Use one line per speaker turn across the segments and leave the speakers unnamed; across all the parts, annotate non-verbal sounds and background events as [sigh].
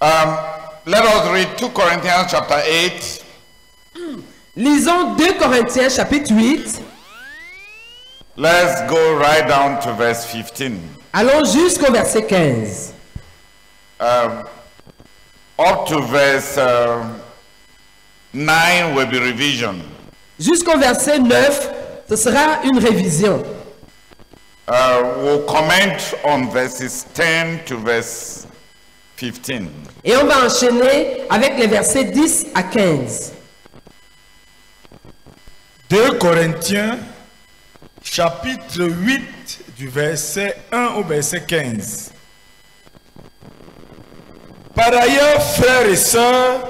Um, 2 Corinthians chapter 8,
Lisons 2 Corinthiens chapitre 8.
let's go right down to verse 15.
Allons jusqu'au verset 15.
Up to verse uh, 9 will be revision.
Jusqu'au verset 9, ce sera une révision.
Uh, we'll comment on verses 10 to verse 15.
Et on va enchaîner avec les versets 10 à 15.
2 Corinthiens, chapitre 8, du verset 1 au verset 15. Par ailleurs, frères et sœurs,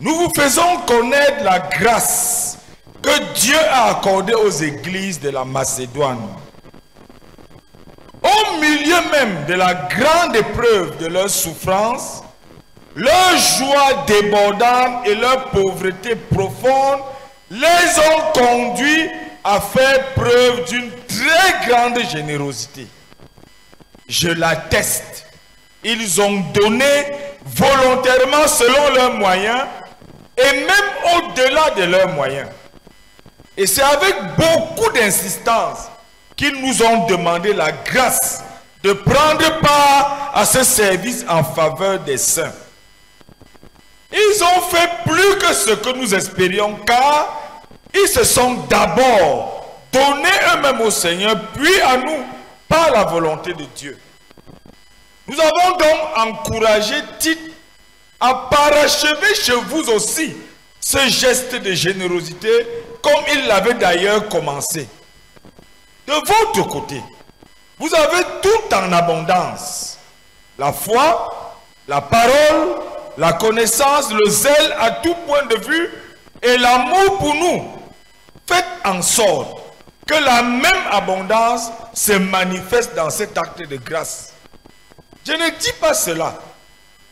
nous vous faisons connaître la grâce que Dieu a accordée aux églises de la Macédoine. Au milieu même de la grande épreuve de leur souffrance, leur joie débordante et leur pauvreté profonde les ont conduits à faire preuve d'une très grande générosité. Je l'atteste, ils ont donné volontairement selon leurs moyens et même au-delà de leurs moyens. Et c'est avec beaucoup d'insistance qu'ils nous ont demandé la grâce de prendre part à ce service en faveur des saints. Ils ont fait plus que ce que nous espérions car ils se sont d'abord donnés eux-mêmes au Seigneur, puis à nous par la volonté de Dieu. Nous avons donc encouragé Tite à parachever chez vous aussi ce geste de générosité comme il l'avait d'ailleurs commencé. De votre côté, vous avez tout en abondance. La foi, la parole, la connaissance, le zèle à tout point de vue et l'amour pour nous. Faites en sorte que la même abondance se manifeste dans cet acte de grâce. Je ne dis pas cela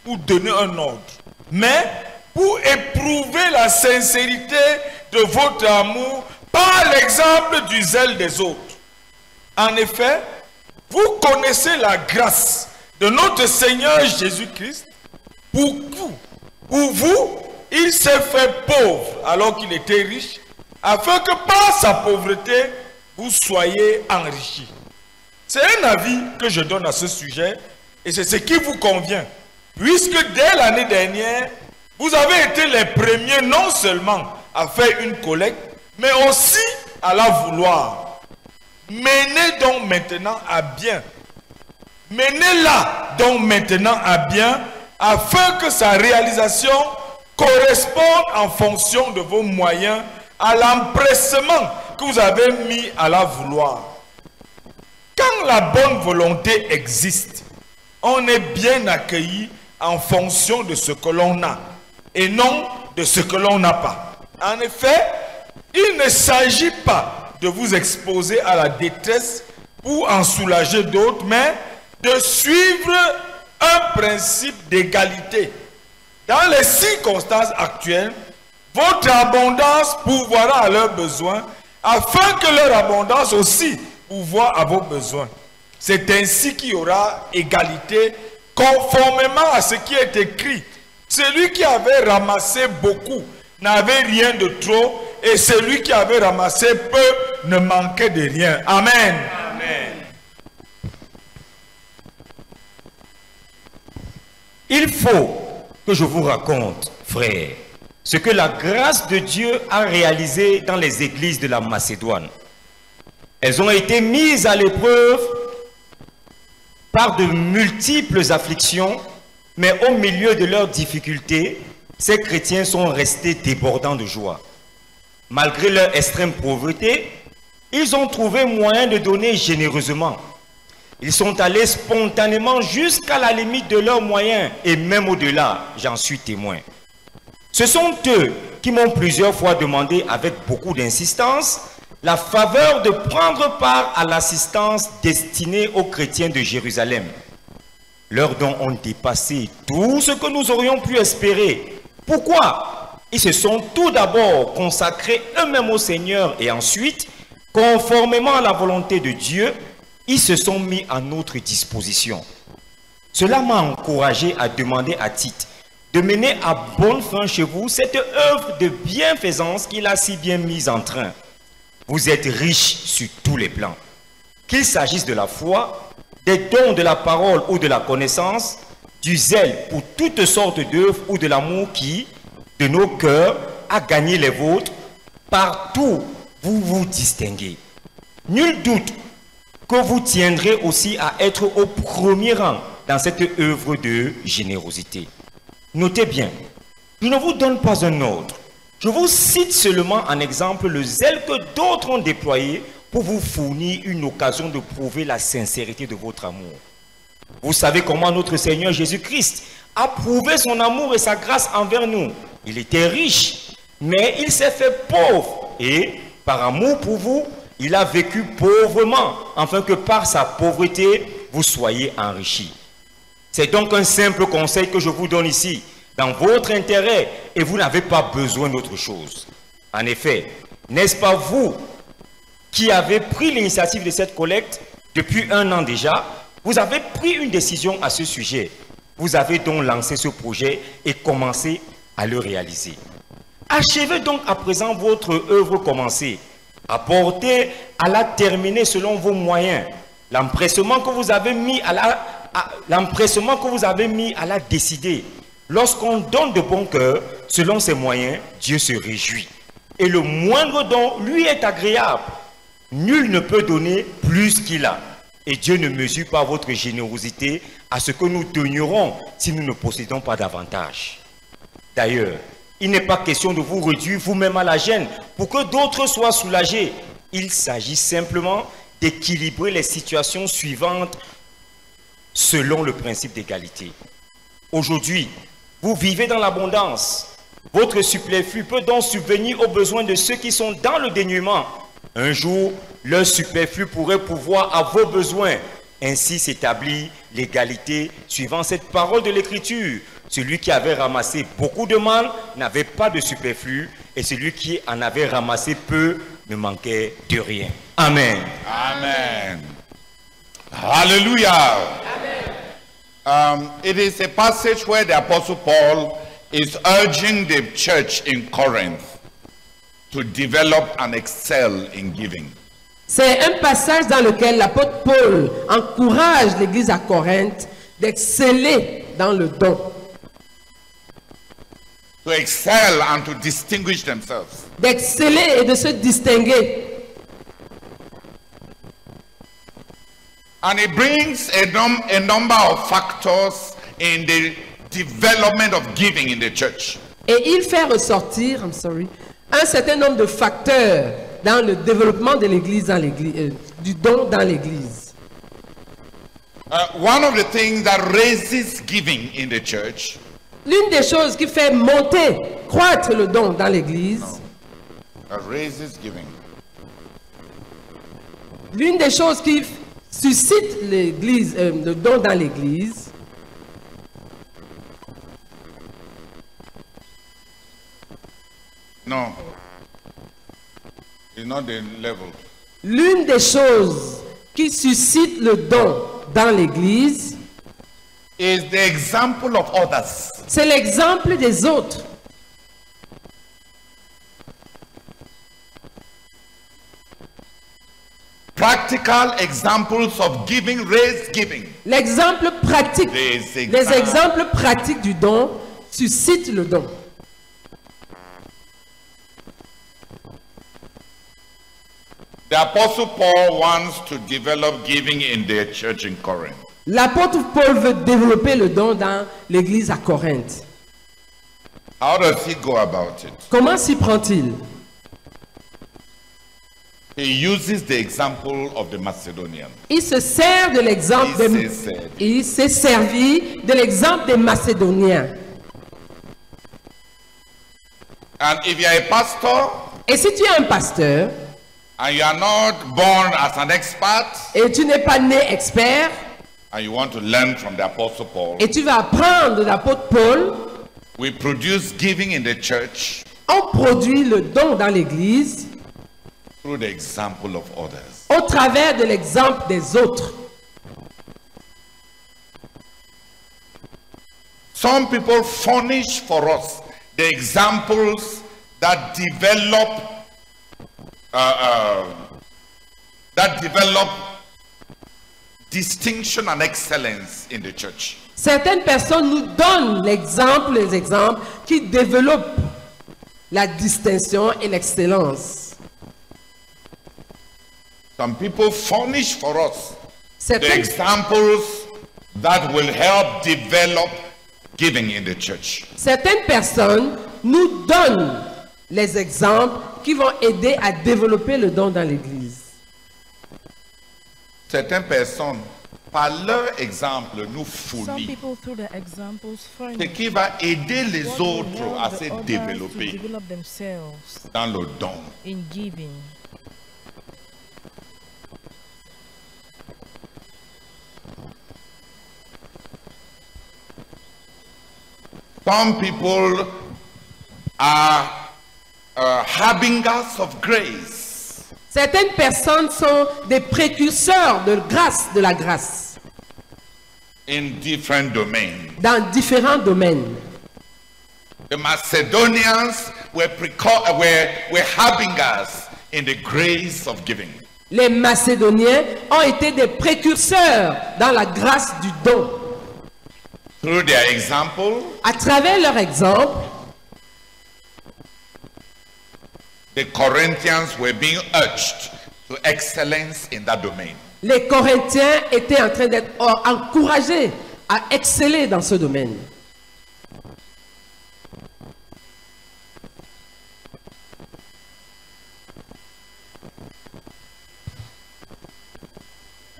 pour donner un ordre, mais pour éprouver la sincérité de votre amour par l'exemple du zèle des autres. En effet, vous connaissez la grâce de notre Seigneur Jésus-Christ. Pour vous, pour vous, il s'est fait pauvre alors qu'il était riche, afin que par sa pauvreté, vous soyez enrichis. C'est un avis que je donne à ce sujet et c'est ce qui vous convient, puisque dès l'année dernière, vous avez été les premiers non seulement à faire une collecte, mais aussi à la vouloir. Menez donc maintenant à bien. Menez-la donc maintenant à bien afin que sa réalisation corresponde en fonction de vos moyens à l'empressement que vous avez mis à la vouloir. Quand la bonne volonté existe, on est bien accueilli en fonction de ce que l'on a et non de ce que l'on n'a pas. En effet, il ne s'agit pas de vous exposer à la détresse pour en soulager d'autres, mais de suivre un principe d'égalité. Dans les circonstances actuelles, votre abondance pourvoira à leurs besoins, afin que leur abondance aussi pourvoie à vos besoins. C'est ainsi qu'il y aura égalité, conformément à ce qui est écrit. Celui qui avait ramassé beaucoup n'avait rien de trop, et celui qui avait ramassé peu ne manquait de rien. Amen.
Il faut que je vous raconte, frère, ce que la grâce de Dieu a réalisé dans les églises de la Macédoine. Elles ont été mises à l'épreuve par de multiples afflictions, mais au milieu de leurs difficultés, ces chrétiens sont restés débordants de joie. Malgré leur extrême pauvreté, ils ont trouvé moyen de donner généreusement. Ils sont allés spontanément jusqu'à la limite de leurs moyens et même au-delà, j'en suis témoin. Ce sont eux qui m'ont plusieurs fois demandé avec beaucoup d'insistance la faveur de prendre part à l'assistance destinée aux chrétiens de Jérusalem. Leurs dons ont dépassé tout ce que nous aurions pu espérer. Pourquoi Ils se sont tout d'abord consacrés eux-mêmes au Seigneur et ensuite, conformément à la volonté de Dieu, ils se sont mis à notre disposition. Cela m'a encouragé à demander à Tite de mener à bonne fin chez vous cette œuvre de bienfaisance qu'il a si bien mise en train. Vous êtes riche sur tous les plans. Qu'il s'agisse de la foi, des dons de la parole ou de la connaissance, du zèle pour toutes sortes d'œuvres ou de l'amour qui, de nos cœurs, a gagné les vôtres, partout vous vous distinguez. Nul doute que vous tiendrez aussi à être au premier rang dans cette œuvre de générosité. Notez bien, je ne vous donne pas un ordre. Je vous cite seulement en exemple le zèle que d'autres ont déployé pour vous fournir une occasion de prouver la sincérité de votre amour. Vous savez comment notre Seigneur Jésus-Christ a prouvé son amour et sa grâce envers nous. Il était riche, mais il s'est fait pauvre. Et par amour pour vous, il a vécu pauvrement, afin que par sa pauvreté, vous soyez enrichis. C'est donc un simple conseil que je vous donne ici, dans votre intérêt, et vous n'avez pas besoin d'autre chose. En effet, n'est-ce pas vous qui avez pris l'initiative de cette collecte depuis un an déjà Vous avez pris une décision à ce sujet. Vous avez donc lancé ce projet et commencé à le réaliser. Achevez donc à présent votre œuvre commencée. Apportez à la terminer selon vos moyens. L'empressement que vous avez mis à la à- l'empressement que vous avez mis à la décider. Lorsqu'on donne de bon cœur, selon ses moyens, Dieu se réjouit. Et le moindre don lui est agréable. Nul ne peut donner plus qu'il a. Et Dieu ne mesure pas votre générosité à ce que nous donnerons si nous ne possédons pas davantage. D'ailleurs, il n'est pas question de vous réduire vous-même à la gêne pour que d'autres soient soulagés. Il s'agit simplement d'équilibrer les situations suivantes selon le principe d'égalité. Aujourd'hui, vous vivez dans l'abondance. Votre superflu peut donc subvenir aux besoins de ceux qui sont dans le dénuement. Un jour, leur superflu pourrait pouvoir à vos besoins. Ainsi s'établit l'égalité suivant cette parole de l'Écriture. Celui qui avait ramassé beaucoup de mal n'avait pas de superflu et celui qui en avait ramassé peu ne manquait de rien. Amen.
Amen. Hallelujah. Um, it is a passage where the Apostle Paul is urging the church in Corinth to develop and excel in giving.
C'est un passage dans lequel l'apôtre Paul encourage l'église à Corinthe d'exceller dans le don,
To excel and to distinguish themselves.
d'exceller et de se distinguer.
And it brings a, num- a number of factors in the development of giving in the church.
Et il fait ressortir, I'm sorry, un certain nombre de facteurs dans le développement de l'église, dans l'église, euh, du don dans l'église.
Uh, one of the things that raises giving in the church
L'une des choses qui fait monter, croître le don dans l'église,
that raises giving
l'une des choses qui f- suscite l'église, euh, le don dans l'église,
no it's not the level
L'une des choses qui suscite le don dans l'Église,
is the example of others
c'est l'exemple des autres.
practical examples of giving raise giving
L'exemple pratique,
Des exemples.
les exemples pratiques du don suscitent le don.
the apostle paul wants to develop giving in the church in corinth
L'apôtre Paul veut développer le don dans l'Église à Corinthe.
how does he go about it
Comment s'y prend-il
he uses the example of the macedonians
Il se sert de l'exemple
Il
des-
s'est servi.
il s'est servi de l'exemple des Macédoniens.
and if you are a pastor
Et si tu es un pasteur
and you are not born as an expert
et tu n'es pas né expert
and you want to learn from the apostle paul
et tu vas apprendre de l'apôtre Paul,
we produce giving in the church
On produit le don dans l'Église
through the example of others.
au travers de l'exemple des autres.
Some people furnish for us the examples that develop uh, uh, that develop distinction and excellence in the church.
Certaines personnes nous donnent l'exemple, les exemples qui développent la distinction et l'excellence.
Some people furnish for us the
Certaines,
examples that will help develop giving in the church.
certaines personnes nous donnent les exemples qui vont aider à développer le don dans l'Église.
Certaines personnes, par leur exemple, nous
Some
fournissent
people through the examples find
ce qui va aider les
what will
autres à se
help the others to
développer
develop themselves
dans le don.
in giving.
Some people are uh, harbingers of grace.
Certaines personnes sont des précurseurs de grâce, de la grâce,
in different domains.
dans différents domaines.
The Macedonians were, preco- uh, were, were harbingers in the grace of giving.
Les Macédoniens ont été des précurseurs dans la grâce du don.
Through their example,
À travers leur exemple,
the Corinthians were being urged to excellence in that domain.
les Corinthiens étaient en train d'être or- encouragés à exceller dans ce domaine.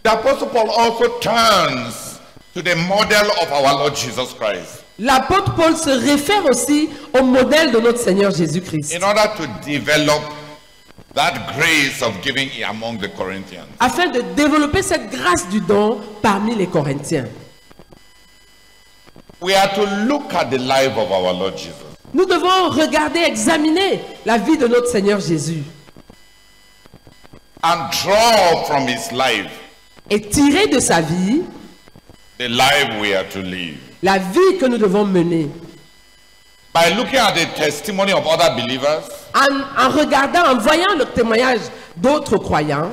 The Apostle Paul also turns to the model of our Lord Jesus Christ
L'apôtre Paul se réfère aussi au modèle de notre Seigneur Jésus-Christ
in order to develop that grace of giving among the Corinthians.
afin de développer cette grâce du don parmi les Corinthiens.
We are to look at the life of our Lord Jesus.
Nous devons regarder, examiner la vie de notre Seigneur Jésus
and draw from his life
et tirer de sa vie
the life we are to live.
la vie que nous devons mener.
By looking at the testimony of other believers,
En, en regardant, en voyant le témoignage d'autres croyants,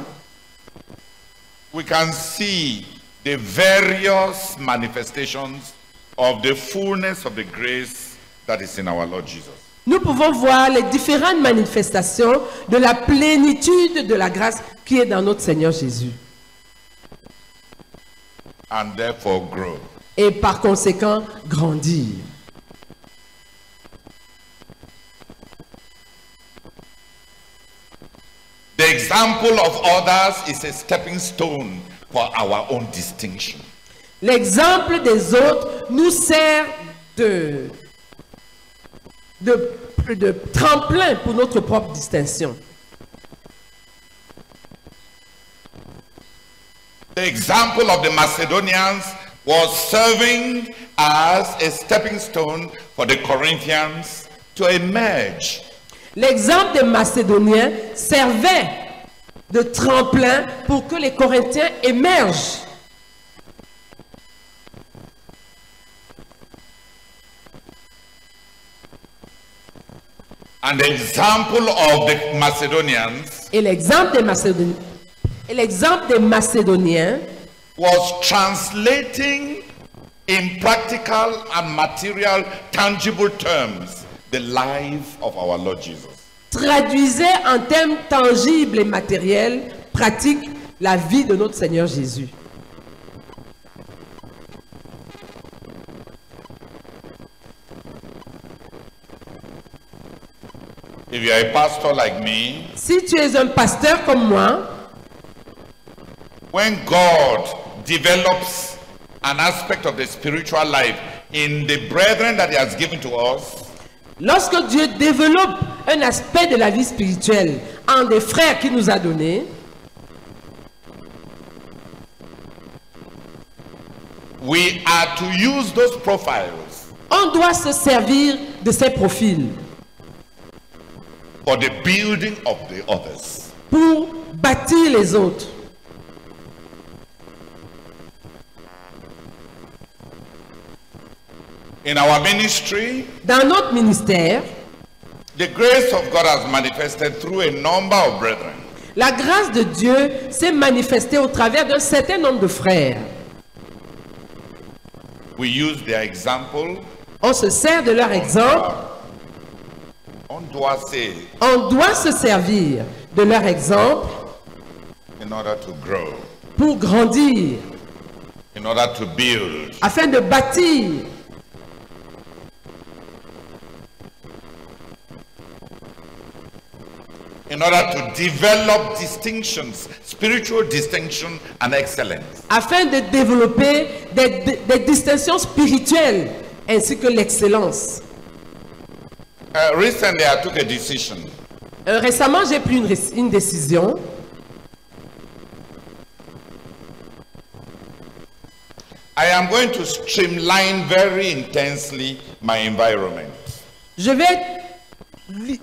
we can see the various manifestations of the fullness of the grace that is in our Lord Jesus.
nous pouvons voir les différentes manifestations de la plénitude de la grâce qui est dans notre Seigneur Jésus.
And therefore grow.
Et par conséquent, grandir.
The example of others is a stepping stone for our own distinction.
L'exemple des autres nous sert de, de, de tremplin pour notre propre distinction.
The example of the Macedonians was serving as a stepping stone for the Corinthians to emerge
L'exemple des Macédoniens servait de tremplin pour que les Corinthiens émergent.
And the example of the Macedonians
Et l'exemple des Macédoniens, et l'exemple des Macédoniens
was translating in practical and material, tangible terms the life of our Lord Jesus.
traduisait en termes tangibles et matériels, pratiques, la vie de notre Seigneur Jésus.
If you are a pastor like me,
Si tu es un pasteur comme moi,
when God develops an aspect of the spiritual life in the brethren that He has given to us,
lorsque Dieu développe un aspect de la vie spirituelle en des frères qu'il nous a donnés,
we are to use those profiles
on doit se servir de ces profils
for the building of the others.
pour bâtir les autres.
A In our ministry,
Dans notre ministère,
the grace of God has manifested through a number of brethren.
la grâce de Dieu s'est manifestée au travers d'un certain nombre de frères.
We use their example.
On se sert de leur exemple,
On doit say
on doit se servir de leur exemple
in order to grow,
pour grandir,
in order to build.
afin de bâtir.
in order to develop distinctions, spiritual distinction and excellence.
afin de développer des, des distinctions spirituelles ainsi que l'excellence.
Uh, recently, I took a decision
Euh, récemment, j'ai pris une, ré- une décision.
I am going to streamline very intensely my environment.
Je vais li-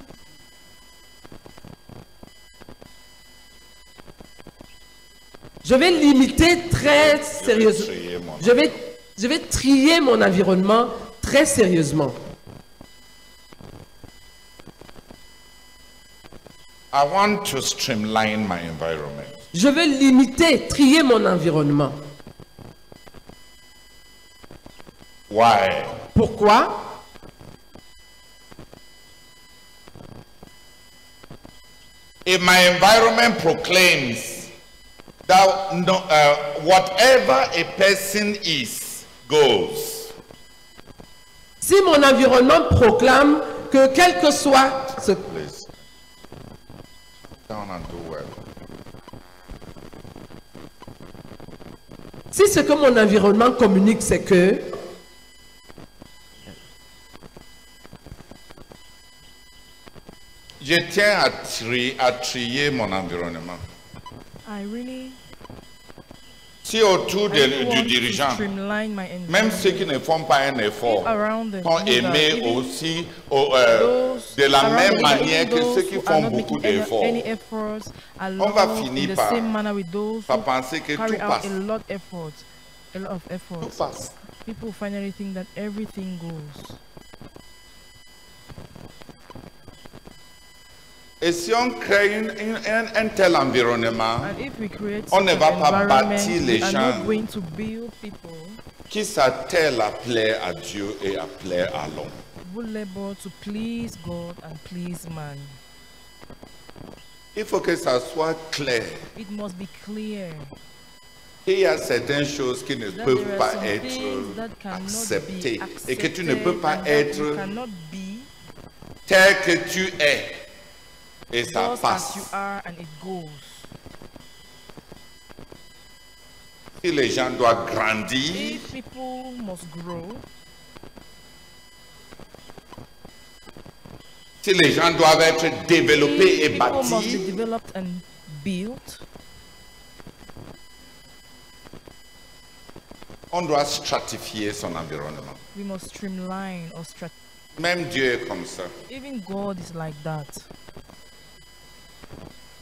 Je vais limiter très sérieusement.
trier mon-
Je vais, je vais trier mon environnement très sérieusement.
I want to streamline my environment.
Je vais limiter, trier mon environnement.
Why?
Pourquoi
If my environment proclaims that no, uh, whatever a person is goes,
Si mon environnement proclame que quel que soit ce...
please. Down and do well.
Si ce que mon environnement communique, c'est que
Je tiens à, tri- à trier mon environnement.
I really
CO2
I really
de- du
want to
dirigeant,
streamline my
même
environment.
ceux qui ne font pas un effort,
People around them
sont
know
aimés
that even
aussi au- euh,
Those
de la
around
même
them,
manière que
those
ceux qui
who
font
are not
beaucoup
making any-
d'efforts.
any efforts are
On va
loved
finir
in the
par-
same manner with those
Pas
who
penser que
carry
tout
out
passe.
a lot effort, a lot of
Tout
efforts.
passe.
People finally think that everything goes.
Et si on crée une- une- un, un tel environnement
And if we create
On ne
such
va
an
pas bâtir
environment,
les
we are
gens.
not going to build people
qui s'attelle à plaire à Dieu et à plaire à l'homme,
who labor to please God and please man.
il faut que ça soit clair.
It must be clear
Il y a certaines choses qui ne
that
peuvent
there are
pas
some
être
things that cannot
acceptées et
be accepted
que tu ne peux pas
and that you
être
cannot be
tel que tu es. Et ça
just as
passe.
you are and it goes.
Si les gens doivent grandir,
If people must grow,
si les gens doivent être développés
if
et
people must be
bâtis,
developed and built,
on doit stratifier son environnement.
we must streamline or strat.
Même Dieu est comme ça.
Even God is like that.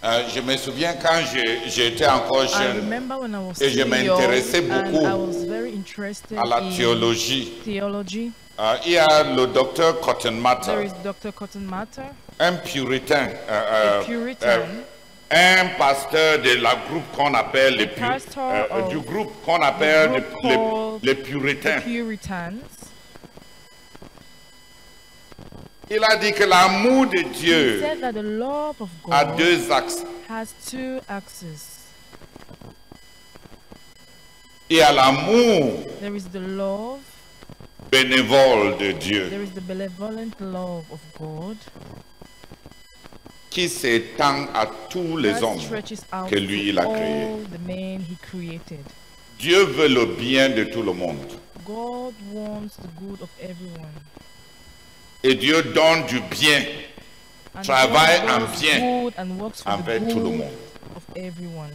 Euh, je me souviens quand je- j'étais encore
I
jeune
remember when I was
Et je
still young,
m'intéressais
and
beaucoup
I was very interested
à la
in
théologie,
theology.
euh, il y a le docteur Cotton
There
Mather,
is Dr. Cotton Mather,
un puritain, euh,
a
euh, [laughs]
Puritan,
un pasteur de la groupe qu'on appelle les
The
pu-
pastor
euh, euh,
of
du groupe qu'on appelle
the
les,
group
les-
called
les
the
puritains.
Puritans.
Il a dit que l'amour de
He
Dieu
said that the love of
a
God
deux axes.
has two axes.
Il y a l'amour
There is the love,
bénévole de Dieu.
there is the benevolent love of God
qui s'étend à tous les
that
hommes
stretches out
que lui il
to
a créés.
all the men he created.
Dieu veut le bien de tout le monde.
God wants the good of everyone.
Et Dieu donne du bien
And
Travaille
God
en
does
bien
good and works for the
avec tout le
good
monde.
of everyone.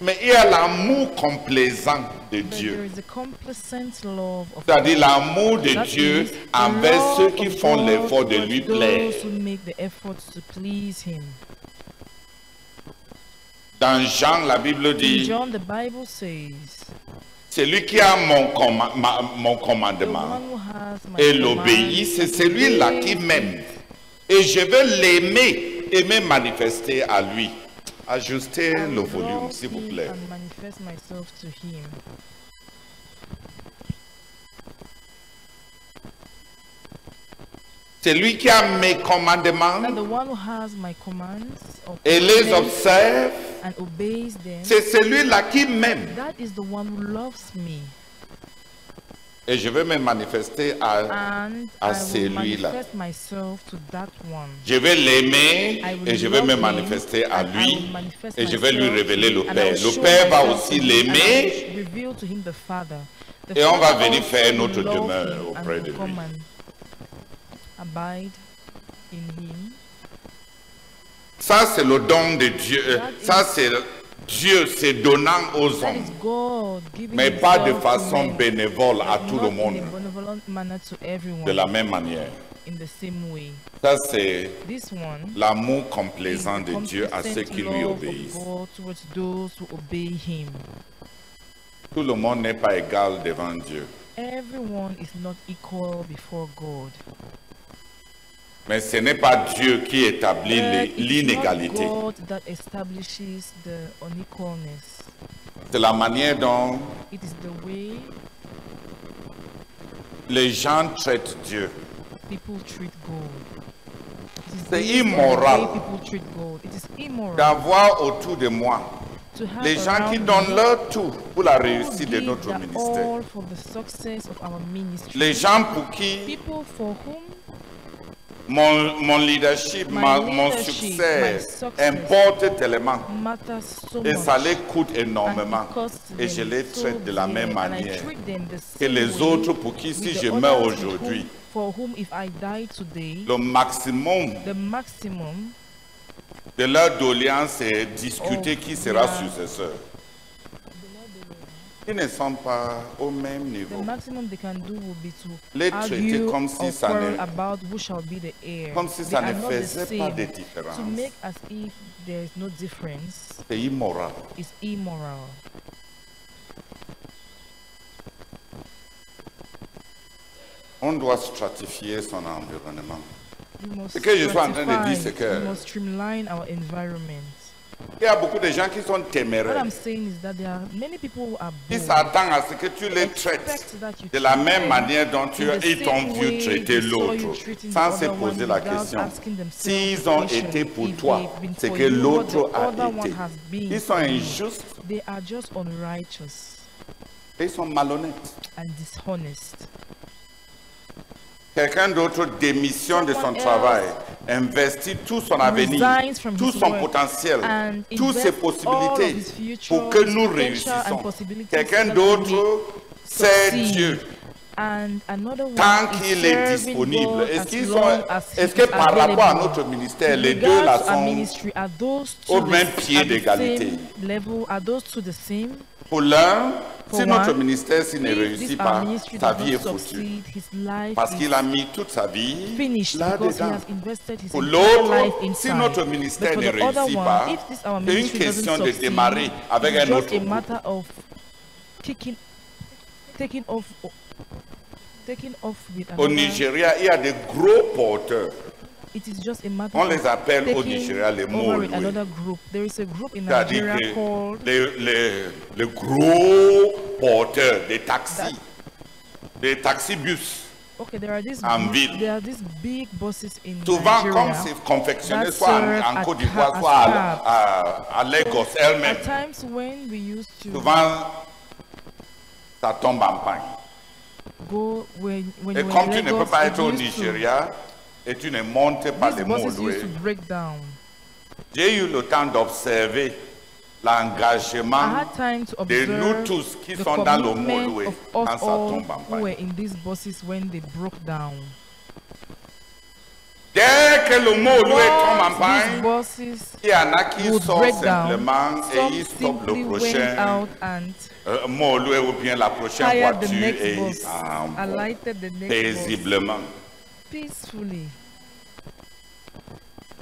Mais il y a l'amour complaisant de
But there
Dieu.
is a complacent love of
C'est-à-dire l'amour de
That
Dieu
means the
envers
love
ceux qui
of
font
God
l'effort de
towards
lui plaire.
Those who make the efforts to please him.
Dans Jean, la Bible
In
dit,
John, the Bible says,
Celui qui a mon, comma- ma- mon
The
commandement
one who has my
et
command
l'obéit, c'est celui-là qui m'aime. Et je veux l'aimer et me manifester à lui. Ajustez
I
le
love
volume, s'il vous
him
plaît.
and manifest myself to him.
Celui qui a mes
And
commandements
the one who has my commands of
et les
faith
observe,
and obeys them,
c'est celui-là qui m'aime.
that is the one who loves me.
Et je veux me manifester à...
And
À
I will
celui-là.
manifest myself to that one.
Je vais l'aimer
I will
et je vais
love
me
him,
manifester à
and I
lui
will manifest
et je vais lui
myself,
révéler le
and I
Père.
will
Le
show
Père va
myself to
aussi
him, and I
l'aimer
will reveal to him the Father. The
Et on va
Father
venir
also
faire
will
notre
love
demeure
him and
auprès
will
de lui.
come and Abide in him.
Ça, c'est le don de Dieu. Euh,
That is-
Ça, c'est Dieu se donnant aux
That
hommes,
is God giving
mais pas de
himself to
façon
men,
bénévole à
but
tout
not
le
in
monde,
a benevolent manner to everyone,
de la même manière.
in the same way.
Ça, c'est
This one
l'amour
is
complaisant de
the
Dieu à ceux
constant
qui lui
love of
obéissent.
God towards those who obey him.
Tout le monde n'est pas égal devant Dieu,
Everyone is not equal before God.
mais ce n'est pas Dieu qui établit
But
les-
it's
l'inégalité.
not God that establishes the unequalness.
C'est la manière dont
It is the way
les gens traitent Dieu.
people treat God. It is
C'est
based on the
immoral.
way people treat God. It is immoral
D'avoir autour de moi
to have
les gens qui
around
donnent
me
leur tout pour la
people
réussite de
give
notre
their
ministère.
all for the success of our ministry.
Les gens pour qui
people for whom
Mon, mon leadership,
My
ma- mon
leadership,
succès
my success. Oh,
importe tellement.
matters so
Et
much.
ça les coûte
and it
énormément.
costs
Et
them
je les
so
traite de la
dear,
même
and I
manière
treat them the
que
same
les
way
autres pour qui,
with
si
the
je meurs
others with
aujourd'hui,
whom- For whom if I die today,
le maximum
the maximum
de leur doléance est discuter
Oh,
qui sera
yeah.
successeur. Ils ne sont pas au même
The
niveau.
maximum they can do will be to
Les traiter
argue
comme si
or
ça ne-
quarrel about who shall be the heir.
Comme si
They
ça
are
ne
not the
faisait pas
same.
de différence.
To make as if there is no difference
C'est immoral.
is immoral.
On doit stratifier son environnement.
We must
Ce que je suis en train de dire,
stratify.
c'est que-
we must streamline our environment.
Il y a beaucoup de gens qui sont
What
téméraires.
I'm saying is that there are many people who are
Ils
bold.
s'attendent à ce que tu les traites
Expect that you
de la
treat
même
them
manière dont tu,
in the
ils t'ont
same way
vu traiter
they saw you
l'autre,
treating the
sans se
other one
poser la
without
question.
asking themselves
S'ils
the
ont
question,
été pour
if
toi,
they've been
c'est
for
que
you, what
l'autre
the
a
other one
été.
has been
Ils sont
for you.
injustes,
They are just unrighteous
ils sont malhonnêtes.
and dishonest.
Quelqu'un d'autre démissionne de son
Someone else
travail, investit tout son avenir,
resigns from
tout
his
son
work
potentiel,
and
toutes ses
invests all of
possibilités
his future,
pour que
his
nous
potential and
réussissons.
possibilities
Quelqu'un
so that we may
d'autre, c'est
succeed.
Dieu.
And another one
tant
is
qu'il est
serving
disponible.
God
Est-ce
as
qu'ils
long
sont,
as he
est-ce que
is
par rapport à
available.
notre ministère, les
In
deux là
regards to our
sont
ministry, are those two
au
the-
même
are
pied
the
d'égalité?
same Level, are those two the same?
pour l'un,
For
si notre
one,
ministère s'il ne
If
réussit
this
pas,
our ministry
sa
does
vie est
not
foutue.
succeed, his life
Parce
is
qu'il a mis toute sa vie
finished because he
là-dedans.
has invested his
Pour
entire life
l'autre, Ah. si
inside.
notre
But
ministère
for
ne
the other
réussit
one,
pas,
if this
c'est une
our ministry doesn't
question de
succeed,
démarrer avec
it's
un
just
autre
a
groupe.
matter of kicking, taking off, taking off with
Au
another.
Nigeria, il y a des gros porteurs.
It is just a matter
On
of
les appelle au
taking
Nigeria les
over with
Moloui.
another group. There is a group in
C'est-à-dire
Nigeria
que
called
les, les- les gros porteurs des taxis, des taxis-bus,
Okay, there are these
En
big-
ville.
there are these big buses in
Souvent,
Nigeria.
comme c'est confectionné
that
soit
serve
en, en
at
Côte
ca-
d'Ivoire,
as
soit à,
cabs.
à- à Lagos elle-même,
At times when we used to
souvent, ça tombe en panne.
go when when
Et
you were
comme
in
tu ne peux
Lagos,
pas
it
être au
used to-
Nigeria et tu ne montes pas
these
les mots
buses used to break down.
j'ai eu le temps d'observer
I
l'engagement
had time Ah. to
de
observe
nous tous qui
the
sont dans le
commitment
Moloé
of
quand
us
ça
all
tombe en
who were
panne.
in these buses when they broke down.
Dès que le Moloé tombe en
Once these
panne,
buses
il y en a qui
would
sortent
break down,
simplement et
some
ils stoppent
simply
le
went
prochain
out and
euh, Moloé ou bien la prochaine
hired the
voiture
next
et ils
bus,
s'en vont.
alighted the next bus
paisiblement.
peacefully.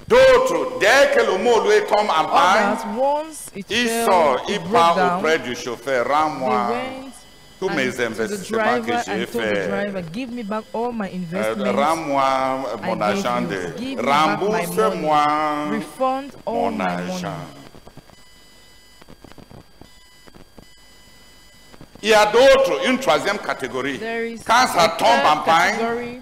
D'autres, dès que le mot lui tombe en panne,
Others, once it
il
fell,
sort,
it
il
broke
part
down,
auprès du chauffeur,
they
rends-moi
went
Tous
and
mes
to the
investissements que
driver
j'ai
and told the
faits,
driver, give me back all my
Euh,
investments.
Rends-moi
I
mon
gave
argent
you.
de.
Give me back my
Rembourse-moi
money. Refund all
mon
my money.
argent. Il y a d'autres, une troisième catégorie.
There is
Quand ça
a
tombe
third
en panne,
category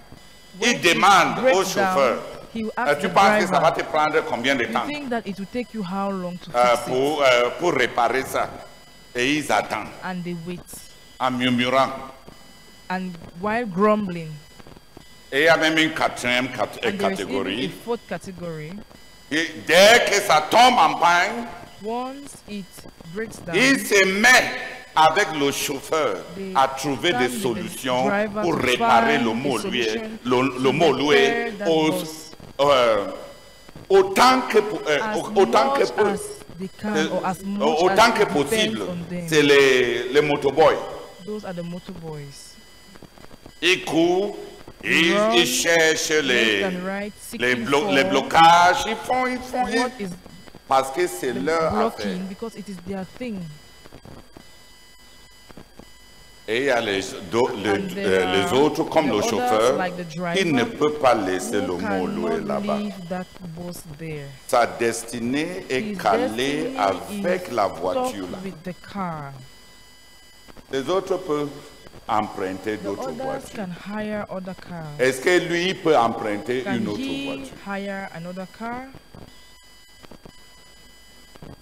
il
when it
demande au
breaks down,
chauffeur,
he will
euh,
ask
tu
the
penses que ça
driver,
va te prendre combien de temps
You think that it will take you how long to fix
euh,
it?
pour, euh, pour réparer ça Et ils attendent
And they wait.
en murmurant.
And while grumbling,
Et il y a même une quatrième cat- euh,
and there is even a
catégorie.
fourth category.
Et dès que ça tombe en panne,
Once it breaks down,
Il se met avec le chauffeur
They
à trouver
stand
des
with the
solutions
driver
pour
to
réparer
find
le
a
mot
solution
loué, le, le
to
mot loué
repair that
aux-
bus.
euh, autant que pou- euh,
as
autant que
much
pou-
as they can,
euh,
or as much
autant
as
que
it depends
possible.
on them.
C'est les, les motoboys.
Those are the motorboys.
Ils courent, ils,
Run,
ils cherchent les,
Left and right,
les,
seeking
blo-
for
les blocages, ils font, ils font, ils-
What is
parce que c'est leur affaire.
blocking? Because it is their thing.
Et il y a les, do- les-
And there
euh, les
are
autres, comme
the
le
others,
chauffeur,
like the driver,
il ne peut pas laisser le
Who
mot loué
cannot
là-bas.
leave that bus there?
Sa destinée est
His
calée
destiny
avec
is
la voiture.
stuck
là.
With the car.
Les autres peuvent emprunter
The
d'autres
others
voitures.
can hire other car.
Est-ce que lui peut emprunter
Can
une autre
he
voiture
hire another car?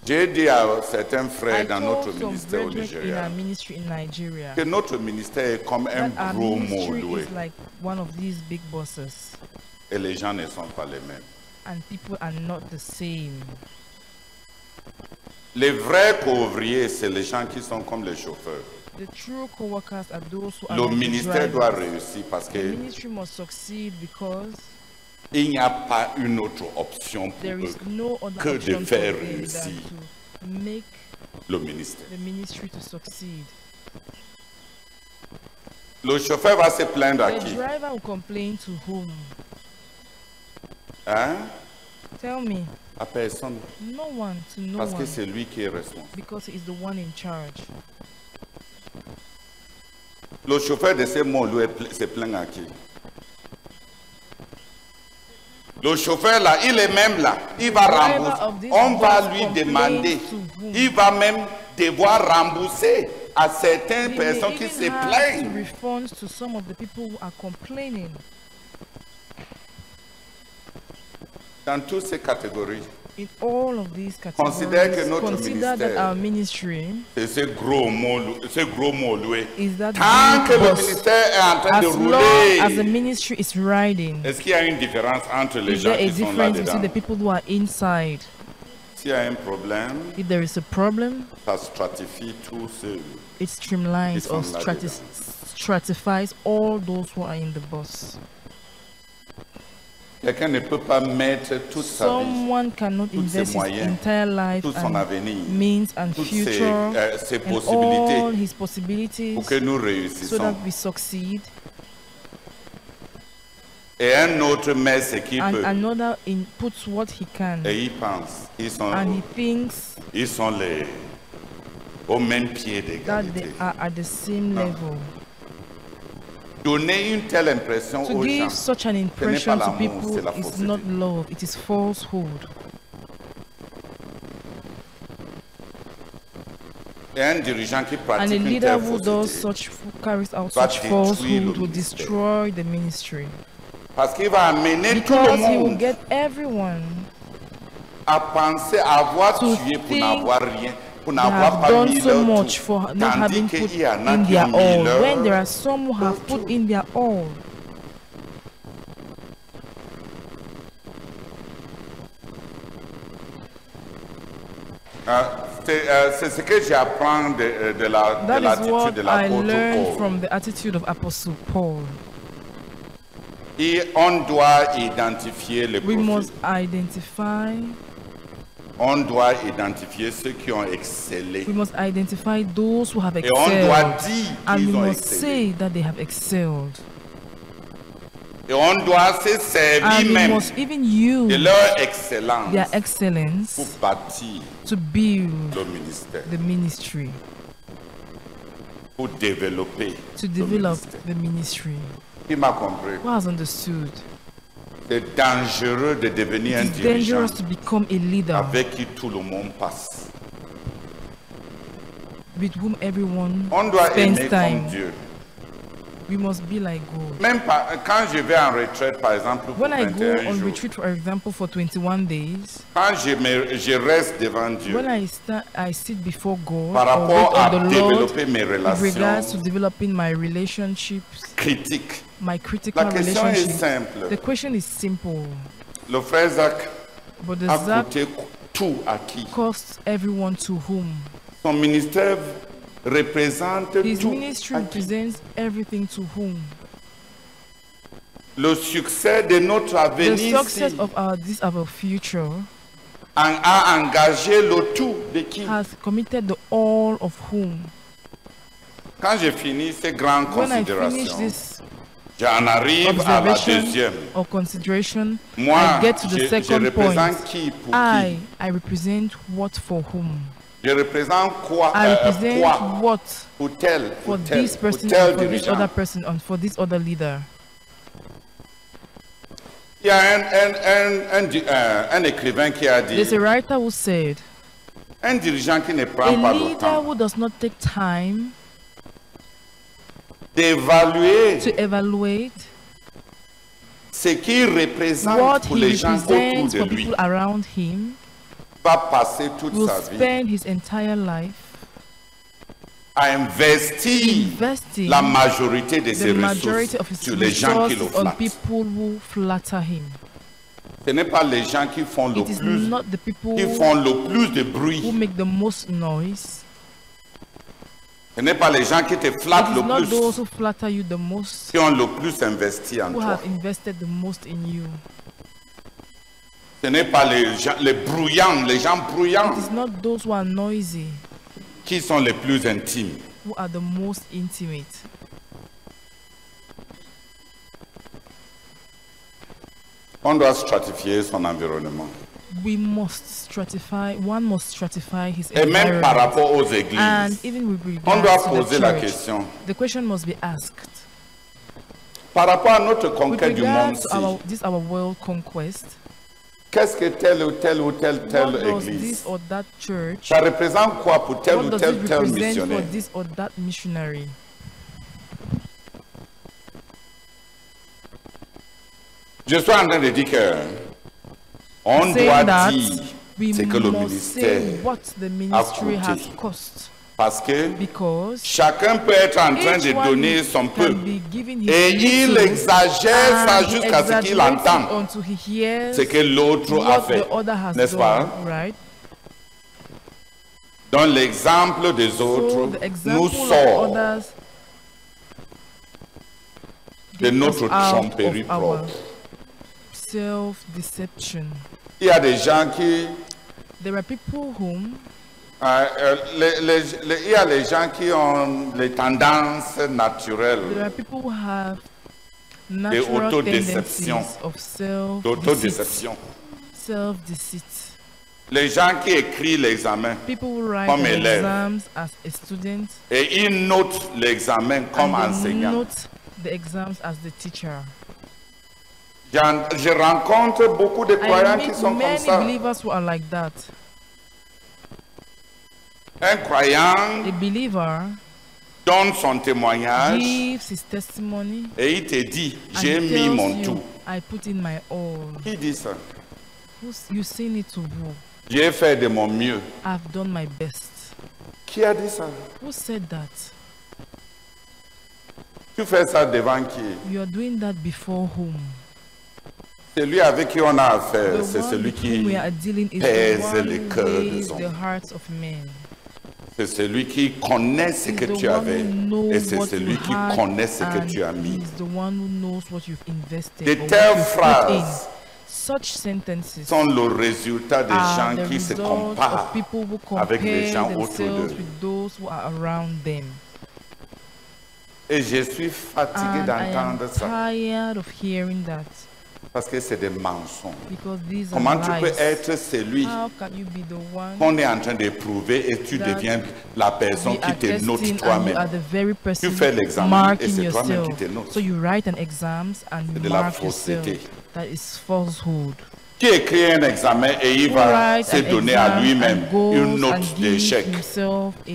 J'ai dit à certains
I
frères dans notre
told some
ministère au
brethren in
Nigeria
our ministry in Nigeria
que notre ministère est comme un
that our
gros mot
ministry
loué
is like one of these big buses
et les gens ne sont pas les mêmes.
and people are not the same.
Les vrais couvriers, c'est les gens qui sont comme les chauffeurs.
The true co-workers are those who are
Le
like the
ministère
drivers.
doit réussir parce
The
que
ministry must succeed because
il n'y a pas une autre option pour
there
eux,
is no other
que de
option for
faire
them than
réussir.
to make
le ministère.
the ministry to succeed.
Le chauffeur va se plaindre à
The
qui
driver will complain to whom?
hein?
Tell me.
À personne.
No one to no
Parce que
one
c'est lui qui est responsable.
because he's the one in charge.
Le chauffeur de ces mots, lui, est pla- se plaint à qui Le chauffeur là, il est même là. Il va
driver of
rembourser.
this
On va
bus
lui
complains
demander.
to whom?
Il va même devoir rembourser à certaines
He may
personnes qui
even
se
have to
plaignent.
refund to some of the people who are complaining.
Dans toutes ces catégories,
In all of these categories,
Considère que notre
consider that
ministère-
our ministry
c'est ce gros mot, lou- ce gros mot loué.
is that
Tant que
big
le
bus.
ministère est en train de
as long as
rouler,
the ministry is riding,
est-ce qu'il y a une différence entre les
is
gens
there a
qui sont
difference between the
là-dedans
people who are inside?
S'il y a un problème,
If there is a problem,
ça stratifie tout ce...
it streamlines
Ils
or
sont là
stratis- stratifies all those who are in the bus.
Quelqu'un ne peut pas mettre toute sa vie,
Someone cannot
tous ses
invest his
moyens,
entire life
tout son
and
avenir,
means and
toutes ses,
future
euh, ses
and all
possibilités
his possibilities
pour que nous
so
réussissons.
that we succeed
Et un autre met ce qu'il
and
peut.
another inputs what he can
Et il pense, ils sont,
and he thinks
ils sont les, au même pied
that they
d'égalité.
are at the same level.
Donner une telle impression
To
aux
give
gens,
such an impression to
l'amour,
people
c'est la
is
fausseté.
not love, it is falsehood.
et un dirigeant qui
And
pratique
a
une
leader
telle
who does
fausseté,
such f- carries out
Va
such
détruire le
falsehood will
ministère.
destroy the ministry
parce qu'il va amener tout le
because he will
monde
get everyone
à penser avoir
to
tué pour
think
n'avoir rien, pour
that
n'avoir
have
pas
done
mis
so
leur
much
tout,
for not
tandis
having put
qu'il
in
y en a qui
their
ont
all
mis
when there
leur
are some who have put in their all.
Euh, C'est euh, c'est ce que j'apprends de, euh, de la- de
That is
l'attitude
what
de
I
l'apôtre
learned
Paul.
from the attitude of Apostle Paul.
Et on doit identifier les
We
profils.
must identify
On doit identifier ceux qui ont excellé.
we must identify those who have
Et on doit
excelled
dire
and we
qu'ils ont
must
excellé.
say that they have excelled.
Et on doit se
And
servir
we
même
must even
de
use
leur excellence
their
pour
excellence
bâtir
to build
le ministère.
the ministry.
pour développer.
to develop the ministry.
Il m'a compris.
Who has understood?
C'est dangereux de devenir un
It's
dirigeant
dangerous to become a leader
avec qui tout le monde passe.
with whom everyone
On doit aimer
spends
comme
time.
Dieu.
We must be like God.
Même pas- quand je vais en retraite, par exemple, pour
When I go
21
on
jours,
retreat, for example, for 21 days,
quand je, me- je reste devant Dieu,
when I sta I sit before God
par
or wait
rapport à
on the Lord
développer mes
with regards to
relations
developing my relationships,
critiques,
my critical
la question est
relationships.
simple.
The question is simple,
Le frère Zach
but does
a
that
coûté tout à qui
cost everyone to whom?
Son ministère représente
His
tout.
ministry
à qui
represents everything to whom?
Le succès de notre
The
avenir ici
success of our this our future
en- a engagé le tout de qui
has committed the all of whom.
Quand j'ai fini ces grandes
When I finish
considérations,
this
j'en arrive à la
observation
deuxième.
or consideration,
Moi,
I get to
je,
the
je
second
représente
point.
qui pour
I
qui
I represent what for whom.
Je représente quoi,
I
euh,
represent
quoi
what
pour tel, pour
for
tel,
this
pour
person
tel
and for this
dirigeant.
other person and for this other leader.
Il y a un, un, un, un di- euh, un écrivain qui a dit
There's a writer who said,
un dirigeant qui ne
a
prend pas le
leader
temps
who does not take time
d'évaluer
to evaluate
ce qu'il représente
what
pour les
he
gens autour
represents
de
for
lui
people around him
va passer toute
will
sa vie
spend his entire life
à investir
investing
la majorité de ses
the majority of
ressources
his
sur les gens qui le
resources on
flattent.
people who flatter him.
Ce n'est pas les gens qui font le
It is
plus,
not the people
qui font
who
le plus de bruit.
make the most noise.
Ce n'est pas les gens qui te
It
flattent
is
le
not those
plus,
who flatter you the most
qui ont le plus investi en
who
toi.
have invested the most in you.
Ce n'est pas les gens, les bruyants, les gens bruyants
It is not those who are noisy
qui sont les plus intimes.
who are the most intimate.
On doit stratifier son environnement.
We must stratify. One must stratify his
Et même par
environment.
rapport aux
And
églises,
even with
on doit
regards to the
poser la
church,
question.
the question must be asked.
Par rapport à notre
With
conquête du monde,
regards
ci,
to our, this our world conquest,
qu'est-ce que telle ou telle ou telle,
what
telle
does
église
this or that church,
Ça représente quoi pour tel
what
ou
does
tel,
it
tel
represent for
missionnaire
this or that missionary?
Je suis en train de dire que on doit
Saying that,
dire
we
ce que le
must say
ministère,
what the ministry
coûté.
has cost,
parce que
because
chacun peut être en train de
each one
donner son peu
can be given his
et il
little
exagère
and
ça
he
jusqu'à ce qu'il
exaggerates it
entend
until he hears
ce que l'autre a
what
fait,
the other has
n'est-ce pas hein?
done, right?
Donc l'exemple des
So
autres nous
the example of
sort
others
de
get us
notre
out
tromperie
of our
propre.
self-deception.
Il y a des gens qui
There are people whom
Euh, euh, les- les- les- il y a les gens qui ont les tendances
there
naturelles
are people who have natural
autodéception.
tendencies of self
d'autodéception.
self-deceit.
Les gens qui écrivent l'examen
People who write
Comme
their
élève.
exams as a student
et ils notent l'examen comme
and they
enseignant.
Ah, note the exams as the teacher.
J'en- Je rencontre beaucoup de
I
croyants qui
meet
sont comme
many
ça.
believers who are like that.
Un croyant
A believer
donne son témoignage
gives his testimony
et il te dit,
and
j'ai
he
mis
tells
mon
you,
tout.
I put in my all.
Qui dit ça
Who's, you say need to who?
J'ai fait de mon mieux.
I've done my best.
Qui a dit ça
Who said that?
Tu fais ça devant qui
You are doing that before whom?
Celui avec qui on a affaire,
The
Eh, c'est
one
celui
with whom
qui,
we are dealing is
pèse
the
les
one
cœurs
who
des
weighs the
hommes.
hearts of men.
c'est celui qui connaît ce
He's
que
the
tu
one
avais
who knows
et c'est
what you
celui qui
had
connaît ce que
and
tu as mis.
he's the one who knows what you've invested.
De
or what
telles
you've put in.
phrases
Such sentences
sont le résultat des
are
gens
Ah, the
qui se
result
comparent
of people who
avec les
compare
gens autour
themselves
d'eux.
with those who are around them.
Et je suis fatigué
And I am Ah,
d'entendre ça.
tired of hearing that.
Parce que c'est des mensonges.
because these are
Comment tu peux
lies.
être celui
How can you be the one
qu'on est en train d'éprouver et tu
That
deviens la personne
we
qui
are
te
testing
note
and you are
toi-même
the very person
Tu fais l'examen et
marking
c'est toi-même qui
yourself.
te notes.
So you write an exams and
C'est
you
de la
mark yourself.
fausseté.
That is falsehood.
Qui écrit un examen et il
Who
va
writes
se
an
donner à
exam
lui-même
and goes
une
and
note
gives
d'échec.
himself a,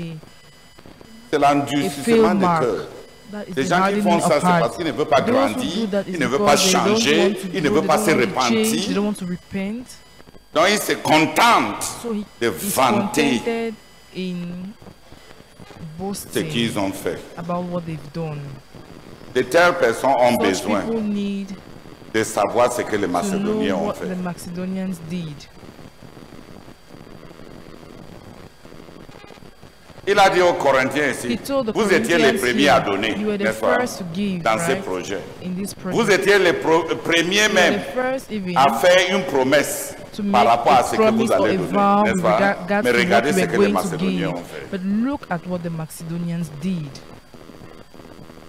C'est
a fail
l'endurcissement de
mark.
cœur.
That is
Les
the
gens qui
hardening
font ça,
of
c'est
heart.
parce qu'ils ne veulent pas
Those who
grandir,
do that is
ils ne veulent pas
because they don't
changer,
want to
ils ne
grow,
veulent
they
pas
don't
se
want to change, They
repentir.
don't want to repent.
Donc ils se contentent
So he
de
is
vanter
contented in
ce
boasting
qu'ils ont fait.
about what they've done.
De telles personnes ont
Such
besoin
people need
de savoir ce que les
to
Macédoniens
know
ont
what
fait.
the Macedonians did.
Il a dit aux Corinthiens
He
ici,
told the
vous étiez les
Corinthians
premiers
here,
à donner,
you were the
n'est-ce pas,
first to give,
dans ces
right?
projets.
In this project,
Vous étiez les pro- euh, premiers
you were
même
the first even
à faire une promesse
to make
par rapport à
a
ce que
promise
vous
or
allez
a
donner,
vow
n'est-ce
with
pas Mais
regard to what
regardez
you
ce
were
que les
going to
Macédoniens ont
give.
fait.
But look at what the Macedonians did.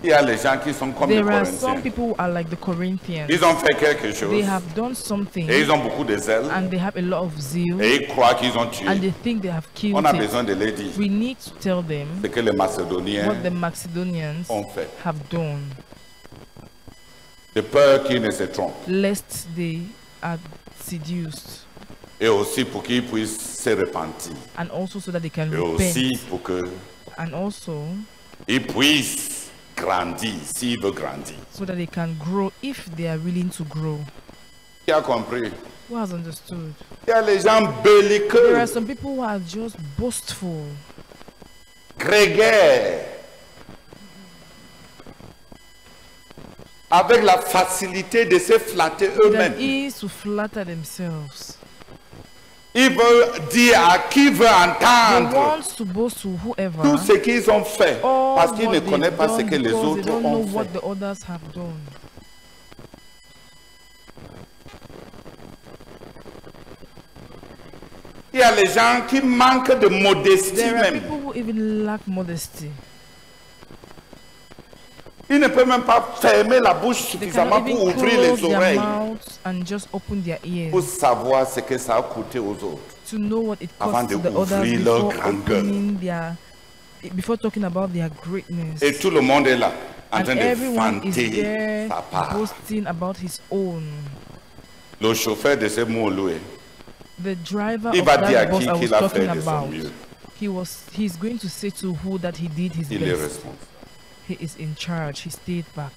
Il y a les gens qui sont comme les
There are some
Corinthiens.
people who are like the Corinthians.
Ils ont fait quelque
They
chose
have done something
et ils ont beaucoup de zèle
and they have a lot of zeal
et ils croient qu'ils ont
and
tué.
they think they have killed
On a
it.
besoin de les dire
We need to tell them
ce que les Macédoniens
what the Macedonians
ont fait,
have done,
de peur qu'ils ne se trompent
lest they are seduced,
et aussi pour qu'ils puissent se repentir
and also so that they can
et
repent,
aussi pour que
and also
ils puissent grandir s'ils veulent grandir.
so that they can grow if they are willing to grow.
Qui a compris
Who has understood?
Il y a les gens
There
belliqueux,
are some people who are just boastful,
grégaires, avec la facilité de se flatter
that
eux-mêmes.
is to flatter themselves.
Ils veulent dire à qui veut
They
entendre
want to boast to whoever.
tout ce qu'ils ont fait
all
parce qu'ils
Oh, what
ne
they've
connaissent pas
done
ce que les
because
autres
they don't know
ont
what
fait.
the others have done.
Il y a les gens qui manquent de modestie
There are
même.
people who even lack modesty.
Ils ne peuvent même pas fermer la bouche
They
suffisamment
cannot
pour
even
ouvrir les
close their
oreilles,
mouths and just open their ears
pour savoir ce que ça a coûté aux autres.
to know what it
Avant
costs to
de
the others
ouvrir leur
before
grande gueule.
opening their, before talking about their greatness.
Et tout le monde est là, en
and
train de
everyone is
vanter
there
sa part.
boasting about his own.
Le chauffeur de ce mot loué,
The driver
Il
of
va
that
dire à
bus
qui
I was
qu'il a fait
talking
de son
about,
mieux.
he was he's going to say to who that he did his
il est
best.
responsable.
He is in charge. He stayed back.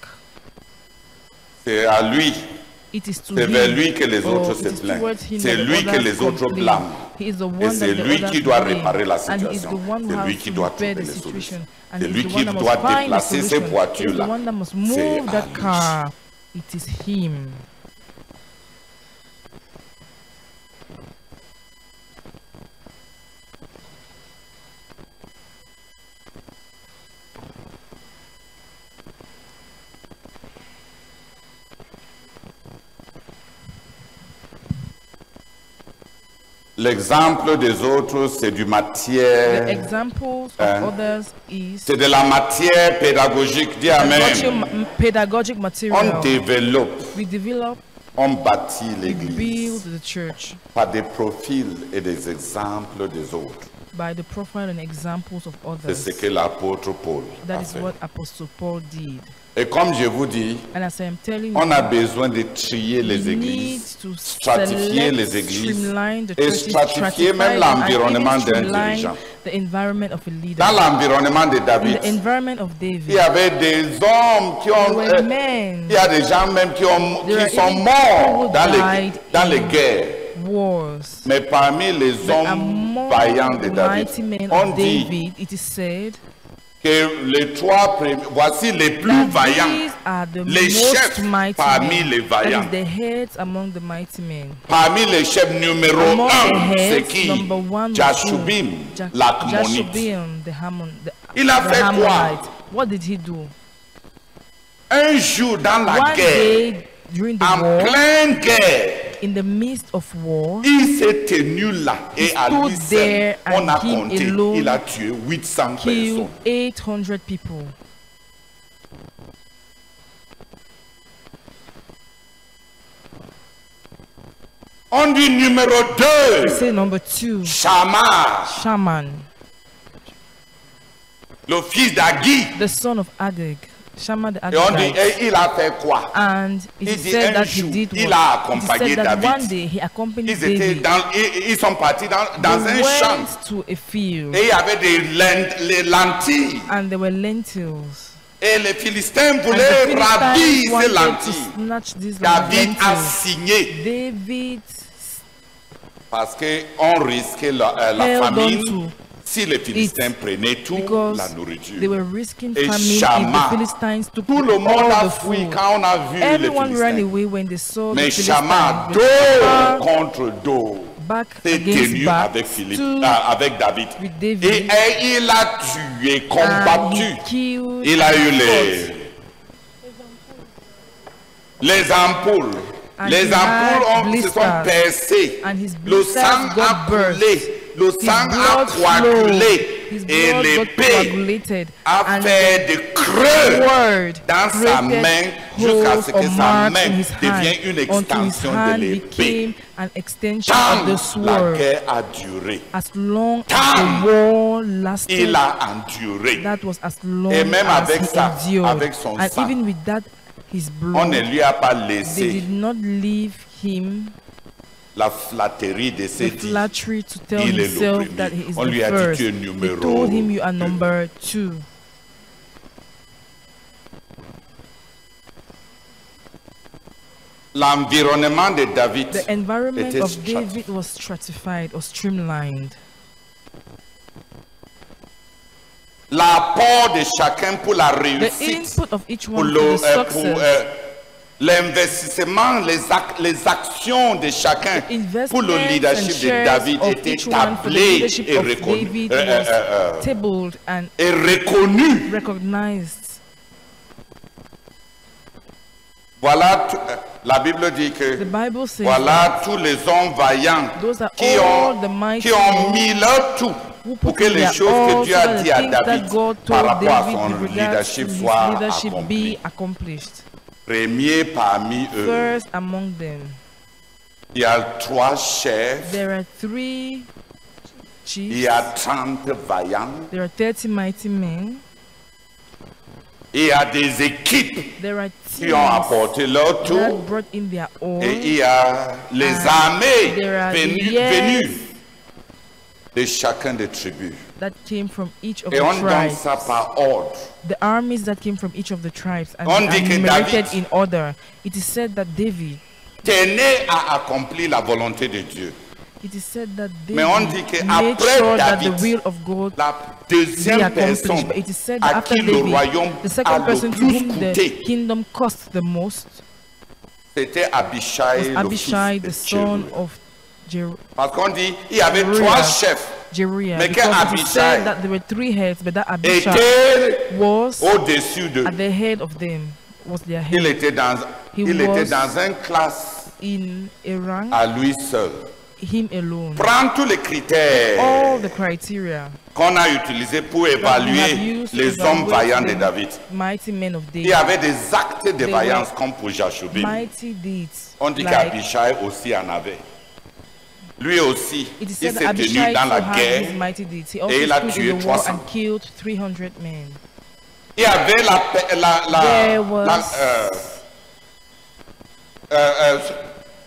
C'est à lui,
It is to
c'est
him.
vers lui que les
Oh,
autres
it
se
is towards him
plaignent. C'est
that the
lui que
others
les autres
complain.
blâment.
He is the one
Et
that
c'est
the
lui
others
qui doit
blame.
réparer la
And he is the
situation.
one who
C'est
has
lui qui
to
doit trouver
repair the
les
situation.
solutions.
And
C'est
he is
lui
the
qui
one that must
doit
find the
déplacer ces
solution.
voitures-là.
He is the one that must
C'est
move
à
that
lui.
car. It is him.
L'exemple des autres, c'est du
The
matière,
examples of
Hein?
others is
Eh. c'est de la matière pédagogique. Dis Amen.
pedagogic, pedagogic
On
material.
développe,
We develop,
on bâtit
build
l'Église
the church
par des profils et des exemples des autres.
by the profile and examples of
C'est
others.
ce que l'apôtre Paul a
That is
fait.
what Apostle Paul did.
Et comme je vous dis,
And as I am telling you,
on a besoin de trier les
we need
églises,
to
stratifier
select,
les églises
streamline the
et
churches,
stratifier
stratify
même
them, and
l'environnement
even
d'un
streamline
dirigeant.
The environment of a leader.
Dans l'environnement de
In
David,
the environment of
il y
David,
avait des hommes qui
there
ont...
were
euh,
men,
il y a des gens même qui, ont-
There are
qui sont
even
morts
people who
dans les,
died
dans les
in-
guerres.
wars.
Mais parmi les
But
hommes
among
vaillants de
the mighty
David,
men
on
of
dit
David, it is said
que les trois premiers, voici les plus
that
vaillants
these are the
les chefs
most mighty
parmi
men.
les
That
vaillants.
is the heads among the mighty men.
Parmi les chefs numéro
Among the
un, c'est
heads,
qui
number one was
Jashubim,
who? Ja-
l'Akmonite.
Jashubim, the Hammon, the,
Il a
the
fait quoi?
Hammonite. What did he do?
Un jour dans la
One
guerre,
day during the
en
war,
pleine guerre,
in the midst of war,
il s'est tenu là et à
stood
lui seul,
there
on
and
a
him
compté,
alone
il a tué 800 personnes.
killed 800 people.
On dit numéro 2,
Say number two,
Shammah,
Shaman,
le fils d'Agui.
the son of Agag, Shaman the
Et on dit,
Agagite.
et il a fait quoi
And it
Il
is
dit, un
said that he
jour,
did what?
il a
It is
accompagné
said that
David.
one day he accompanied
Ils, étaient
David.
dans, ils, ils sont partis dans, dans
They
un champ.
went to a field
Et il y avait des lent- les lentilles.
and there were lentils.
Et les Philistins
And
voulaient
the Philistines
rabiller ces
wanted to
lentilles.
snatch these
David a
lentils.
signé
David
parce qu'on risquait la, euh, la
Held on
famine
to
si les Philistins prenaient toute
because
la
they were
nourriture.
risking
Et
famine if the
Shammah.
Philistines took
Tout le
all
monde a
the
fui
food.
quand on a vu les
Everyone ran
Philistins.
away when they saw the
Mais Shama,
Philistines. with
dos
their
contre dos,
back
s'est
against
tenu
back,
avec, Philippe,
stood
ah, avec David.
with
Et,
David. Ah,
et il a tué,
and
combattu.
he killed
Il a eu
and
les... Les ampoules.
And
Les
he had
ampoules ont- se sont
blisters.
percées.
And his
Le
blisters
sang
got
a
burst.
coulé. Le
His
sang a
blood
coagulé.
flowed. His
Et
blood got
l'épée
coagulated.
a
And
fait des creux
word
dans sa
created
main jusqu'à
holes
ce
or
que sa
marks
main
in his hand
devienne une
until his
extension de
hand
l'épée.
became an extension of the
Tant la
sword
guerre a duré,
as long
Tant
as the war lasted
il a enduré.
that was as long
Et même
as
Eh, avec
he
ça,
endured
avec son
and
sang,
even with that his
On
blood
ne lui a pas
they
laissé
did not leave him
la flatterie de ses
the
dits.
flattery to tell
Il est le
himself
premier.
that he is
On
the
lui a dit,
first
"Tu es
they
numéro
told him you are
deux."
number two
L'environnement de David
the environment
était
of David
stratifié.
was stratified or streamlined
L'apport de chacun pour la
the
réussite,
input of each
pour
one
le-
to the
euh, pour,
success
euh, l'investissement, les, ac- les actions de chacun eh, pour le
Investments and
leadership de
shares
David
of
était
each one for the
tablé
leadership
et
of
reconnu.
David
euh, euh,
was
euh, euh,
tabled and
et reconnu.
recognized.
Voilà, tout- euh, la Bible dit que
The Bible says
voilà tous les hommes vaillants
Those are
qui
all
ont,
the mighty
qui ont
men
mis leur tout
who
pour
put
que
in
les
their
choses
all
que Dieu a
so that the
dit à
things that
David
God
par
told
rapport à
David
son
with regards to
leadership
his
soit
leadership
accompli.
be accomplished.
Premier parmi eux,
First among them,
il y a trois chefs,
there are three chiefs,
il y a 30 vaillants,
there are 30 mighty men,
il y a des équipes
there are
qui ont
teams
apporté leur tout
that brought in their all,
et il y a les
And
armées
Ah. there are the
venues,
years
venues de chacun des tribus.
that came from each of
Et on
the
donne
tribes.
ça par ordre.
the armies that came from each of the tribes and
On
they
dit
are
que
enumerated
David-
in order. It is said that David,
Tenez à accomplir la volonté de Dieu.
it is said that David
Mais on dit que
made
après
sure that the
David,
will of God
La
be
deuxième
accomplished.
personne
But it is said that
à
after
qui le royaume
David, the
a
second
le
person to whom
plus
the
coûté,
kingdom cost the most
c'était Abishai,
was
le fils
Abishai,
de
the son
Tseruya.
of Jer-
Parce qu'on dit, il y avait
Tseruya.
trois chefs
Jeruiah.
Mais que
Because it is
Abishai
said that there were three heads, but that Abishai
était
was
au-dessus de.
at the head of them, was their head
Oh. Il était dans,
He
il était
was-
dans un classe
in a rank,
à lui seul.
him alone.
Prends tous les
All
critères
the criteria.
qu'on a utilisés pour
Oh. that we have
évaluer
used to
les hommes
evaluate
vaillants de
the
David.
Mighty men of
Il y
David.
avait des actes de
were
vaillance comme pour Jachobin.
Mighty deeds.
On dit
like,
qu'Abishai aussi en avait. Lui aussi,
it
il
is said
s'est
that
tenu
Abishai
dans la
also had
guerre.
his mighty deeds. He
Et
also
il a
stood in
tué
the war
300.
and killed 300 men.
Il y avait la, pe- la, la-
There
la-
was
euh, euh, euh,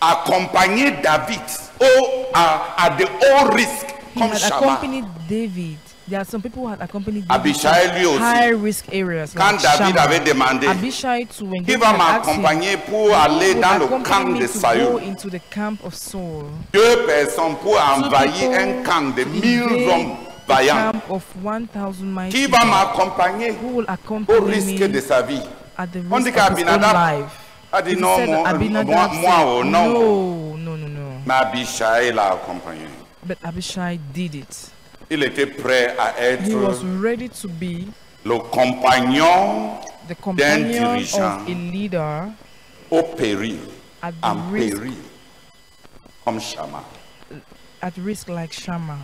accompagner David au, à, à de hauts risques
he
comme
had
Shammah.
accompanied David. There are some people who had accompanied David
Abishai
to
lui aussi.
high risk areas.
Quand
like
David
Shammah.
avait demandé,
Abishai to when
Qui
David
va
had asked him,
m'accompagner pour
"Who
aller
will
dans le
accompany
camp
me
de
to go
Saül
into the camp of Saul.
Deux personnes pour envahir
people
un camp de
to
mille
invade
hommes
the
vaillants.
camp of 1,000 mighty
Qui va
men.
m'accompagner
Who will
au
accompany
risque de
me
sa vie
at the
On dit
risk of his own
qu'Abinadab-
life?
a dit
It is
non,
said that
mon- moi,
Abinadab
moi,
said,
oh, non.
No, no, no, no.
Mais Abishai l'a accompagné.
But Abishai did it.
Il était prêt à
He was
être
ready to be
le compagnon
the companion
dirigeant.
of a leader
au péril,
at the
en
risk,
péril, comme Shammah.
at risk like Shammah.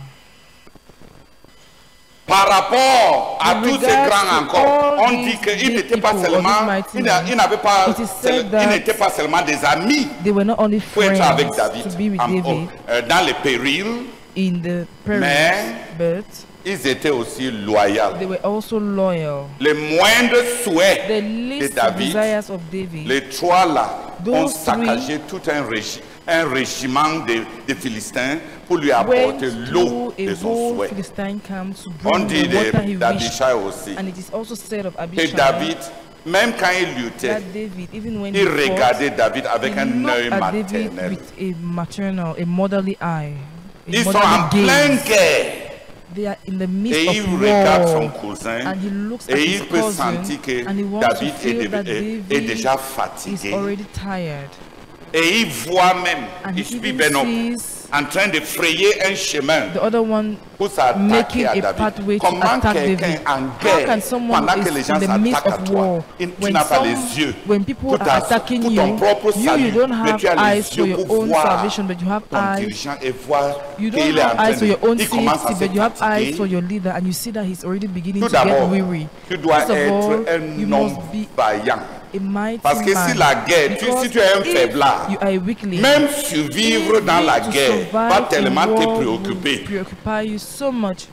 Par rapport à tous ces
regards
grands
to
encore,
all
on dit
these
qu'ils
great
n'étaient pas
people of
seulement,
this mighty
ils n'a-
men,
ils n'avaient pas,
it is said
seul- ils
that
n'étaient pas seulement des amis.
They were not only
Faut
friends
être avec David,
to be with
en-
David
euh, dans les périls,
in the perils,
Mais-
but
ils étaient aussi loyaux.
they were also loyal.
Les moindres souhaits
The
de
least
David
desires of David,
Les trois là ont
Those
saccagé tout un, régi- un régiment de, de Philistins pour lui apporter l'eau
through a
de son
whole
souhait.
Philistine camp to
On
bring
dit
the water he
de-
wished.
d'Abishai aussi
And it is also said of
que
Abishai
David, même quand il luttait,
that David, even when he
il
fought,
regardait David
he
avec un œil
looked at David
maternel.
with a maternal, a motherly eye. a
Ils sont
motherly
en
gaze.
pleine guerre
They are in the
et
midst
il
of
regarde son
war.
cousin
And he looks at
et
his
il peut
cousin,
sentir que
and he wants
David
to
est,
feel
deve-
that
est-
David
est déjà
is
fatigué
already tired.
et il voit même
And he
Ishbi
even
Benob
sees
en train de frayer un chemin
the other one
pour s'attaquer
making
à
a
David.
pathway to
Comment
attack
quelqu'un
David.
en
How
guerre,
can someone
pendant
who
que les
is
gens
in the midst
s'attaquent à
of
toi,
war,
il- tu
when
n'as pas
some,
les yeux
when people
pour, ta-
are attacking
pour
you,
ton propre
you,
salut,
you don't
mais
have
tu as les
eyes for
yeux
your
pour
own
voir
salvation, but you have
ton
eyes.
dirigeant et voir
You
qu'il
don't
est en
have
train
eyes for
de...
your own
Il commence
safety,
à se
but you have eyes for
fatiguer.
your leader, and you see that he's already beginning
Tout
to get
d'abord,
weary.
tu dois
First of all,
être
you
un homme
must be
vaillant.
a mighty
Parce que
man.
si la guerre, tu-
Because
si tu es un
if
faiblard,
you are a weakling,
Même survivre
if
dans
you
la
to
guerre
survive
va
in
tellement te
war will
préoccuper.
eh. preoccupy you so much.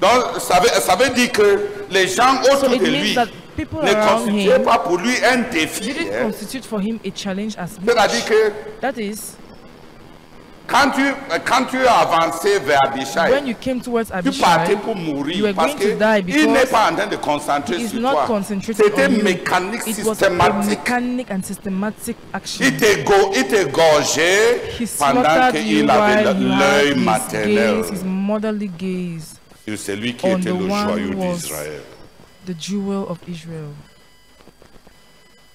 Donc, ça veut, ça veut dire que les gens autour
So it
de
means
lui
that people
ne
around
constituaient
him
pas pour lui un défi.
didn't
hein.
constitute for him a challenge as much.
C'est-à-dire que
That is,
Quand tu, euh, quand tu as avancé vers Abishai,
when you came towards
tu partais
Abishai,
pour
you
mourir
were
parce
going to die because
qu'il n'est pas en train de concentrer
he is
sur
not
toi.
concentrated
C'était
on you.
mécanique,
It was a
systématique.
mechanic and systematic action.
Il t'égo- il t'égorgeait
He
pendant
slaughtered you
qu'il
while
avait
you
le-
had
l'œil
his
maternel
gaze, his motherly gaze,
sur celui qui
on
était
the
le
one
joyau
who was-
d'Israël.
the jewel of Israel.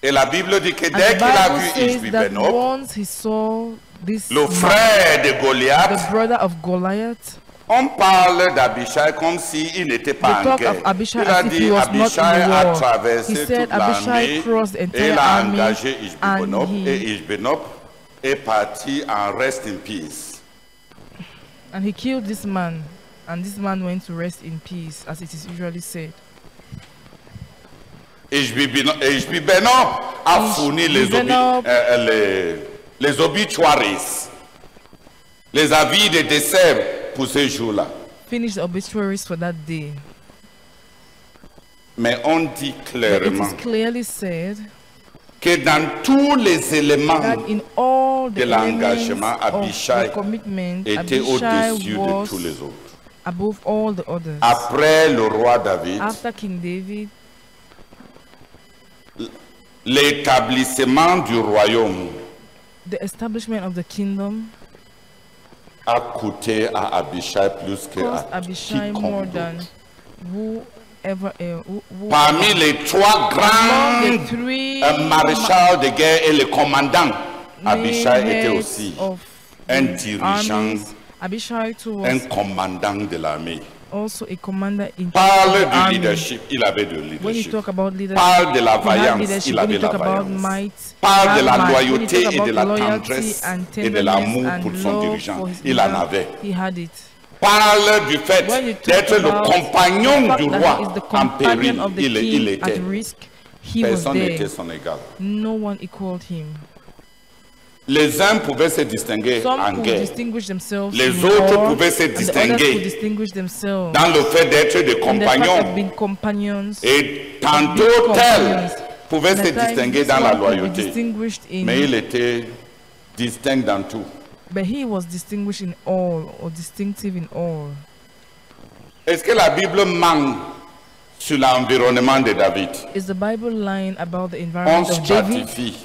Et la Bible dit que
And the
dès qu'il a
Bible
vu
says that
Ishbibenob,
once he saw this
le
man,
frère de
the
Goliath,
brother of Goliath,
on parle d'Abishai comme s'il n'était pas
They
en
talk
guerre.
of Abishai
il a
as if he
dit
was not in
Abishai
the
a
war.
traversé
He said
toute
Abishai
l'armée
crossed the
et
entire
il a
army
engagé
and
Ishbibenob
he-
et Ishbibenob est parti en rest in peace.
and he killed this man, and this man went to rest in peace, as it is usually said.
Ishbibeno- Ishbibenob a
Ish-
fourni les, obi- euh,
Bibenob-
euh, les, les obituaries, les avis de décès pour ce jour-là.
Finished the obituaries for that day.
Mais on dit
But it
clairement
is clearly said
que dans tous les éléments
that in all the
de
elements
l'engagement,
of
Abishai
the commitment,
était
Abishai
au-dessus de
was
tous les autres.
above all the others.
Après le roi David,
After King David,
l'établissement du royaume
the establishment of the kingdom
a coûté à Abishai plus que
cost
à
Abishai more
quiconque
than
d'autre.
whoever else. Who, who
Parmi les trois
among
grands
the three
euh, maréchals de guerre et le commandant, Abishai était
heads
aussi
of
un
the
dirigeant,
armies. Abishai too
un
was
commandant de l'armée.
also a commander in chief of the
Parle
army.
du leadership, il avait du
When you
leadership.
talk about leadership,
Parle de la
you have
vaillance,
leadership.
il
When
avait
you
la
talk about
vaillance.
might,
Parle de la
might. When you
loyauté
talk
et de
about
la
loyalty
tendresse
and
et de
tenderness
l'amour
and
pour son
love
dirigeant.
for his
Il en
leader,
avait.
He had it.
parle du fait
When you talk
d'être le
about the
compagnon
fact
du
that
roi
he is the
en
companion
péril.
of the
Il,
king
il
at
était.
risk. He
Personne
was
n'était
there.
son égal.
No one equaled him.
Les uns pouvaient se distinguer en
Some could
guerre
distinguish themselves
Les
in
autres
war,
pouvaient se
and the others
distinguer
could distinguish themselves.
dans le fait d'être des
in the fact of
compagnons.
being companions.
Et
being
tantôt tel
companions.
pouvait
And
se
at times,
distinguer
this
dans la
one could be
loyauté.
distinguished in-
Mais il était distinct dans tout.
but he was distinguished in all or distinctive in all.
Est-ce que la Bible manque sur l'environnement de David
Is the Bible lying about the
On
environment of David?
stratifie.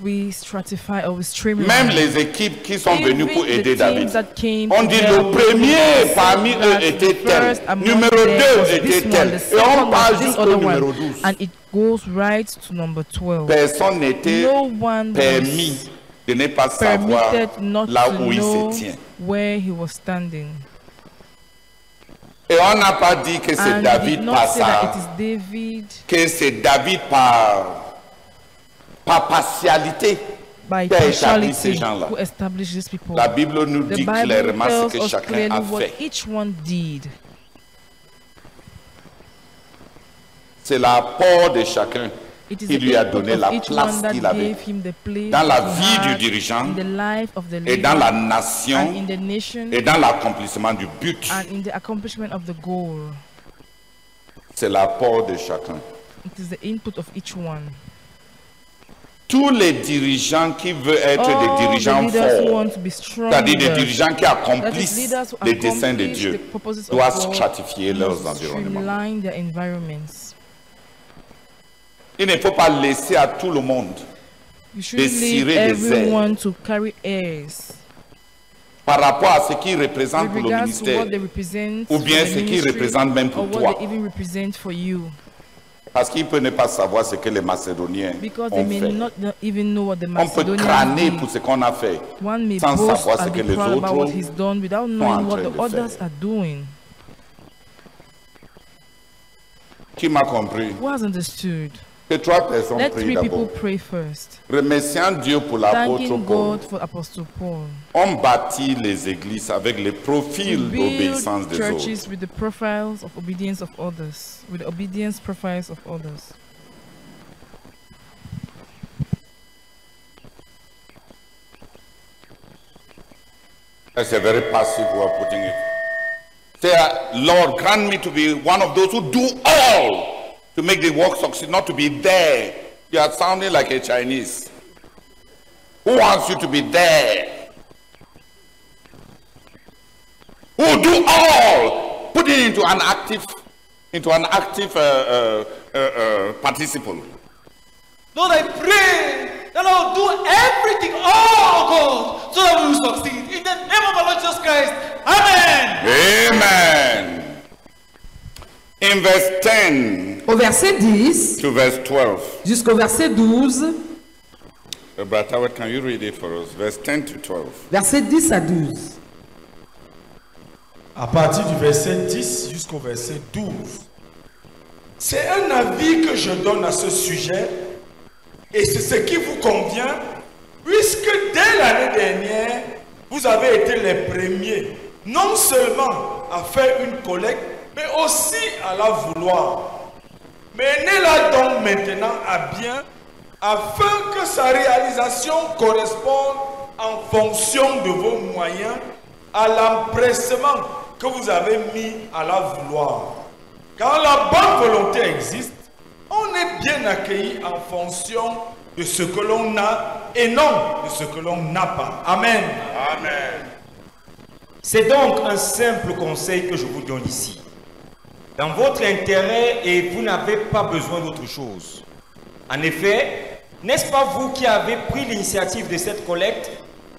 We stratify or we streamline.
Même les équipes qui sont
Even
venues pour
the
aider
teams
David.
that came
On dit
together,
le premier
we
parmi
said
eux
that
était
the
tel,
first among
numéro
them
deux
was this
était
one,
tel,
the
et
second
on
was
parle
this
jusqu'au
other
numéro
one.
12.
And it goes right to number 12.
Personne n'était
No one was
permis de ne pas savoir
permitted not
là
to
où il
know
se tient.
where he was standing.
Et on n'a pas dit que c'est
And
David
did
par
not say that
ça,
it is David
que c'est David par, par partialité
by
qui a établi
partiality
ces gens-là.
who established these people.
La Bible nous
The
dit
Bible
clairement ce
tells
que
us
chacun
clearly
a
what
fait.
each one did.
C'est la part de chacun.
It is
Il
the
lui a
input
donné
of
la
each
place
one that
qu'il avait.
gave him the place
Dans la
he
vie du
had
dirigeant
in the life of the
Et
leader
dans la
and in
nation,
the nation
et dans l'accomplissement du but,
and in the accomplishment of the goal.
c'est la part de chacun.
It is the input of each one.
Tous les dirigeants qui veulent être des
All the
dirigeants
leaders who
forts,
want to be strong.
c'est-à-dire des
leaders.
dirigeants qui
That is,
accomplissent
leaders who
les desseins de
accomplish the
Dieu,
purposes of
doivent
God
stratifier leurs
must
environnements.
Streamline their environments.
Il ne faut pas laisser à tout le monde,
You shouldn't leave
cirer des ailes.
everyone to carry airs
par rapport à ce qui représente
with
pour le
regards to
ministère,
what they represent
Ou bien
for the
ce qui
ministry,
représente même pour
or what
toi.
they even represent for you
parce qu'il peut ne pas savoir ce que les Macédoniens
because they
ont
may
fait.
not not even know what the
On peut
Macedonians
crâner
did.
pour ce qu'on a fait,
One may
sans
boast
savoir ce
and
que
be
les
proud about
autres
what he's done without
en
knowing what
train
the
de
others
faire.
are doing.
Qui m'a compris
Who has understood?
Que trois personnes
Let
prient
three people
d'abord.
pray first.
Remerciant Dieu pour l'apôtre
Thanking
Paul,
God for Apostle Paul.
on bâtit les églises avec les profils
build
d'obéissance des autres.
churches with the profiles of obedience of others, with the obedience profiles of others.
That's a very passive way of putting it. Say, uh, Lord, grant me to be one of those who do all to make the work succeed, not to be there. You are sounding like a Chinese. Who wants you to be there? Who do all? Put it into an active, into an active uh, uh, uh, uh, participle.
Lord, I pray that I will do everything, all God, so that we will succeed. In the name of our Lord Jesus Christ. Amen.
Amen. In verse 10
Au verset 10
to verse 12.
jusqu'au verset 12,
Uh, Brother Howard, can you read it for us? Verse 10 to 12.
verset 10 à 12.
à partir du verset 10 jusqu'au verset 12. C'est un avis que je donne à ce sujet et c'est ce qui vous convient puisque dès l'année dernière, vous avez été les premiers non seulement à faire une collecte, mais aussi à la vouloir. Menez-la donc maintenant à bien afin que sa réalisation corresponde en fonction de vos moyens à l'empressement que vous avez mis à la vouloir. Quand la bonne volonté existe, on est bien accueilli en fonction de ce que l'on a et non de ce que l'on n'a pas. Amen.
C'est donc un simple conseil que je vous donne ici. Dans votre intérêt et vous n'avez pas besoin d'autre chose. En effet, n'est-ce pas vous qui avez pris l'initiative de cette collecte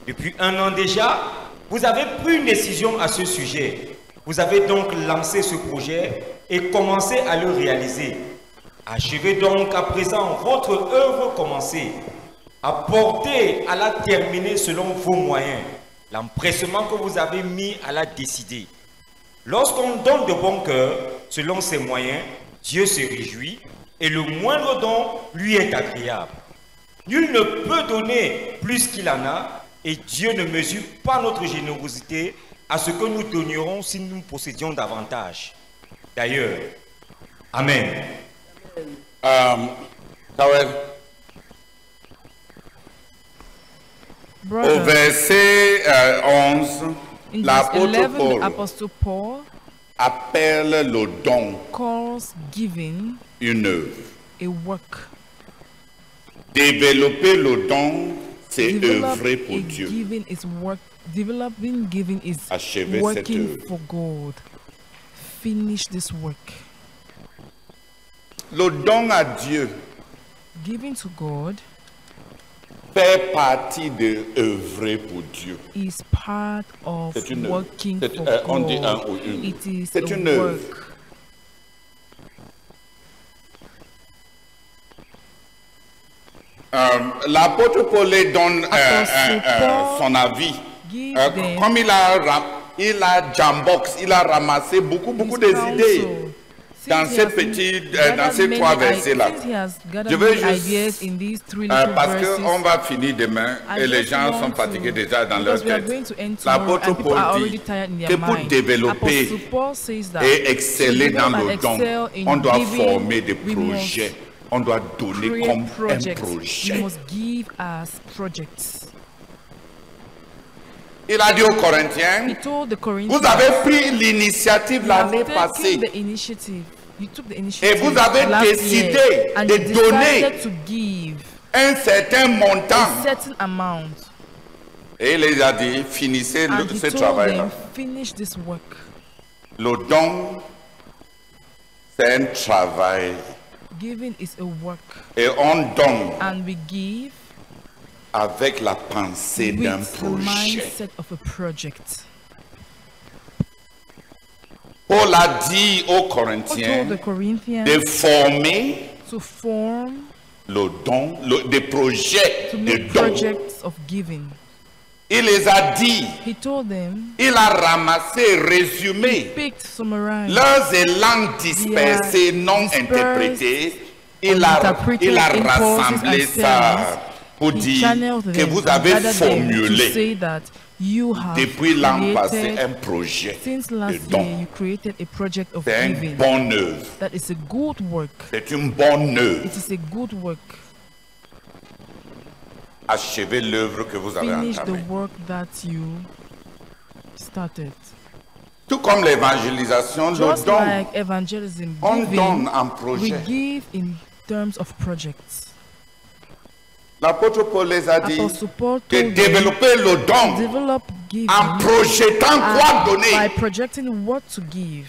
depuis un an déjà Vous avez pris une décision à ce sujet. Vous avez donc lancé ce projet et commencé à le réaliser. Achevez donc à présent votre œuvre commencée. Apportez à la terminer selon vos moyens, l'empressement que vous avez mis à la décider. Lorsqu'on donne de bon cœur, selon ses moyens, Dieu se réjouit et le moindre don lui est agréable. Nul ne peut donner plus qu'il en a et Dieu ne mesure pas notre générosité à ce que nous donnerons si nous possédions davantage. D'ailleurs, Amen.
Um, Howard, au
Brother,
verset euh, 11,
in verse
l'apôtre
11, the
Paul
Apostle Paul
appelle le don
calls giving
une œuvre.
a work.
Développer le don, c'est
Develop
œuvrer pour
a
Dieu.
Giving is work. Developing giving is
Achever cette
working
œuvre.
for God. Finish this work.
Le don à Dieu
Giving to God
fait partie de œuvrer pour Dieu.
is part of
C'est une œuvre.
working
C'est-
for
euh,
God.
on dit un ou une.
It is
C'est
a
une œuvre.
work.
Um, L'apôtre Paul les donne euh,
Apostle
euh, euh,
Paul
son avis.
give
Euh,
them
comme il a, ram- il a jambox, il a ramassé beaucoup,
his
beaucoup des idées.
counsel, Since
dans
he
ces
has
petits, euh,
gathered
dans ces
many
trois
i-
versets-là.
since he has gathered
Je vais
many
juste-
ideas in these three
Euh,
little
parce
verses,
qu'on va finir demain
I
et les
just
gens
want
sont
to-
fatigués déjà dans leur
because we are
tête.
going to end tomorrow
L'apôtre
and people
Paul
are already
dit
tired in their
que pour
mind.
développer
Apostle Paul says that
et exceller
to
dans
develop
le
and
don,
Ah. excel in
on doit
giving,
former des
we must
projets. On doit donner
create
comme un
projects. We
projet.
must give us projects.
Il a dit aux
He
Corinthiens,
told the Corinthians,
vous avez pris l'initiative
"You have
l'année
taken
passée.
the initiative. You took the initiative
vous avez
last
décidé
year, and
de
you decided
donner Ah.
to give
un certain
a
montant.
certain amount.
Et il les a dit, finissez le-
And he
ce
told
travail-là.
them, finish this work.
Le don, c'est un travail.
Giving is a work.
Et on donne
And we give
avec la pensée
with the
d'un projet.
mindset of a project.
Paul a dit aux
Paul told
Corinthiens
the Corinthians
de former
to form,
le don, le- des projets
to
de
make
don.
projects of giving.
Il les a dit,
He told them,
il a ramassé, résumé
picked, summarized,
leurs élans dispersés, non
dispersed,
interprétés. Il a,
uninterpreted
il a
impulses
rassemblé
and
ça pour
he
dire
channeled them
que vous
and
avez
gathered them to
formulé
say that you have
depuis l'an passé
created,
un projet
since
de
last year,
don.
you created a project of
C'est
giving.
une bonne œuvre.
That is a good work.
C'est une bonne œuvre.
It is a good work.
Achevez l'œuvre que vous avez
Finish the
entamée.
work that you started.
Tout comme l'évangélisation, le
Just
don.
like evangelism,
On
giving,
donne en
we
projet.
give in terms of projects.
L'apôtre Paul les a dit
Apostle Paul
de
told them,
développer le don
develop giving
en projetant quoi
and by
donner.
projecting what to give.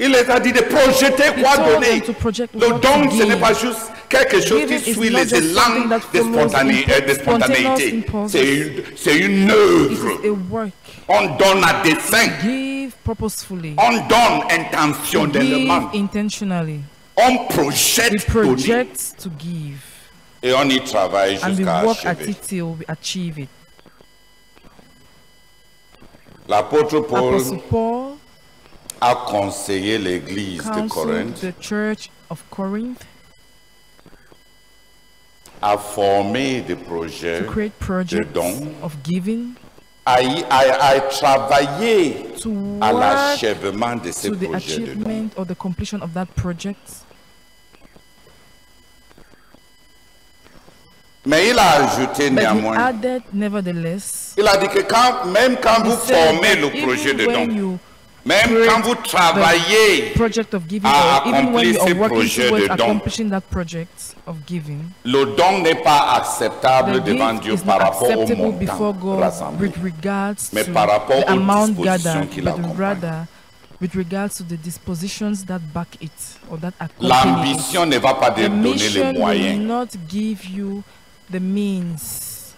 Il les a dit de projeter
He
quoi
told
donner.
them to project
Le
what
don,
to
ce n'est
give.
pas juste quelque chose
Giving
qui
is
suit
not
les
just
élangs
something that
de,
follows
spontané-
impulse-
euh, de spontanéité.
spontaneous impulses.
C'est une, c'est une
It
œuvre.
is a work.
On donne à dessein.
Give purposefully.
On donne
Give
intentionnellement.
intentionally.
On
We
projette donner.
project to give
Et on y travaille
and we
jusqu'à
work at
achever.
it till we achieve it.
L'apôtre Paul
Apostle Paul
a conseillé l'église de
counseled
Corinthe
the church of Corinth
à former des
to
projets,
create projects
don.
of giving
à, y- à- à travailler
to
à
work
l'achèvement de ces
to the
projets de don.
achievement or the completion of that project.
Mais il a ajouté
But he
néanmoins,
added, nevertheless,
il a dit que quand, même quand
he
vous
said
formez
that
le
even
projet de
when
don,
you
même
create
quand vous
the
travaillez,
project of giving,
à
or even when you
accomplir
are
ce
working
projet
towards
de don.
accomplishing that project of giving,
le don n'est pas acceptable
the
devant
gift
Dieu
is
par
not
rapport au
acceptable
montant
before God
rassemblé.
with regards
Mais
to
par rapport
the
aux
amount
dispositions
gathered,
qui
but
l'accompagnent.
rather with regards to the dispositions that back it or that accompany it.
L'ambition ne va pas te
The
donner les
mission will
moyens.
not give you the means.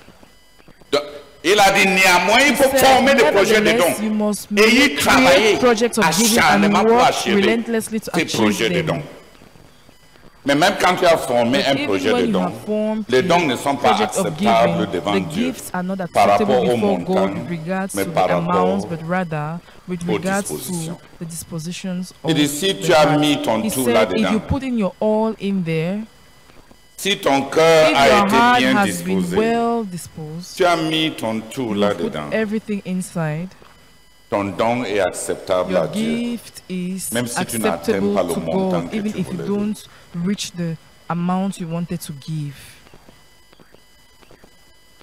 Donc, Il a dit néanmoins, il faut former des projets de
Nevertheless, you
don.
must
Et y
make-
travailler
create projects of giving and
acharnement pour
work
achever
relentlessly to
ces projets
achieve
de
them.
don. Mais même quand tu as formé
But
un
even
projet
when
de
you
don,
have formed
les
a
dons ne sont pas
project of
acceptables
giving,
devant
the
Dieu
gifts are not
par
acceptable
rapport au
before
montant,
God with regards
mais
to
par
the
rapport
amounts, but rather with
aux
regards to
dispositions.
the dispositions of
Il dit, si
the
tu as
heart.
mis ton
He
tout
said,
là-dedans,
if you put in your all in there,
si ton cœur
if your
a
heart
été bien
has been
disposé,
well disposed,
tu as mis ton tout
you put
là-dedans,
everything inside,
ton don est acceptable à
your
Dieu.
gift is
Même si tu n'atteins
acceptable
pas le
to
montant
God,
que
even
tu
if you
voulais.
don't reach the amount you wanted to give.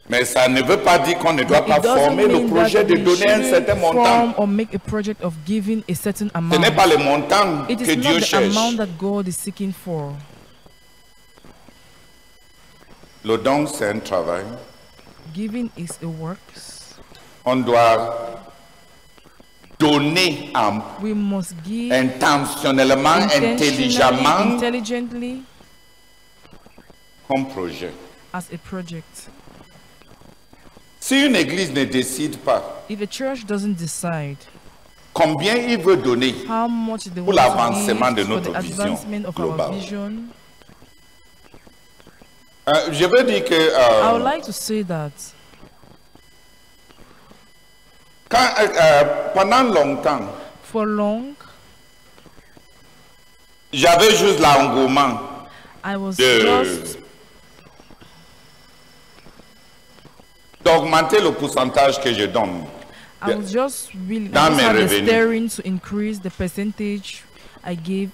Mais ça ne veut pas dire qu'on ne doit
But
pas
it doesn't
former le
mean
projet
that
de
we
donner un
shouldn't
certain montant.
form or make a project of giving a certain
Ce
amount.
n'est pas le montant
It is
que
not
Dieu
the
cherche.
amount that God is seeking for.
Le don, c'est un travail.
Giving is a work.
On doit donner en-
We must give
intentionnellement,
intentionally,
intelligemment,
intelligently
comme projet.
as a project.
Si une église ne décide pas
If a church doesn't decide
combien il veut donner,
how much they
Pour
want to
l'avancement
give
de
for
notre
the
vision
advancement of our
globale.
vision,
euh, je veux dire que
I
euh,
would like to say that
quand, euh, euh, pendant longtemps,
for long
J'avais juste l'engouement
I was
de-
just
d'augmenter le pourcentage que je donne.
I was just willing
That
I just
may
had a
revenue.
staring to increase the percentage I gave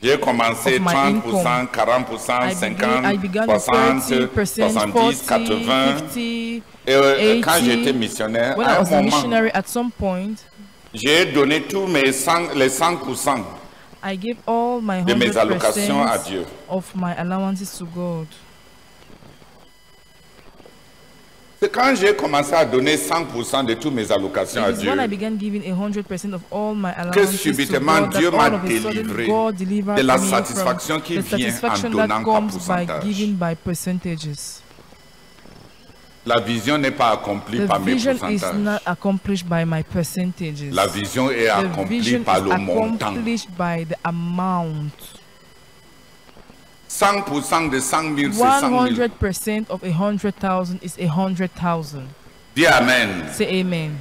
J'ai commencé
Of my
30%,
income.
40%,
I, began, I
50%,
began with
60,
30%,
70,
40,
80.
50.
Et euh, quand
80,
j'étais missionnaire, ah,
When I
à un
was a
moment,
missionary at some point,
j'ai donné tous mes 100, les 100%.
I gave all my
De mes allocations à
100%
Dieu.
of my allowances to God.
C'est quand j'ai commencé à donner 100% de toutes mes allocations à
It is
Dieu
when I began giving 100% of all my
que
allowances to
subitement
God,
Dieu
that all
m'a
of a sudden
délivré
God delivered
de la
me
satisfaction
from
qui
the
vient en
satisfaction
donnant par
that comes by
pourcentage.
giving by percentages.
La vision n'est pas accomplie
The
par mes
vision is
pourcentages.
not accomplished by my percentages.
La vision est
the
accomplie
vision
par
is
le montant.
accomplished by the amount.
100% de 100 000, c'est 100 000.
100% of a hundred thousand is a hundred thousand.
Dis Amen.
Say amen.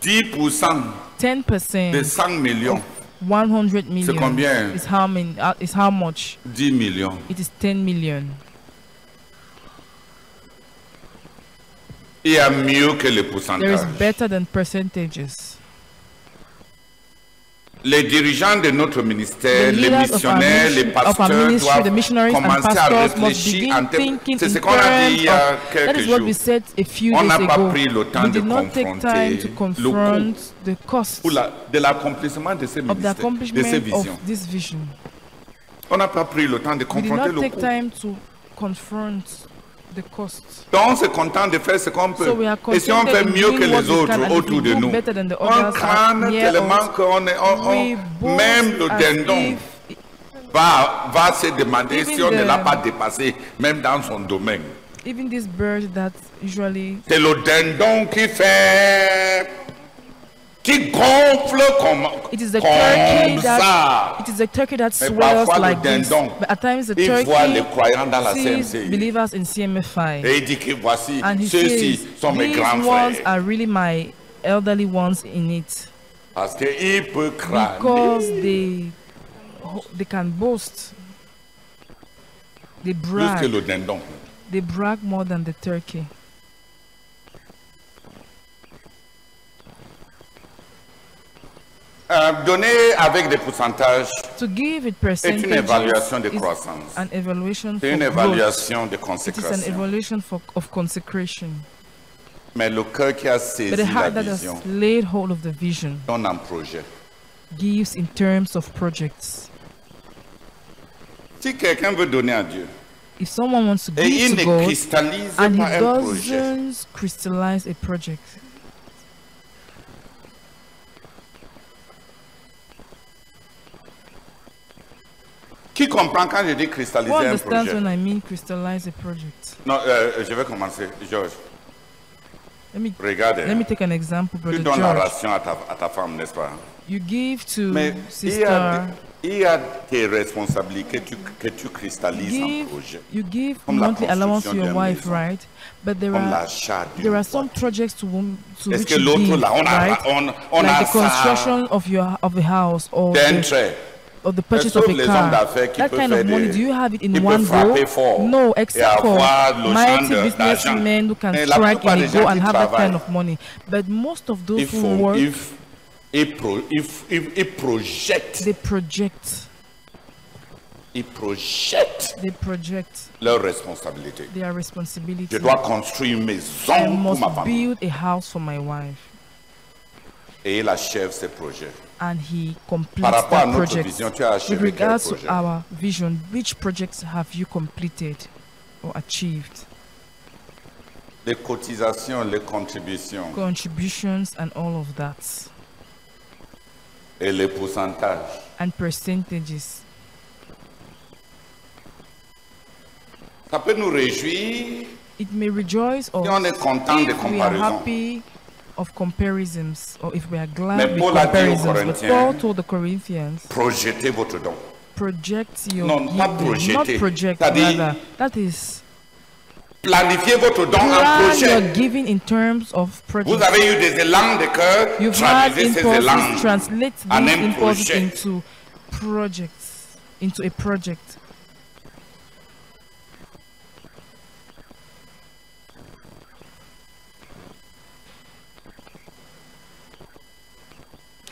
10% de
10%
100 millions,
100 million
C'est combien?
is how many uh, is how much
10 millions.
it is 10 million
Il y a mieux que les
there is
pourcentages.
better than percentages
Les dirigeants de notre ministère,
The
les
leaders of our
missionnaires, les
ministry- of our
pasteurs
ministry, the
doivent
missionaries and
commencer à
pastors must
réfléchir en
begin
termes.
thinking
C'est
in
ce qu'on a dit
terms
il y a
of- That
quelques
is what we
jours.
said a few
On
days
n'a pas
ago.
pris le temps
we
de
did not take time
confronter le
to
coût
confront the cost
pour la- de l'accomplissement de ces
of the
ministères, de ces
accomplishment
visions.
of this vision.
On n'a pas pris le temps de
We did
confronter
not
le
take
coût.
time to confront the cost.
Donc, on se contente de faire ce qu'on peut.
So we are
Et si on
contented
fait
in
mieux que
doing what
les
we can
autres
and if
autour
we
de
do
nous,
better than the
on
others
crâne
are near
tellement
us,
qu'on est, on- on-
We boast
Oh, même le
as
dindon
if
va, va se demander si
Even
on ne l'a
the-
pas dépassé, même dans son domaine.
even this bird that usually
C'est le dindon qui fait, qui gonfle comme,
It is the
comme
turkey
ça.
that it is the turkey that
Mais
swells
parfois, le
like this.
dindon,
But at times the
il voit les
turkey
croyants dans la
sees
CMC.
believers in CMFI,
Et il dit que voici,
and he
ceux-ci
says
sont mes
these
grands
ones
frères.
are really my elderly ones in it
Parce qu'il peut crâner.
because they they can boast, they
plus que
brag,
le dindon.
they brag more than the turkey.
Euh, donner avec des pourcentages,
To give it
C'est
percentage
une évaluation de croissance.
An evaluation
c'est
for
une
growth.
évaluation de
It is an
consécration.
evaluation for, of consecration.
Mais le cœur qui a saisi
But the
la
heart that has
vision
laid hold of the vision
donne un projet.
gives in terms of projects.
Si quelqu'un veut donner à Dieu
If someone wants to
et il
give to
ne
God
cristallise pas
and he uh,
un projet,
doesn't crystallize a project,
qui comprend quand je dis
who
cristalliser un
understands
projet
when I mean crystallize a project?
Non, euh, je vais commencer. Georges,
Let me
regarde.
let me take an example,
Tu
brother
donnes la
George.
ration à ta, à ta femme, n'est-ce pas
You give to
Mais il y, a,
sister,
des- il y a des responsabilités que tu, que tu cristallises en projet,
give you give
Comme la
monthly allowance to
construction
your
d'une
wife,
maison.
right? But there
comme
are
l'achat d'une
there are
voiture.
some projects to whom to
Est-ce
which
que
you
l'autre
give,
là, on a,
right?
on, on a
like
ça
the construction of your of a house or
d'un
the,
trait.
or the purchase
Sauf
of a
les hommes
car.
d'affaires qui
That
peuvent
kind of
faire
money,
des-
do you have it
qui
in
peuvent
one go?
frapper fort
No,
et
except for
avoir le
mighty
genre de- d'argent.
businessmen who can
Mais la
strike
plupart
in
des
a
gens
go Eh, and
qui
have that
travaillent,
kind of money. But most of those
Ils
who
font,
work,
ils, ils, pro- ils, ils- ils projettent,
they project,
ils projettent
they project
leurs responsabilités.
their responsibility.
Je dois construire une
I
maison pour ma
must
famille.
build a house for my wife,
Et il achève ses projets.
and he
Par
completes
rapport à
that
notre
project.
vision, tu as achevé
With
quel
regards to
projet?
our vision, which projects have you completed or achieved?
Les cotisations, les contributions
Contributions and all of that,
et les pourcentages.
and percentages.
Ça peut nous réjouir
It may rejoice us
si on est content des
if we are
comparaisons.
happy of comparisons or if we are
Mais
glad with
Paul a dit aux
comparisons. But
Corinthiens-
Paul told the Corinthians,
Projetez votre don.
project your
Non, pas
giving, not
projeter.
project
C'est-à-dire-
rather. That is,
Planifiez votre don en
plan
projet.
your giving in terms of
Vous
project.
avez eu des élans de cœur,
You've had
traduisez ces élans
impulses, translate
en un
these impulses
projet.
into projects. into a project.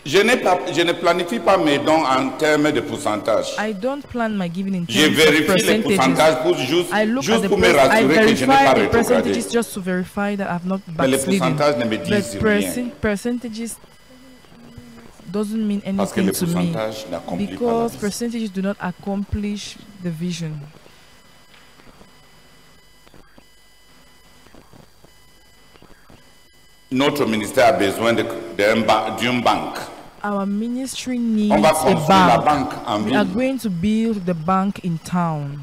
Je, n'ai pas, je ne planifie pas mes dons en termes de pourcentage.
I don't plan my giving in
Je
terms of
vérifie les
percentages.
pourcentages pour juste,
I look at
juste
the
pour me
perc- I
rassurer que je n'ai pas
verify the
rétrogradé.
percentages just to verify that I've not
Mais les
backslidden.
pourcentages ne me disent rien.
But percent percentages doesn't mean
Parce que les
anything to me
pourcentages n'accomplissent pas la
because
vision.
percentages do not accomplish the vision.
Notre ministère a besoin de- d'un ba- d'une banque.
Our ministry needs
On va
a
construire la
bank.
banque en
We are
ville.
going to build the bank in town.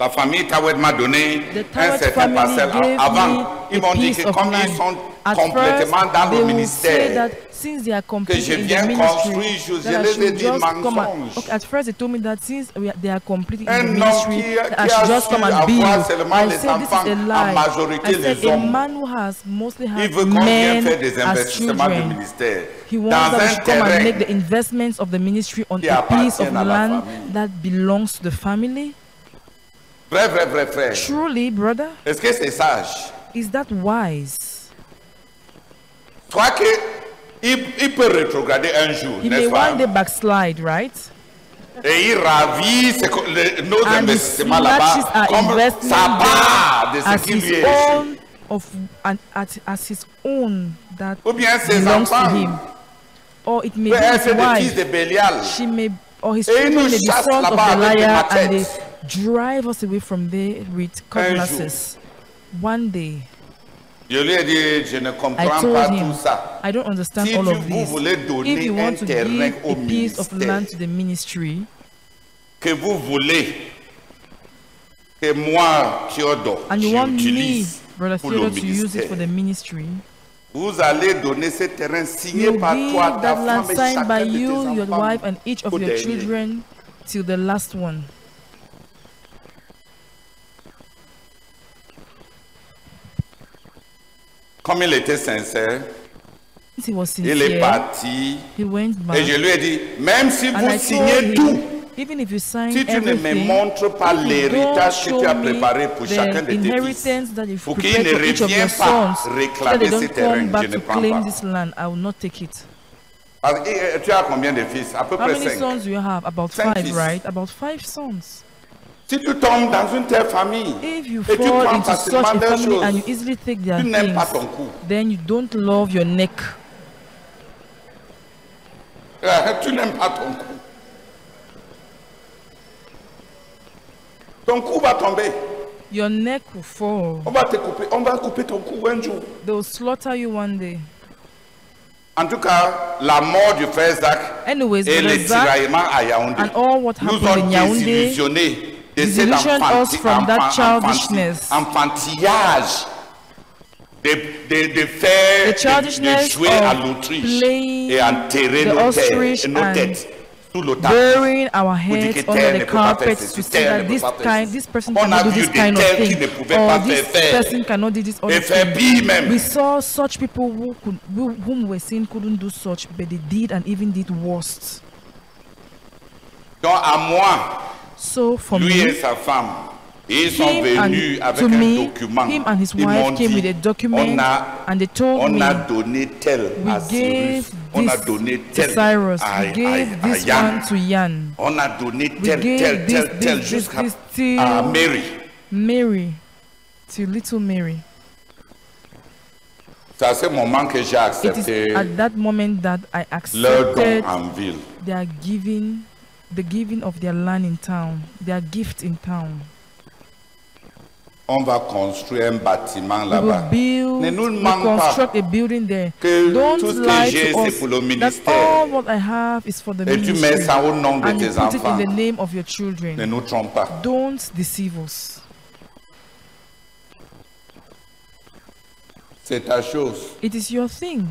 La famille Tawed m'a donné
The
un
Tawad
certain
family
parcelle
gave
a- avant.
me
Ils m'ont
a
dit
piece
que
of
comme ils
land.
sont
At
complètement
first,
dans
they
le
will say
ministère,
that since they are
que je
completely in the
viens construire,
ministry,
je-
that I
je les ai
should
dit
just come and,
mensonge.
okay, at first they told me that since we are, they are completely in the
Un homme
ministry,
qui,
that I
qui a
should
su
just come and build.
avoir seulement
I
les
said this
enfants,
is a
en
lie.
majorité
I said
les
a
hommes.
man who has mostly
Il
had
veut qu'on vienne
men
faire des
as
investissements du
children.
ministère
He
dans
wants that we
un
should come and make
terrain
the investments of the ministry on
qui
a piece
appartient
of
à la famille.
land that belongs to the family.
Vrai, vrai, vrai, frère.
Truly, brother,
Est-ce que c'est sage?
is that wise?
Toi que il, il peut rétrograder un jour,
He may
n'est-ce pas?
one day backslide, right?
Et il ravit ce que- le- nos
and he
investissements
snatches
là-bas
our
comme
investment
sa part de
there
ce
as
qui lui
his
est.
own of and at, as his own that
Ou bien ses
belongs to
enfants.
him. Or it may
Peut
be
être
his
eh, des fils
wife.
de Bélial.
She may or his
Et ils
children
nous
may be
chassent
sons of the
là-bas avec des
liar and they
machettes.
drive us away from there with cutlasses. One day,
Je lui ai dit, je ne
I
comprends
told
pas
him,
tout ça.
I don't understand
Si
all
tu-
of
vous
this.
voulez donner
If you
un
want to
terrain
give
au
a piece of
ministère,
land to the ministry,
Que vous voulez que moi, Théodore,
and you want me,
j'utilise
Brother
pour le
Theodore, to use it
ministère.
for the ministry,
Vous allez donner ce terrain signé
You
par
give
toi, ta
that land
femme et chacun
signed by
de
you,
tes
your
enfants
wife, and each of
au
your
dernier.
children till the last one.
Comme il était sincère,
Since he was
il est
sincere,
parti.
he went
Et je
back.
lui ai dit, même si
And I
vous
told
signez tout,
him, even if you sign
si tu ne me
everything,
montres pas
if you don't
l'héritage que
show
tu as
me
préparé pour
the
chacun de tes fils,
inheritance that you've
pour qu'il
prepared
ne
for each of your
revienne pas
sons, so that
réclamer
they
ce
don't
terrain,
come
je
back
ne
to
prends
claim
pas.
this land, I will not take it.
Ah, et, et tu as combien de fils À peu
How
près
many
cinq.
sons do you have? About
Cinq
five,
fils.
right? About five sons.
Si tu tombes dans une telle famille
If you
et tu
fall
prends
into such
facilement
a
des
family
choses,
and you easily take their
tu n'aimes pas ton
things,
coup.
then you don't love your neck.
Euh, Tu n'aimes pas ton coup. Ton coup va tomber.
Your neck will fall.
On va te couper. On va couper ton cou un jour.
They will slaughter you one day.
En tout cas, la mort du frère Zach
Anyways,
et
Brother
les
Zach
tiraillements à Yaoundé
and all what
nous
happened in
ont
Yaoundé
désillusionnés de cet
disillusioned us
enfanti-
from that
enfant-
childishness.
enfanti- enfantillage de, de, de faire,
The
de, de
childishness
jouer
of
à l'Autriche
playing
et enterrer
the
nos, terres-
ostrich
nos
and
têtes sous le tapis.
burying our
que
heads
terre ne peut
under the
pas faire
carpets
ceci,
to see
terre ne
that
peut
this
pas faire
kind,
ceci.
this person
On a
cannot do
vu
this
des
kind of
terres qui
thing,
ne pouvaient pas
or
faire
this
faire.
person cannot do this
Et
other
faire
thing.
pire même.
We saw such people who could, who, whom we were saying couldn't do such, but they did and even did worse.
Donc à moi,
So for
lui et
me,
sa femme, ils sont
him and
venus avec
to
un
me,
document.
him and his
Ils m'ont
wife came
dit,
with a document,
on a
and they told
On
me
a donné tel
We
à
gave
Cyrus, on a
this
donné
to
tel
Cyrus.
à,
We gave
à- à
this
Yann,
one to Yan.
on a donné
We
tel,
gave
tel,
this,
tel,
this,
tel
this,
jusqu'à
this till-
à Mary.
Mary, to little Mary.
C'est à ce moment que j'ai
It is
accepté
at that moment that I
leur don
accepted
en ville.
their giving, the giving of their land in town, their gift in town.
On va construire un bâtiment
We
là-bas.
will build,
Ne nous
we
manque pas
construct a building there.
que
Don't
tout ce que
lie
j'ai,
to
c'est
us
pour le
that
ministère.
all what I have is for the
Et tu mets
ministry
ça au nom de
and
tes
you put it in
enfants.
the name of your
Ne
children.
nous trompe pas.
Don't deceive us.
C'est ta chose.
It is your thing.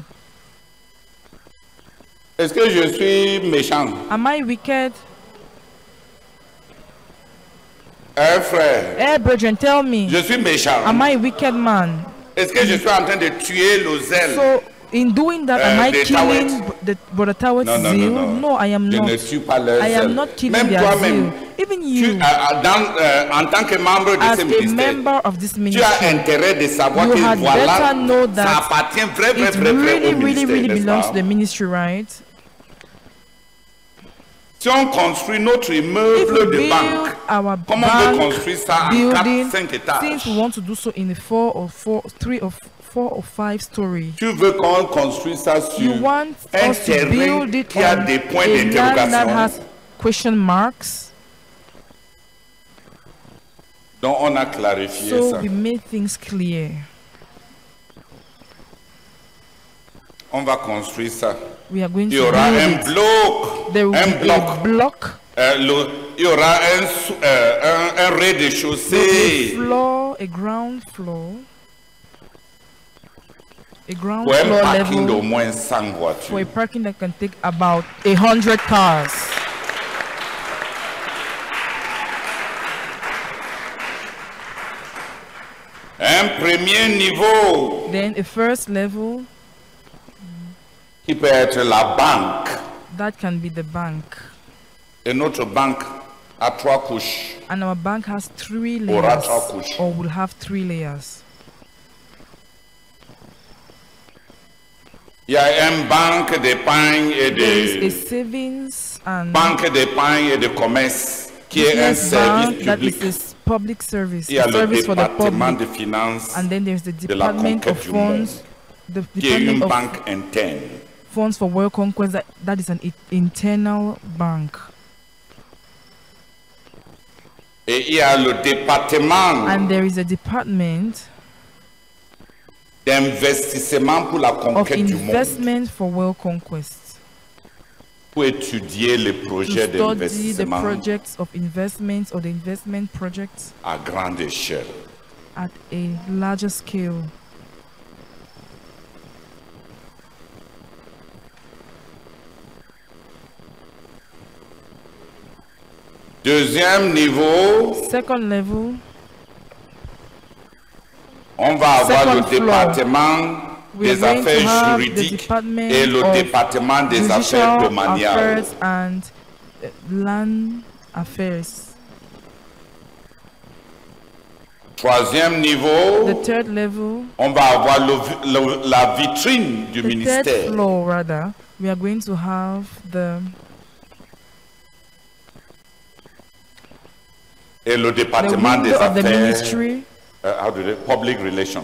Est-ce que je suis méchant?
Am I wicked?
Hein, frère?
Hey, Eh, brethren, tell me,
Je suis méchant.
am I a wicked man?
Est-ce que je suis en train de tuer le zèle
So, in doing that,
Euh,
am I
des
killing
Taweds.
b- the brother Tower's
Non, non,
zeal?
non, non.
I am
Je
not.
ne suis pas leur
I
zèle.
am not killing
Même
their
toi-même,
zeal. Even
tu,
you,
as- as- dans, euh, en tant que membre de
as
ce
a
ministère,
member of this
tu
ministry,
as intérêt de savoir
you
que
had
voilà,
better know that
ça appartient vrai, vrai,
it
vrai, vrai
really,
au
really,
ministère,
really
n'est-ce
belongs
pas?
to the ministry, right?
Si on construit notre
If
immeuble
we
de
build
banque,
our
comment on veut
bank
construire ça en 4,
building,
5 étages
since we want to do so in a four or four, three or f- four or five story,
Tu veux qu'on construise ça sur
you want
un
us to
terrain
build it
qui a
on
des points
a land that has
d'interrogation
question marks.
Donc on a clarifié
So
ça.
we made things clear.
On va construire ça.
We are going
Il y
to
aura un
build it.
bloc,
There will
un
be
bloc.
a block,
Euh, le- il y aura un, sou- euh, un, un
there will be a
rez-de-chaussée
floor, a ground floor, a ground
ou un
floor
parking
level
d'au moins 100 voitures.
for a parking that can take about a hundred cars.
Un premier niveau
Then a first level
qui peut être la banque.
that can be the bank,
Et notre banque a trois couches.
and our bank has three
Or
layers,
at Akush.
or will have three layers.
Il y a une banque d'épargne et
There is
de
a savings and
banque d'épargne et de commerce qui est un
business
service
bank that
public.
is a public service,
Il y a
a
le
service for the
département
public,
de finances
and then there's the
la
Department of
Conquête du Monde,
Funds, the
qui est une
Department of
banque interne.
Funds for World Conquest. That, that is an i- internal bank,
Et il y a le département
and there is a department
d'investissement pour la
of
conquête du monde
investment for World Conquest
pour étudier les
to
projets
study the
d'investissement
projects of investments or the investment projects
à grande échelle.
at a larger scale.
Deuxième niveau,
Second level,
on va avoir le
Second floor.
département
We're
des
going to
affaires
have the
juridiques
department
et le
of
département des affaires
judicial
domaniales.
affairs and uh, land affairs.
Troisième
The
niveau,
third level,
on va avoir le vi- le- la vitrine du
the third
ministère.
floor rather, we are going to have the
et le
the
département des
window of the
affaires
ministry
euh, how do they- public relations.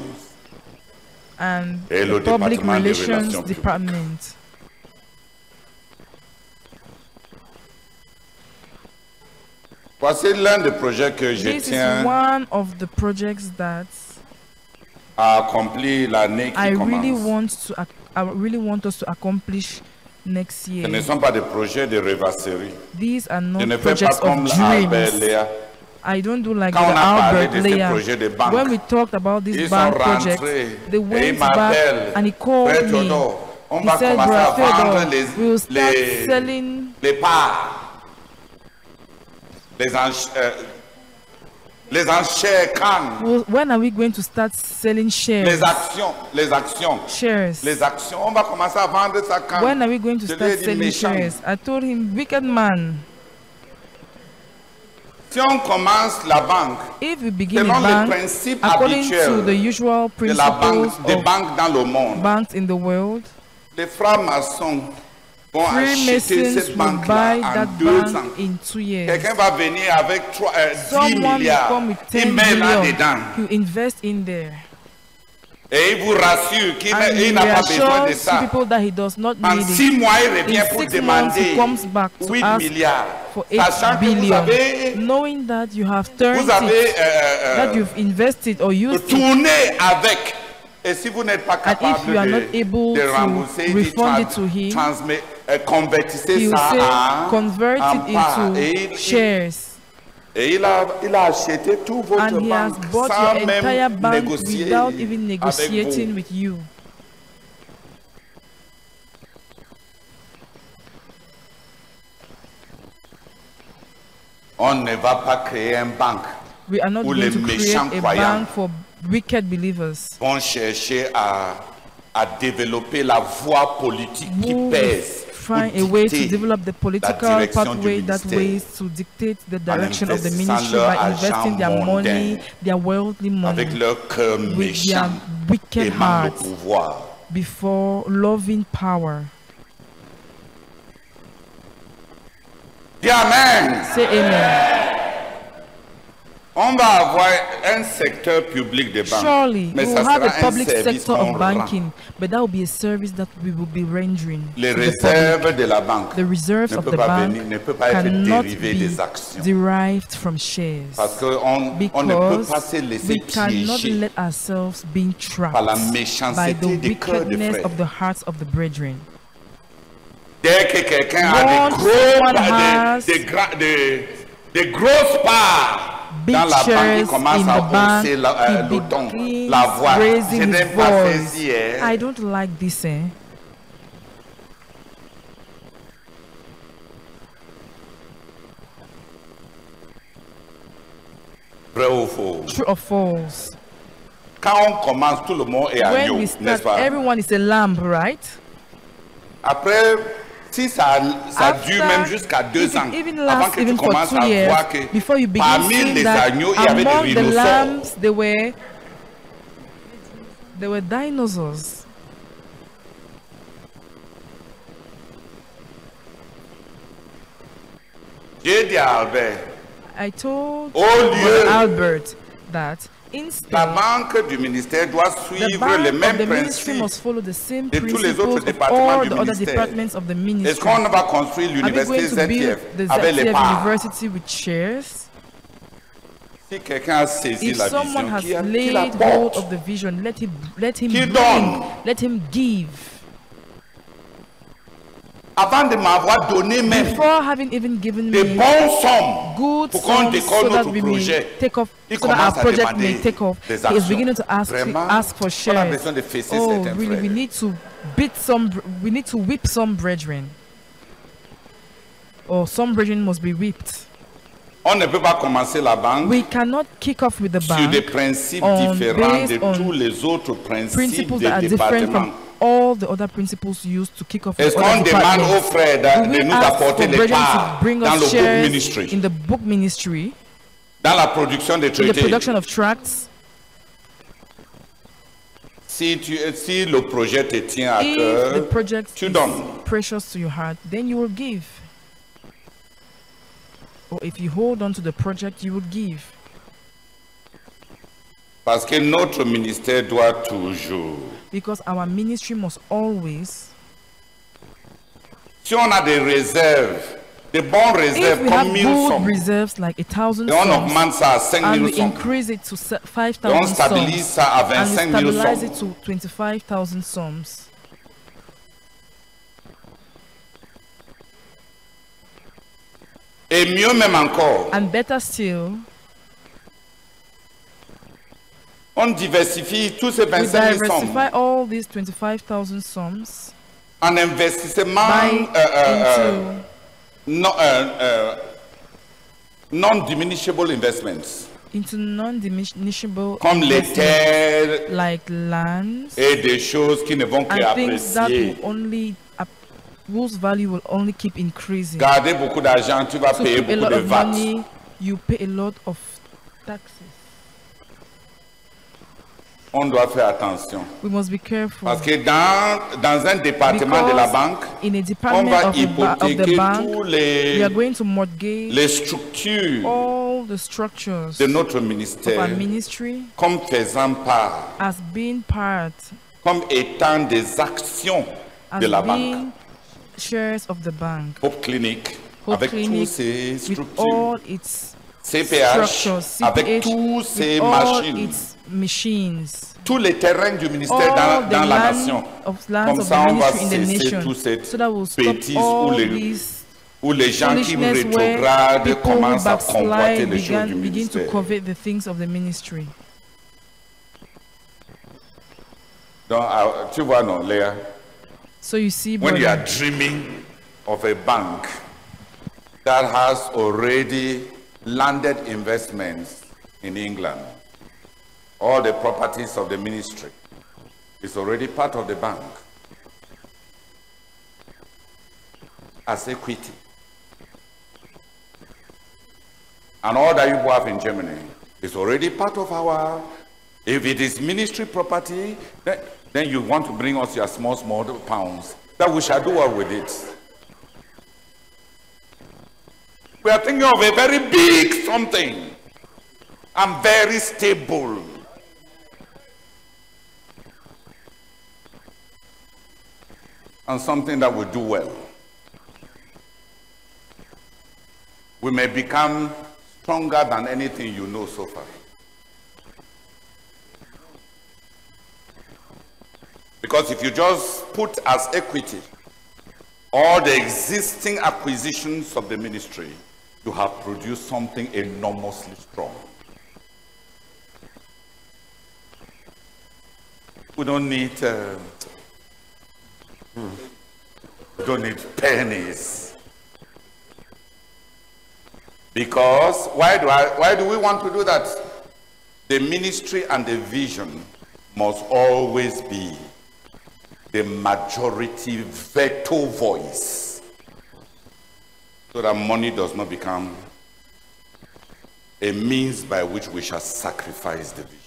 and
Et
the
le
public
département des
relations
relations publiques.
department.
Voici l'un des projets que je
This is
tiens
one of the projects that
à accomplir l'année qui
I really
commence.
want to ac- I really want us to accomplish next
Ce ne
year.
sont pas des projets de rêvasserie.
These are
Je
not
ne fais pas
projects of
comme Albert
dreams.
Léa.
I don't do like
Quand on
the
a parlé de
Albert
ces
layer.
projets de banque,
When we talked about
ils
this
sont
bank
rentrés
project, they
et ils
went
m'appellent.
back and he called
Frère
me.
Théodore, on
He
va
said,
commencer à
"Brother Theodore,
vendre les-
we will start
les-
selling
Les parts, les, ench- euh, les enchères, quand,
Well, when are we going to start selling shares?
les actions, les actions,
shares.
les actions. On va commencer à vendre ça quand.
When are we going to
Je lui ai
start
dit,
selling
méchant.
shares? I told him, wicked man,
Si on commence la banque
if we begin a
Selon les
bank
principes
according to
habituels
the usual
de la
principles
banque, des
of
banques dans le monde,
banks in the world,
les francs-maçons vont acheter
Freemasons
cette
will buy
banque-là en
that
deux ans.
bank in two years.
Quelqu'un va venir avec trois, euh, 10
Someone will
milliards.
come with
Il
10
met là-dedans.
million. You invest in there.
Et il vous rassure qu'il
And
ne-
he
il n'a pas besoin de
reassures
ça.
people that he does not
En
need
six
it.
mois, il revient
In
pour
six months, he
demander
comes back to
8
ask
milliards.
for 8
Sachant que vous
billion.
avez,
Knowing that you have turned
vous avez
it,
euh, euh,
that you've invested or used it,
tourné avec. Et si vous n'êtes pas
And if
capable
you are
de,
not able
de
to
rembourser, il dit,
refund it
trans-
to him,
transmet- euh, convertissez
he will
ça
say,
en,
convert
en
it
parts. et
into
il,
shares.
Et il a, il a acheté tout votre
And he has
banque
bought
sans
your entire
même
bank
négocier
without even
avec
negotiating
vous.
with you.
On ne va pas créer une banque.
We are not
Ou
going
les
to create
méchants
a
croyants.
bank for wicked believers.
Ils vont chercher à à développer la voie politique qui
who
pèse
is
pour
find a way to
dicter
develop the
la
political
direction du
pathway that
ministère.
ways to dictate the direction of the
investissant
ministry
leur
by
argent
investing their money,
mondain
their worldly money,
avec leur cœur
with their
méchant
wicked
aimant le
hearts
pouvoir.
before loving power.
Dis Amen.
Say amen.
On va avoir un secteur public de banque.
Surely,
mais
we
ça
will have
sera
a
un
public
service
sector of
qu'on rend.
banking, but that will be a service that we will be rendering.
Les
to the public.
réserves de la banque
The reserves
ne
of
peuvent
the
pas,
bank
venir- ne peuvent pas être
cannot
dérivées
be
des actions.
derived from shares.
Parce qu'on on ne peut pas
Because
se laisser
we cannot
piéger
let ourselves be trapped
Par la
by the
méchanceté des cœurs des
wickedness
frères.
of the hearts of the brethren.
Dès que quelqu'un a des
Once someone
gros,
has
des, des, gra- des- des grosses parts
Big
dans la banque, il
shares
commence
in
à
the bank,
hausser la- euh,
he
le ton,
begins
la voix. Je
raising
n'ai
his
pas fait hein,
voice.
ci hier.
I don't like this, eh?
Vrai ou faux
True or false?
Quand on commence, tout le monde est agneau,
When we
n'est-ce
start,
pas
everyone is a lamb, right?
Après, si ça, ça
After-
dure même jusqu'à deux
if it
ans,
even
avant
lasts
que tu
even for
commences
two
à
years,
voir que
before you begin
parmi
seeing
les
that
agneaux, il y avait
among
des
the
rhinocéros.
lambs, there were there were dinosaurs.
J'ai dit à Albert,
I told
Au lieu-
Albert that
la
instead
banque du ministère doit
the
suivre les
bank of the
mêmes
ministry
principes.
must follow the same
de tous les
principles
autres
of
départements
all
du
the other
ministère.
departments of the
Est-ce
ministry.
qu'on va construire
Are we
l'université
going to build the
ZTF avec les
ZTF
parts
University with shares?
Si quelqu'un a saisi
If
la
someone
vision,
has
qui, a- qui la
laid hold
porte
of the vision, let him let him
Qu'il
bring,
donne.
let him give.
Avant de m'avoir donné même
Before having even given
des
me
bonnes sommes
good
pour qu'on
sums
décolle
so that
notre
we
projet,
may take off,
il
so that
commence
our
à
project
demander
may take off. He
des
is
actions.
beginning to ask
Vraiment,
ask
on
for
a
shares.
besoin de fesser
oh,
certains
really? We
frères.
need to beat some. br- We need to whip some brethren. Or some brethren must be whipped.
On ne peut pas commencer la banque
We cannot kick off with the
sur des
bank
principes
on
différents de
based on
tous les autres principes
principles
des
that are different
départements.
from all the other principles used to kick off. with
Est-ce
other
qu'on demande aux
departments.
frères de,
Do
de
we
nous
ask for
apporter les
brethren to
parts
bring
dans le
us
book
shares
ministry,
in the book ministry,
dans la production des
in the
traités
production of tracts?
si, tu, si le projet te tient à
If the
cœur,
project
tu
is
donnes.
precious to your heart, then you will give. Or if you hold on to the project, you will give.
Parce que notre ministère doit toujours.
Because our ministry must always,
Si on a des réserves, des bonnes
if
réserves
we have
comme 1000
good
sommes,
reserves like a thousand
et on
songs,
augmente ça à
and
5000
we
sommes,
increase it to se-
et on
5,000
stabilise
songs,
ça à
and we
25000
stabilize
sommes,
it to 25,000 songs,
et mieux même encore,
and better still,
on diversifie tous ces
we
25 000 sommes
diversify all these 25,000 songs
en investissement
by
euh, euh, euh,
into
non, euh, euh, non-diminishable investments,
into non-diminishable
comme les
investments,
terres
like lands
et des choses qui ne vont
and things that
qu'apprécier.
will only ap- whose value will only keep increasing.
Garder beaucoup d'argent, tu vas
So
payer
keep a
beaucoup
lot
de
of
VAT.
money, you pay a lot of taxes.
On doit faire attention.
We must be careful
Parce que dans, dans un département de la
Because
banque,
in a
on
department
va
of the, ba- of the
hypothéquer tous
bank. We
les,
are going to mortgage
les structures
all the structures
de
of
notre eh,
our
ministère
ministry
comme faisant part,
as being part
comme étant des actions
as
de la banque.
being shares of the bank.
Hope Clinic,
Hope
avec toutes
Clinic,
ces
With
structures,
all its
CPH,
structures,
avec
CPH,
toutes ces
with all
machines,
its machines,
tous les terrains du
all
ministère dans,
the
dans la
land
nation,
of lands
Comme
of
ça,
the
on va
ministry in the
cesser
nation,
toute cette
so that will
bêtise
stop
où
all
les-
these
où les gens qui
foolishness where
rétrogradent
people who
commencent à convoiter
backslide
les choses du
began, begin to
ministère.
covet the things of the ministry.
Donc, ah, tu vois, non, Léa,
So you see,
when you are
brother,
dreaming of a bank that has already landed investments in England, all the properties of the ministry, It's already part of the bank as equity. And all that you have in Germany is already part of our. If it is ministry property, then, then you want to bring us your small, small pounds that we shall do what with it. We are thinking of a very big something and very stable. And something that will do well. We may become stronger than anything you know so far. Because if you just put as equity all the existing acquisitions of the ministry, you have produced something enormously strong. We don't need uh, we don't need pennies. Because why do I why do we want to do that? The ministry and the vision must always be the majority veto voice so that money does not become a means by which we shall sacrifice the vision.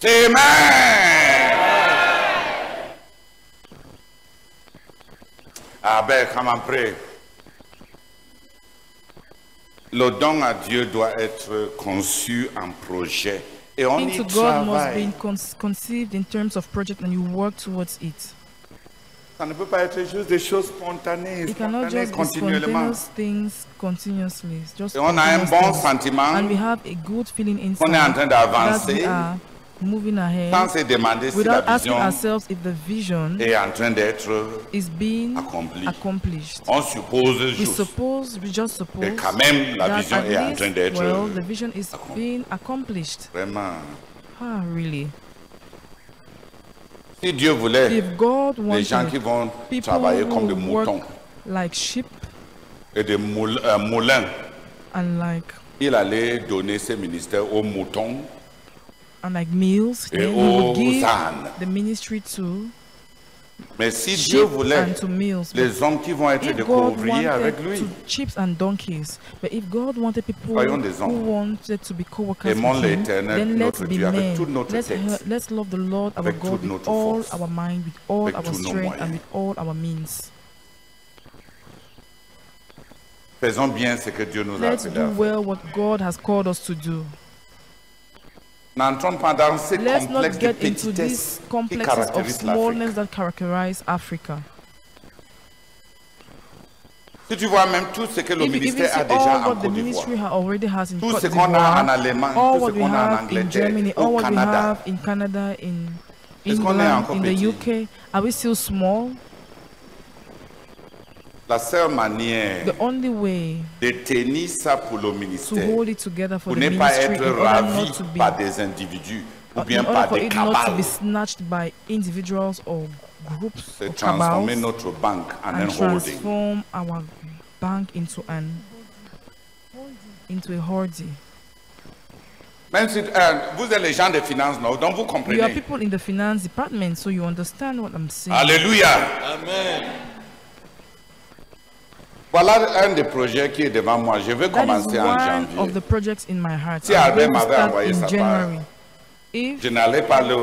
Say Amen. I beg, come and pray. Le don à Dieu doit être conçu en projet. Et on
Into
y
God must be
travaille.
con- conceived in terms of project and you work towards it.
Ça ne peut pas être juste des choses spontanées,
It cannot
spontanées
just be
continuellement.
spontaneous things continuously. It's Just
Et on a un
continuous
bon
things.
sentiment
And we have a good feeling inside
qu'on est en train
that we
d'avancer
are moving
sans
ahead
se demander si la
without asking
vision
ourselves if the vision
est en train d'être
is being
accompli.
accomplished.
On suppose
We
juste.
suppose, we just suppose
Et quand même, la
that
vision
at
est en
least,
train d'être
well, the vision is
accompli.
being accomplished.
Vraiment.
Ah, really?
Si Dieu voulait,
If God
Eh. les
wants
gens qui vont
people
travailler comme
who
des moutons
work like sheep
et des moul- euh, moulins,
and like
il allait donner ses ministères aux moutons
and like meals,
Et
then we would give
Hosanna.
the ministry to
Mais si Dieu
sheep
voulait,
and to meals. But
les hommes qui vont être
if
des
God
couvriers
wanted
avec lui,
to sheep and donkeys, but if God wanted people
Soyons des
who
hommes.
wanted to be co-workers with
Aimons
him,
l'Éternel,
then let's
notre
be
Dieu, avec
men.
toute notre
Let's,
tête,
he- let's love the Lord our
avec
God
toute
with
notre
all
force,
our mind, with all
avec
our
tous nos
strength,
moyens.
and with all our means.
faisons bien ce que Dieu nous a
Let's
appelé. à
do
faire.
well what God has called us to do.
N'entrons pas dans ces
Let's
complexes
not
de
get into
petitesse
these
qui
complexes of
caractérisent l'Afrique.
smallness that characterize Africa.
Si tu vois même tout ce que le
If you even
ministère a
see all
déjà en
what the
Côte d'Ivoire,
ministry ha- already has in
Tout
Côte
ce qu'on a en
d'Ivoire,
Allemagne,
all
tout ce
what we
qu'on a en
have in
Angleterre,
Germany,
au
all what we
Canada.
have in Canada, in
Est-ce qu'on est
England,
encore
in the
petit?
UK, are we still small?
la seule manière
The only way
de tenir ça pour le
to
ministère,
hold it together for
pour ne
the
pas
ministry in
être
order
ravi
not to be, uh,
par des individus ou bien
in order
par
for
des
it not to
cabales,
be snatched by individuals or groups or
c'est transformer
cabals.
notre banque en un
and
holding.
transform our bank into an into a hoarding.
Même si euh, vous êtes les gens des finances, non, donc vous
You are
comprenez.
people in the finance department, so you understand what I'm saying.
Alléluia.
Amen.
Voilà un des projets qui est devant moi. Je vais
That is
commencer en
one of
janvier.
the projects in my heart.
Si
I'm
Albert
going to
m'avait
start
envoyé
in
sa part,
January. If,
Je n'allais pas le,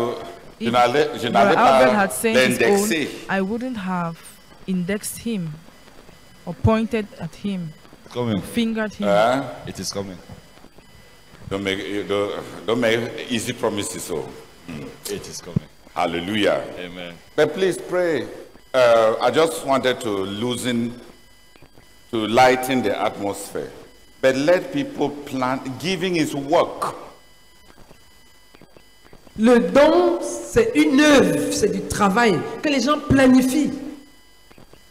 je
if
n'allais, je n'allais
Brother Albert
pas
had sent
l'indexer.
his own, I wouldn't have indexed him or pointed at him,
coming.
fingered him.
Euh,
Hein?
It is coming.
Don't make, don't, don't make easy promises. Oh, So,
It is coming.
hallelujah.
Amen.
But please pray. Uh, I just wanted to loosen, to lighten the atmosphere. But let people plan. Giving is work.
Le don, c'est une œuvre, c'est du travail que les gens planifient,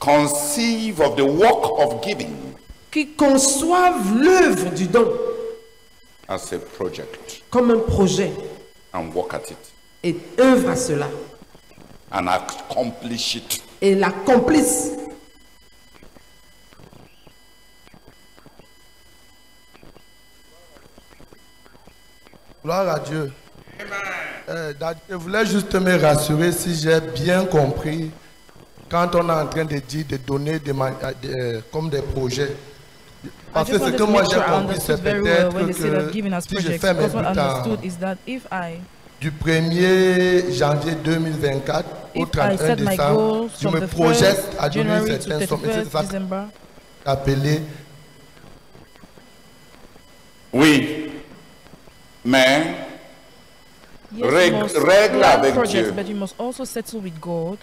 Conceive of the work of giving
qui conçoivent l'œuvre du don
as a project
comme un projet
and work at it
et œuvrent à cela
and accomplish it.
et l'accomplissent
Gloire à Dieu. Euh, Dad, je voulais juste me rassurer si j'ai bien compris quand on est en train de dire de donner des ma- euh, des, euh, comme des projets. Parce que
just
ce
wanted
que
to
moi
make
j'ai
sure I
compris,
understood
c'est
very well
peut-être
when they said of giving
que
us
si je
projects.
fais mes
Because what I
bulletins
understood is that if I
du 1er janvier 2024 au
if I
31
set my
décembre,
goals
je
from
me
the
projette à
1st
donner
January to
certaines sommes. Et c'est
31st
ça que
December,
j'ai appelé
Oui. Mais
yes,
Règle-
you must
règle
plan
avec
projects,
Dieu.
but you must also settle with God.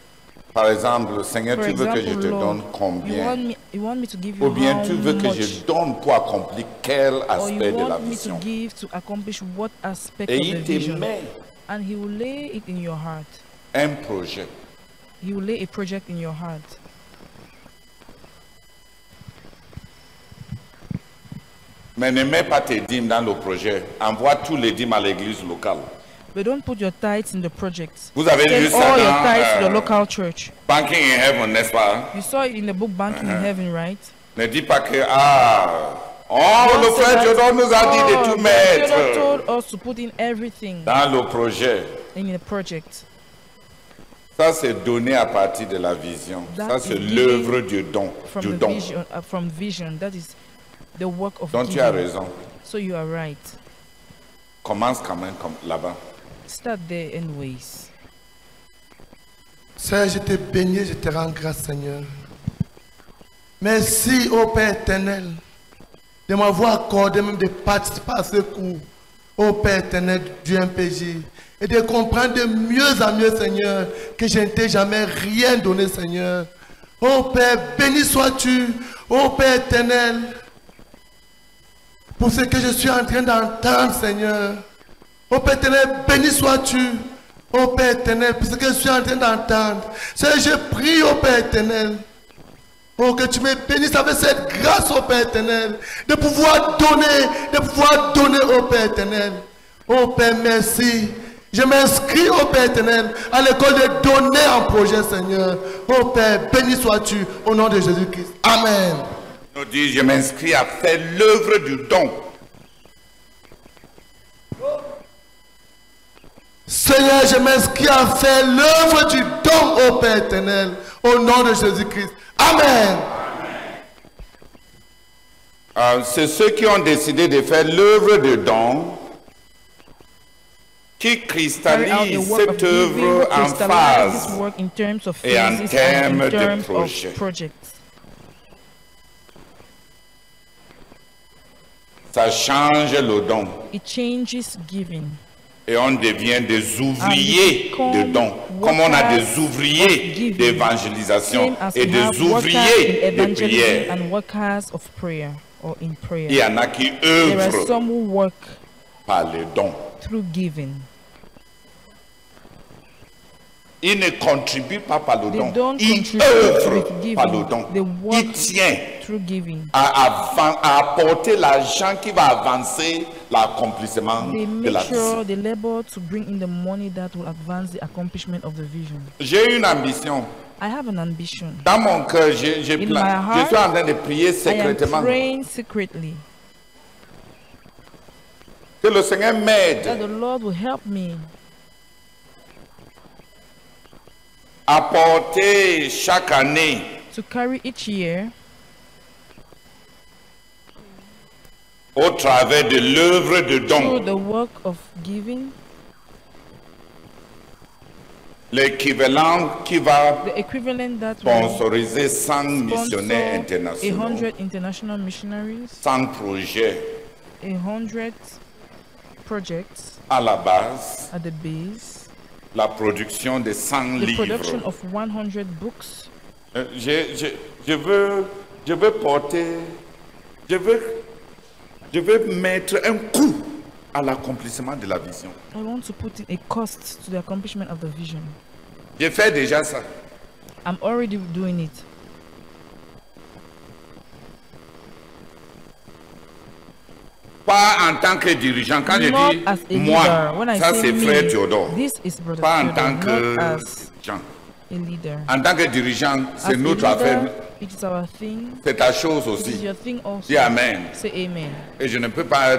Par exemple, le Seigneur,
For
tu veux que je
example,
te donne
Lord, you
combien
want me, you want me to give you
Ou bien
how
tu veux que
much,
je donne pour accomplir quel
or
aspect
you
de la
want me to
vision
give to accomplish what aspect
Et
of the
il te
vision,
met
and He will lay it in your heart.
un projet.
He will lay a project in your heart.
Mais ne mets pas tes dîmes dans le projet. Envoie tous les dîmes à l'église locale.
But don't put your tithes in the project.
Vous avez lu
Send
ça
all your
dans
tithes to
euh,
the local church.
Banking in Heaven, n'est-ce pas hein?
You saw it in the book Banking
Uh-huh.
in Heaven, right?
Ne dis pas que, ah, oh,
Don't
le
say
frère
that,
Jordan nous a dit
"Oh,
de tout
but Theodore
mettre
told us to put in everything
dans le projet.
in the project.
Ça, c'est donné à partir de la vision.
That
Ça,
is
c'est
given
l'œuvre du don.
From
Du
the
don.
vision, uh, from vision, that is the work of
Donc, tu
giving.
as raison.
So you are right.
Commence quand même comme là-bas.
Start there anyways.
Seigneur, je te bénis, je te rends grâce, Seigneur. Merci, ô Père éternel, de m'avoir accordé même de participer à ce cours, ô Père éternel du MPJ, et de comprendre de mieux en mieux, Seigneur, que je ne t'ai jamais rien donné, Seigneur. Ô Père, béni sois-tu, ô Père éternel, pour ce que je suis en train d'entendre, Seigneur. Ô Père éternel, béni sois-tu. Ô Père éternel, pour ce que je suis en train d'entendre. Seigneur, je prie, ô Père éternel. Oh, que tu me bénisses avec cette grâce, ô Père éternel, de pouvoir donner, de pouvoir donner, ô Père éternel. Ô Père, merci. Je m'inscris, ô Père éternel, à l'école de donner en projet, Seigneur. Ô Père, béni sois-tu, au nom de Jésus-Christ. Amen.
Il nous dit, je m'inscris à faire l'œuvre du don.
Seigneur, je m'inscris à faire l'œuvre du don, ô Père éternel, au nom de Jésus-Christ. Amen.
Euh, c'est ceux qui ont décidé de faire l'œuvre de don qui
Carry out the
cristallisent
work of
cette
giving,
œuvre en
crystallize
phase
this work in terms of
et en
phases and
termes de
in terms
projet.
of projects.
Ça change le don
It changes giving.
et on devient des ouvriers
And
de don.
become
Comme on a
workers
des
of
ouvriers
giving,
d'évangélisation
Same as
et
we
des
have workers
ouvriers
in
de
evangelism
prière.
and workers of prayer or in prayer.
Il y en a qui
There are
œuvrent
some who work
par le don.
through giving.
Ils ne contribuent pas par le
They
don.
don't
Ils
contribute with
œuvrent
giving.
par le don.
They work
Ils tiennent.
through giving.
à, avan- à apporter l'argent qui va avancer l'accomplissement
They
de
make
la vision.
sure they labor to bring in the money that will advance the accomplishment of the vision.
J'ai une ambition.
I have an ambition.
Dans mon cœur, j'ai j'ai
In
plein.
my heart,
Je suis en train de prier
I am
secrètement
praying secretly
que le Seigneur
that
m'aide
the Lord will help me
à porter chaque année
to carry each year
au travers de l'œuvre de
through
don
the work of giving
l'équivalent qui va
the equivalent that will
sponsoriser 100 missionnaires
sponsor a
internationaux,
hundred international missionaries,
100 projets
a hundred projects
à la base,
at the base,
la production de 100
the production
livres.
of 100 books.
Euh, je, je- je veux, je veux porter, je veux, je veux mettre un coup à l'accomplissement de la vision.
I want to put in a cost to the accomplishment of the vision.
J'ai fait déjà ça.
I'm already doing it.
Pas en tant que dirigeant. Quand je
not
dis
as a
moi,
leader. When I
ça
say
c'est
me,
frère Théodore.
This is brother
Pas en
Theodore,
tant que
not as
dirigeant.
a leader.
En tant que dirigeant,
As
c'est
a
notre
leader,
affaire.
It is our thing.
C'est ta chose
It is
aussi.
your thing also.
Dis Amen.
Say amen.
Et je ne peux pas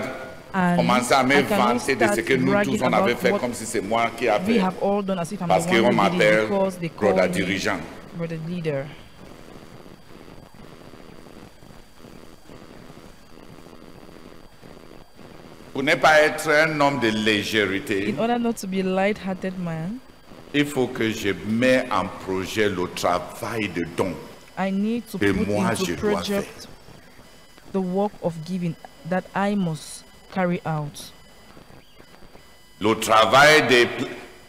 And
commencer à me
I cannot
vanter de ce
start
que nous
bragging
tous on
about
avait fait
what
comme si c'est moi qui avais
We
fait.
have all done as if I'm
Parce
the one
qu'on
who did it
m'appelle
because they call
Broda
me
dirigeant.
Brother leader.
Pour ne pas être un homme de légèreté,
In order not to be a light-hearted man,
il faut que je mette en projet le travail de don.
I need to
Et
put
moi, je
into
dois
project the work of giving that I must carry out.
le travail des,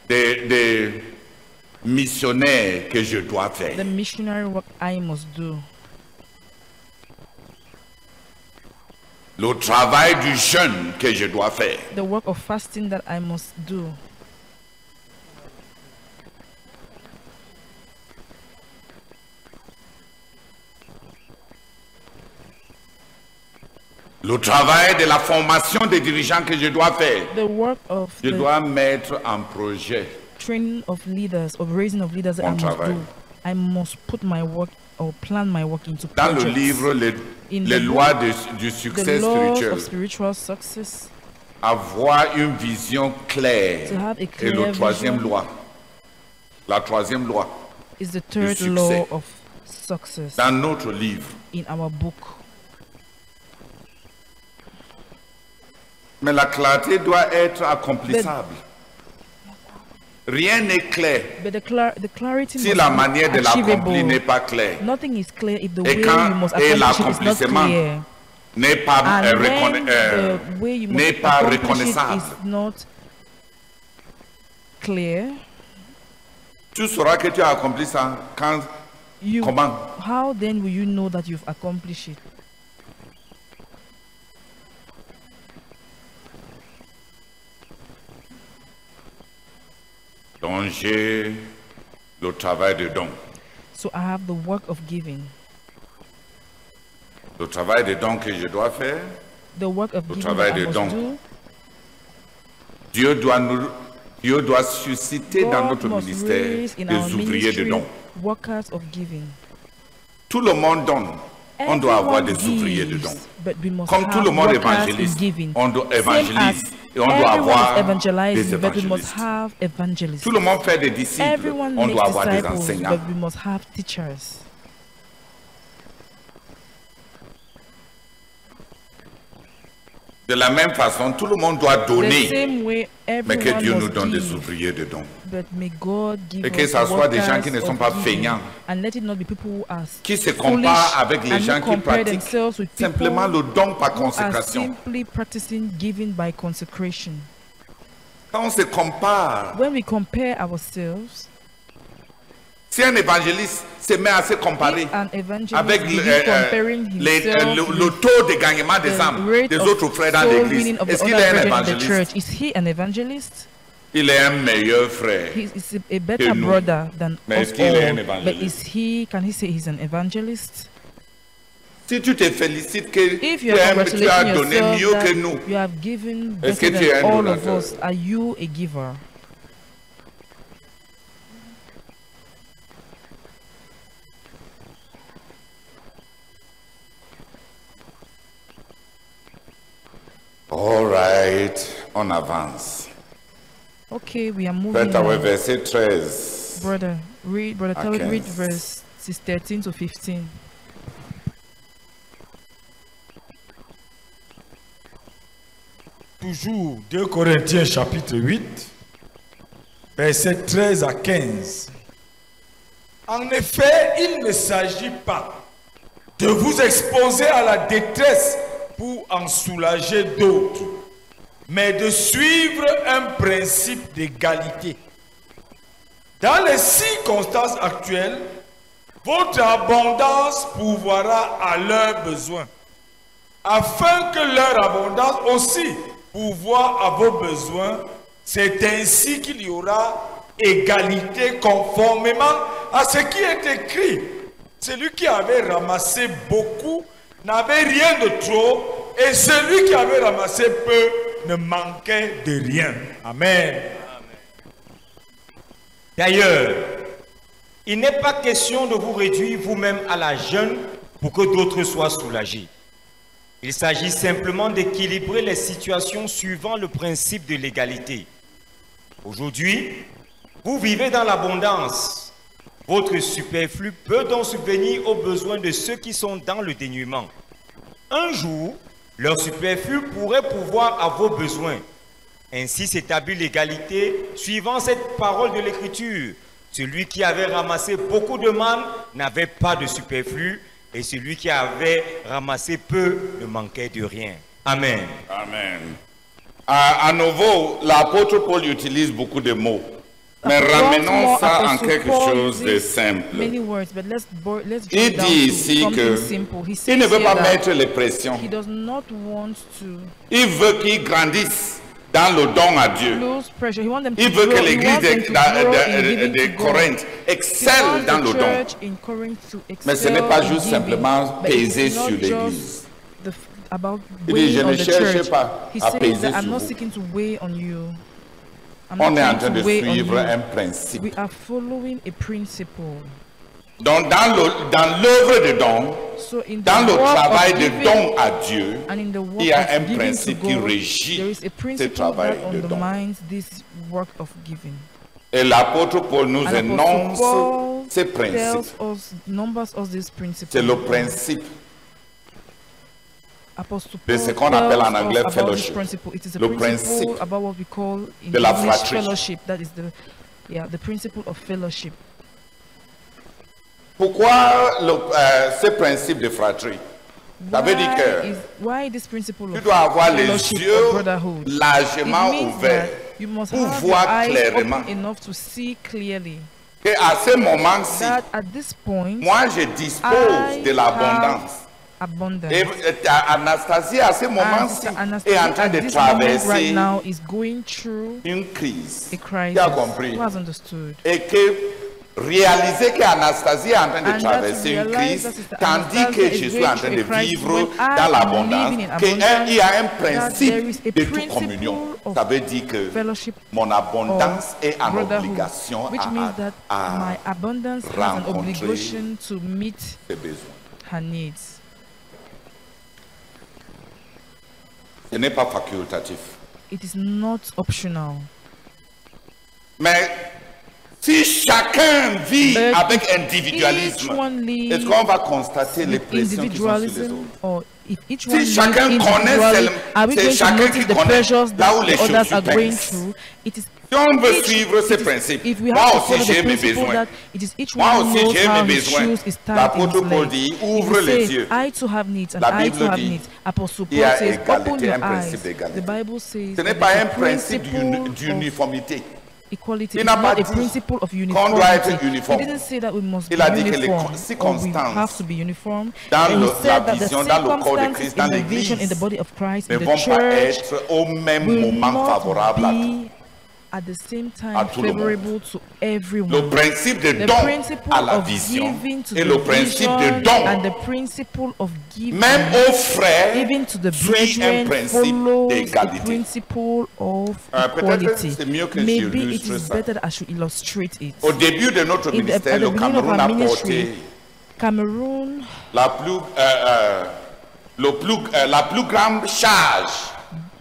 des, des missionnaires que je dois
The
faire.
missionary work I must do.
Le travail du jeûne que je dois faire.
The work of fasting that I must do.
Le travail de la formation des dirigeants que je dois faire.
The work of
Je
the
dois mettre en projet.
training of leaders, of raising of leaders that I
Mon
must
travail.
do. I must put my work or plan my work into
Dans le
projects.
livre Les,
In
les
the
lois de- du
the
succès
laws
spirituel,
of spiritual success.
avoir une vision claire
To have a
et
clear
le troisième
vision.
loi. La troisième loi.
is the third
succès.
law of success
Dans notre livre.
in our book.
Mais la clarté doit être accomplissable. Rien n'est clair
But the, clar- the clarity
si
must
la
be
manière de l'accomplir
achievable.
n'est pas claire,
Nothing is clear if the
Et
way
quand-
you must
et
accomplish it is not
l'accomplissement
clear.
n'est pas euh,
And
reconna-
when
euh,
the way you must
n'est pas
accomplish it
reconnaissable.
is not clear,
Tu sauras que tu as accompli ça quand,
you,
comment
how then will you know that you've accomplished it?
Donc j'ai le travail de don.
So I have the work of giving,
Le travail de don que je dois faire,
the work of
Le
giving
travail
that I
de
must
don.
do.
Dieu doit nous, Dieu doit susciter dans
God
notre
must
ministère
raise in our
des ouvriers de
ministry
don.
workers of giving.
Tout le monde donne. On doit avoir des
Everyone
ouvriers de
gives,
don.
but we must
Comme
have
tout le monde
workers in
évangéliste,
giving.
on doit
Same
évangélise
as
et on doit
everyone
avoir
is evangelizing,
des
but we must
évangélistes.
have evangelists.
Tout le monde fait des disciples.
Everyone
On
makes
doit avoir des
disciples,
enseignants.
but we must have teachers.
De la même façon, tout le monde doit
The
donner.
same way
Mais
everyone
que Dieu nous
must
donne des
give,
ouvriers de don.
but may God give
Et que
us
ça soit des gens qui ne
workers
sont
of
pas
giving,
feignants,
and let it not be people who are
Qui se
foolish
comparent avec les
and
gens
who
qui
compare
pratiquent
themselves with people
simplement le don par
who are
consécration.
simply practicing giving by consecration.
Quand on se compare,
When we compare ourselves,
si un évangéliste se met à se comparer
an evangelist
avec le,
begin
euh, euh,
comparing
les-
himself
euh, le,
with
le taux de gagnement des
the
âmes
rate
des
of
autres frères dans
soul
l'église,
winning of the
est-ce qu'il
other
est un
brethren in the
évangéliste
church. Is he an evangelist?
Il est un meilleur frère.
He is a better
Que nous.
brother than
Mais
us
est-ce qu'il est un
all.
évangéliste?
But is he? Can he say he's an evangelist?
Si tu te félicites que
If
tu
you are
aimes, tu as
congratulating
donné mieux
yourself
que
that
nous,
you have given
Est-ce
better
que tu es
than
un
all of
donateur?
us, are you a giver?
all right, on avance.
Okay, we are moving.
Faites au
now.
verset 13.
Brother, read. Brother,
I
Tawid,
can't.
read verse 13 to 15.
Toujours 2 Corinthiens chapitre 8, versets 13 à 15. En effet, il ne s'agit pas de vous exposer à la détresse pour en soulager d'autres, mais de suivre un principe d'égalité. Dans les circonstances actuelles, votre abondance pourvoira à leurs besoins afin que leur abondance aussi pourvoie à vos besoins. C'est ainsi qu'il y aura égalité conformément à ce qui est écrit. Celui qui avait ramassé beaucoup n'avait rien de trop et celui qui avait ramassé peu ne manquait de rien. Amen.
D'ailleurs, il n'est pas question de vous réduire vous-même à la jeûne pour que d'autres soient soulagés. Il s'agit simplement d'équilibrer les situations suivant le principe de l'égalité. Aujourd'hui, vous vivez dans l'abondance. Votre superflu peut donc subvenir aux besoins de ceux qui sont dans le dénuement. Un jour, leur superflu pourrait pouvoir à vos besoins. Ainsi s'établit l'égalité suivant cette parole de l'Écriture. Celui qui avait ramassé beaucoup de manne n'avait pas de superflu et celui qui avait ramassé peu ne manquait de rien. Amen.
Amen. À, à nouveau, l'apôtre Paul utilise beaucoup de mots. Mais ramenons ça en quelque chose de simple.
Many words, but let's bo- let's drill
Il
down
dit
to
ici
something
que
simple. He
il
says
ne veut
here
pas
that
mettre les pressions.
He does not want to
Il veut qu'ils grandissent dans le don à Dieu.
lose pressure. He wants them to
Il veut
grow.
que
He
l'église
wants them
de, de-
to grow in
de-
giving
de
to God.
Corinthe
He wants
excelle dans
the
le don.
church in Corinth to
Mais ce n'est
excel
pas
in
juste
giving,
simplement
but it's
peser
not
sur
just
l'Église.
the f- about
Il dit,
weighing
je
on
ne
the
cherche
church.
pas
He
à
says
peser
that
sur
I'm not
vous.
seeking to weigh on you. I'm
On
not
est en
trying
train
to
de
weigh on
suivre
you.
un principe.
We are following a principle.
Donc, dans le- dans l'œuvre de don,
So in
dans
the
le
work
travail
of
de
giving,
don à Dieu,
And in the work
il y a
of
un
giving
principe
to
qui
God, there
régit
is a
ce
principle
travail
that on
de
the
don.
minds this work of giving.
Et l'apôtre Paul nous
And Apostle
énonce
Paul
ce principe.
tells us, numbers us this principle.
C'est le principe,
Apostle
de
Paul
ce qu'on appelle
tells
en anglais
us about
fellowship.
this principle. It is a
Le
principle
principe
about what we call in
de la
English
fratrie.
fellowship. That is the yeah the principle of fellowship.
Pourquoi le- euh, ce principe de fratrie Ça veut dire
Why
que
is- why this principle
tu
of
dois avoir les
fellowship
yeux
or brotherhood? It
largement
means
ouverts
that you must
pour
have your
voir
eyes
clairement.
open enough to see clearly.
Et à ce moment-ci,
That at this point,
moi je dispose
I
de l'abondance.
have abundance.
Et euh, ta- Anastasie, à ce
And
moment-ci,
Sister Anastasia
est en train
Ah, at
de
this moment right
traverser
now is going through
une crise. Tu
a
as
crisis.
compris
Who has understood?
Et que réaliser qu'Anastasie est en train de
And that
traverser
you
une
realize
crise,
that Sister
tandis
Anastasia
que
is
je suis
going
en train de
through a crisis,
vivre
when I
dans
am
l'abondance,
living in
qu'il
abundance,
y a un
that there is a
principe de toute
principle
communion.
of
Ça veut dire que
Fellowship
mon abondance
of
est en
brotherhood,
obligation
which means
à,
that
à
my abundance has an
rencontrer
obligation to meet
ses besoins.
her needs.
Ce n'est pas facultatif.
It is not optional.
Mais si chacun vit
But
avec
Each
individualisme,
one
Est-ce
lives
qu'on va constater les
with
pressions qui sont sur les autres
individualism or if each one
Si
lives
chacun connaît
individually,
seulement-
are we
c'est
going to
chacun qui
notice the
connaît
pressures
là où
that
les
the others
choses
are going
pèsent.
through? It is
Si on veut
each-
suivre ces
it is-
principes,
if we have
moi
to
aussi
follow the
j'ai mes
principle
besoins.
that it is each
Moi
one who
aussi,
knows
j'ai
how
mes
his
besoins.
shoes is tied in
L'apôtre
his
Paul
leg.
dit,
If you
ouvre les
say,
yeux.
I too have needs and
La
I
Bible
too have
dit,
needs. Apostle
il
Paul
y a
says,
égalité,
open
un
your
principe
eyes.
d'égalité.
The Bible says
Ce n'est
that
pas
the
un principe
principle
d'uni-
of
d'uniformité.
equality.
Il
It's
n'a pas
not a
dit
principle of
qu'on
uniformity.
doit être uniforme.
He didn't say that we must
Il a
be
dit que les
uniform.
con-
or we
circonstances
have to be uniform.
dans
And
le-
he
la
said that the
vision, dans le corps de
circumstances
Christ,
in
dans
the vision
l'Église,
in the body of Christ,
ne
in
vont
the
pas
church,
être au même
will
moment
not
favorable à tout.
be at the same
à
time
tout le monde.
favorable to
Le
everyone.
principe de
The
don
principle
à la
of
vision
giving to
et
the
le principe de
vision and the
don,
principle of giving
même aux frères,
even to the
suit un
brethren
principe
follows the
d'égalité.
principle of
Euh, peut-être
equality.
c'est mieux que
Maybe it
j'illustre
is
ça.
better that I should illustrate it.
Au début de notre
In the- at the
ministère, le
beginning of
Cameroun a
our
porté
ministry, Cameroon
la plus, euh, euh, le plus, euh, la plus grande charge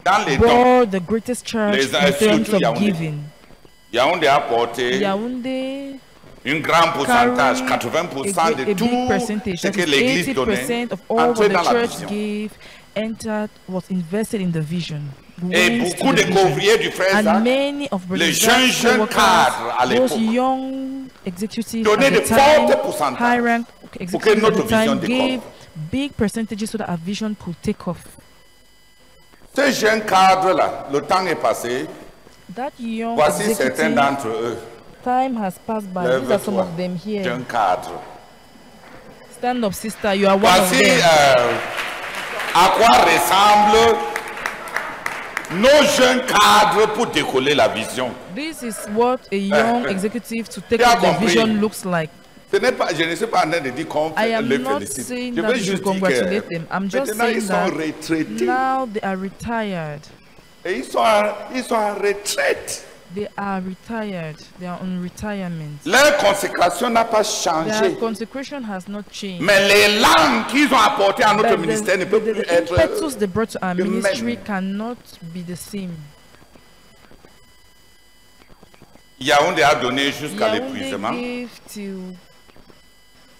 dans les dons.
bore the greatest charge
Les-
in terms
surtout
of
Yaoundé.
giving.
Yaoundé a porté
Yaoundé
un grand pourcentage,
carry a
80%
great-
de
a big
tout
percentage,
ce
that
que
is
l'Église donnait
80% of all
entrait
what the
dans la
church
vision.
gave entered was invested in the vision.
Et
went to
beaucoup
the
de
vision.
couvriers du frère
And
Zach
many of
les
brothers
jeunes-
Zach's
jeunes
co-workers,
cadres à
those
l'époque,
young executives
donnaient
at the
de
time,
fortes pourcentages
high rank
pour que
executives at
notre
the time
vision
gave big percentages so that our vision could take off.
Ces jeunes cadres-là, le temps est passé.
That young
Voici certains
executive
d'entre eux.
time has passed by. These are some
Lève-toi,
of them here.
jeunes cadres.
Stand up, sister. You are one of
Voici
them.
euh, à quoi ressemblent nos jeunes cadres pour décoller la vision.
This is what a young executive to take
Tu as
up the
compris.
vision looks like.
Ce n'est pas, je ne suis pas en train de dire qu'on
I am
les
not
félicite.
saying
Je
that
veux
you
juste
should
dire que
congratulate them. I'm just
maintenant ils
saying
sont
that
retraités
now they are retired.
et ils sont, en- ils sont en retraite.
They are retired. They are on retirement.
Leur consécration n'a pas
Their
changé.
consecration has not changed.
Mais les langues qu'ils ont apportées à notre
But the-
ministère ne
the-
peuvent
the-
plus
the
être.
impetus they brought to our
the men.
ministry cannot be the same.
Yaoundé a donné jusqu'à l'épuisement.
Yaoundé gave till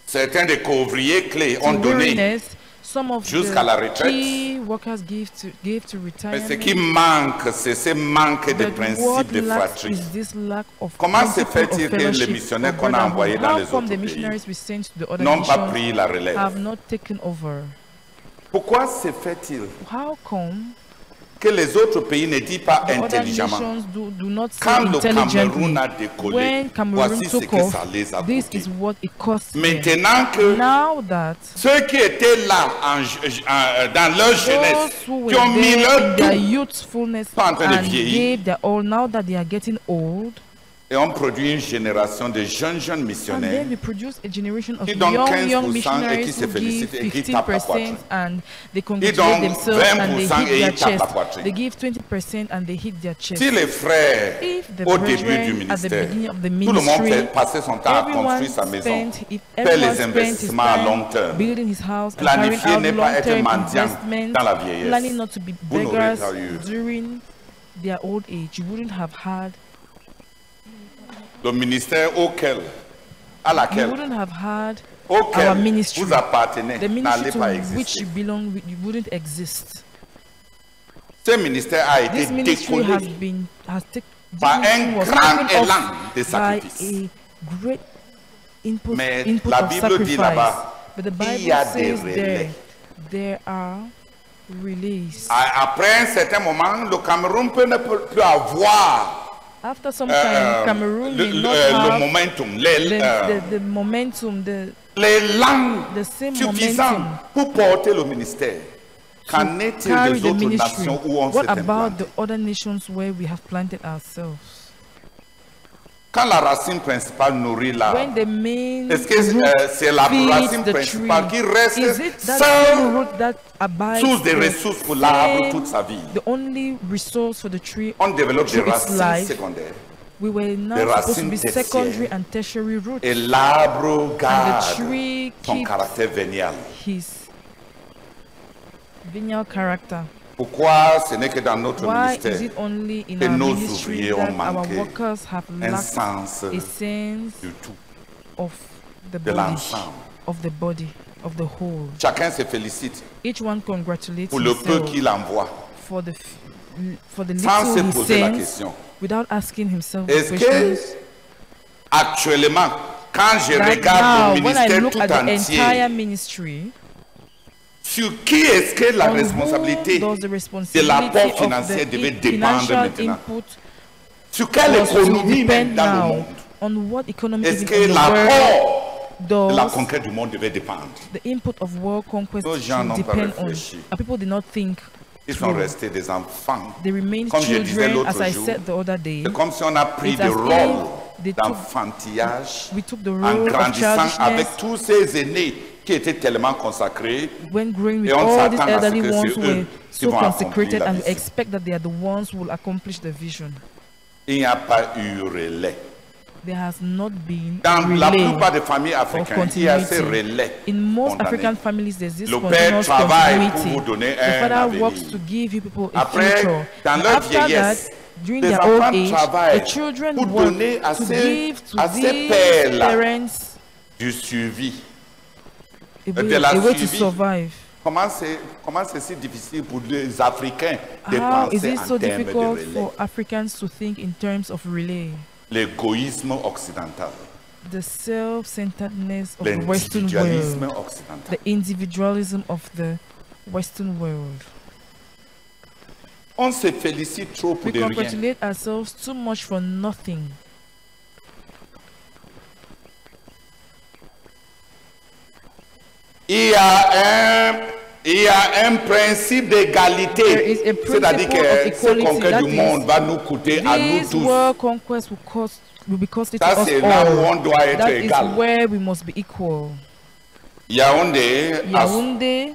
Certains des couvriers clés ont
to
donné.
weariness. Some of
jusqu'à la
the
retraite.
key workers gave to gave to
Mais
retirement.
ce qui manque, c'est ce manque de
But what
principe de
lacks
fratrie.
is this lack of
Comment se
principle
fait-il
of
que les
fellowship
missionnaires
of
qu'on a
brotherhood?
envoyés dans
How
les
come
autres
the
pays
missionaries we sent to the other
n'ont pas
nations
pris la relève.
have not taken over?
Pourquoi se fait-il
How come
que les autres pays ne disent pas
the other
intelligemment
nations do, do not say
Quand le
intelligently
Cameroun a décollé,
when Cameroon
voici ce
took
que
off?
ça les a
This
coûté.
is what it costs. them.
Maintenant que
Now that
ceux qui étaient là en je- en- dans leur
those
jeunesse,
who were
qui ont mis
there
leur
in their
tout
youthfulness
Pas en train de
and
vieillir.
gave their all, now that they are getting old,
et ont produit une génération de jeunes jeunes
And
missionnaires
then we produce a generation of
Qui donne
young, young
15% et qui
missionaries
se
who give
félicitent et qui tapent la
15%
poitrine.
and
donne
they congratulate themselves and they
20% et
hit their
ils tapent la
chest.
poitrine.
They give 20% and they hit their chest.
Si les frères,
If the
au début
brethren
du
at the
ministère,
beginning of the
tout le monde
ministry,
fait passer son temps à
everyone
construire sa maison,
spent, if
faire
everyone
les
spent his
investissements à long
time
terme,
building his house and carrying
planifier n'est
out
pas être
long-term
mendiant
investments,
dans la vieillesse,
planning not to be
Vous n'aurez
beggars
pas eu.
during their old age, you wouldn't have had,
le ministère auquel, à
you
laquelle,
wouldn't have had
auquel
our ministry,
vous appartenez,
the
n'allez
ministry
pas
to which you
exister.
belong with- you wouldn't exist.
Ce ministère a été
This ministry has
décollé
been has taken
Par un grand élan de
by
sacrifice.
a great input,
Mais
input
la
of
Bible dit
sacrifice.
là-bas,
But the
il
Bible
y a des
says there,
relais.
there are relays.
À- Après un certain moment, le Cameroun peut ne peut plus avoir
After some
euh,
time, Cameroon
le,
may
le-
not
euh, le
have
momentum, les, euh,
the, the, the momentum, the
les langues
the same
suffisantes
momentum
pour porter le ministère. Qu'en
to
est-il
carry
des
the
autres
ministry.
nations où on
What
s'est
about
implanté
the other nations where we have planted ourselves?
Quand la racine principale nourrit l'arbre,
When the main
est-ce que
root
euh, c'est la
feeds
racine
the
principale
tree.
qui reste
Is it that same
sans
root that abides
source de
the
ressources pour l'arbre
same-
toute sa vie
The only resource for the tree
On développe des
through its
racines
life.
secondaires
we were
des
now supposed to
racines
be
tertiaires.
secondary and tertiary roots.
et l'arbre
and
garde
the tree
son
keeps
caractère vénial.
his venial character.
Pourquoi ce n'est que dans notre
Why is
ministère
it only in
que
our
nos
ministry
ouvriers
that
ont
our
manqué
workers have
un
lacked
sens
a sense
du tout
of eh, the
de
body,
l'ensemble
of the body, of the whole?
Chacun se félicite
Each one congratulates
pour le peu
himself
qu'il envoie
for the f- l- for the
sans se
little he
poser la
sends
question.
without asking himself the
Est-ce que
questions.
actuellement, quand je
Right
regarde
now, when I
le ministère
look at
tout
the entire
entier,
ministry,
sur qui est-ce que la
on
responsabilité
who does the
de l'apport
responsibility of
financier
the
devait
in-
dépendre
financial
maintenant
input
Sur quelle
was to
économie même
depend
dans le
now
monde
on what economy
est-ce
in
que
the world
l'apport de la
does
conquête du monde devait dépendre
the input of world conquest
Nos gens
should
n'ont pas
depend on.
réfléchi.
And people did not think
Ils sont
through.
restés des enfants.
They remained
Comme je disais
children,
l'autre
as I
jour,
said the other day.
C'est comme si on a pris
It's
des
as if
rôles
they took-
d'enfantillage
We took the
en
role of
grandissant avec
childishness
tous ces aînés qui étaient tellement consacrés.
when growing with
Et on
all these
s'attend à ce
elderly
que
ones
c'est
who
eux
were
qui
so
vont accomplir
consecrated
la
and we
mission.
expect that they are the ones who will accomplish the vision.
Il n'y a pas eu relais.
There has not been
Dans la
relay.
plupart des familles
of
africaines, il y a ces relais.
continuity. In most
spontanés.
African families, there's this
Le père
continuous
travaille pour
continuity.
vous donner un
The father
avenir.
works to give you people a
Après,
future.
dans
And
leur
after
vieillesse,
that, during
les
their
enfants
old age,
travaillent
the children
pour
work
donner à
to
ces-
give to
à ces
these
pères-là
parents
du suivi.
a way,
de la
a way to
suivi.
survive.
Comment c'est comment c'est si difficile pour les Africains de
How is
penser
it so
en termes de
difficult
relais
for Africans to think in terms of relay?
L'égoïsme occidental,
The self-centeredness of the Western
l'individualisme
world,
occidental.
the individualism of the Western world.
On se félicite trop pour
We
de rien.
congratulate ourselves too much for nothing.
Il y a un, il y a un principe
There
d'égalité.
is a principle
C'est-à-dire
of
que
equality,
ce conquête
that
du
is,
monde va nous coûter à nous
This
tous.
world conquest will cost will be costly to
Ça,
us
c'est là où on
all.
doit être
That is
égal.
where we must be equal.
Yaoundé, à-
Yaoundé,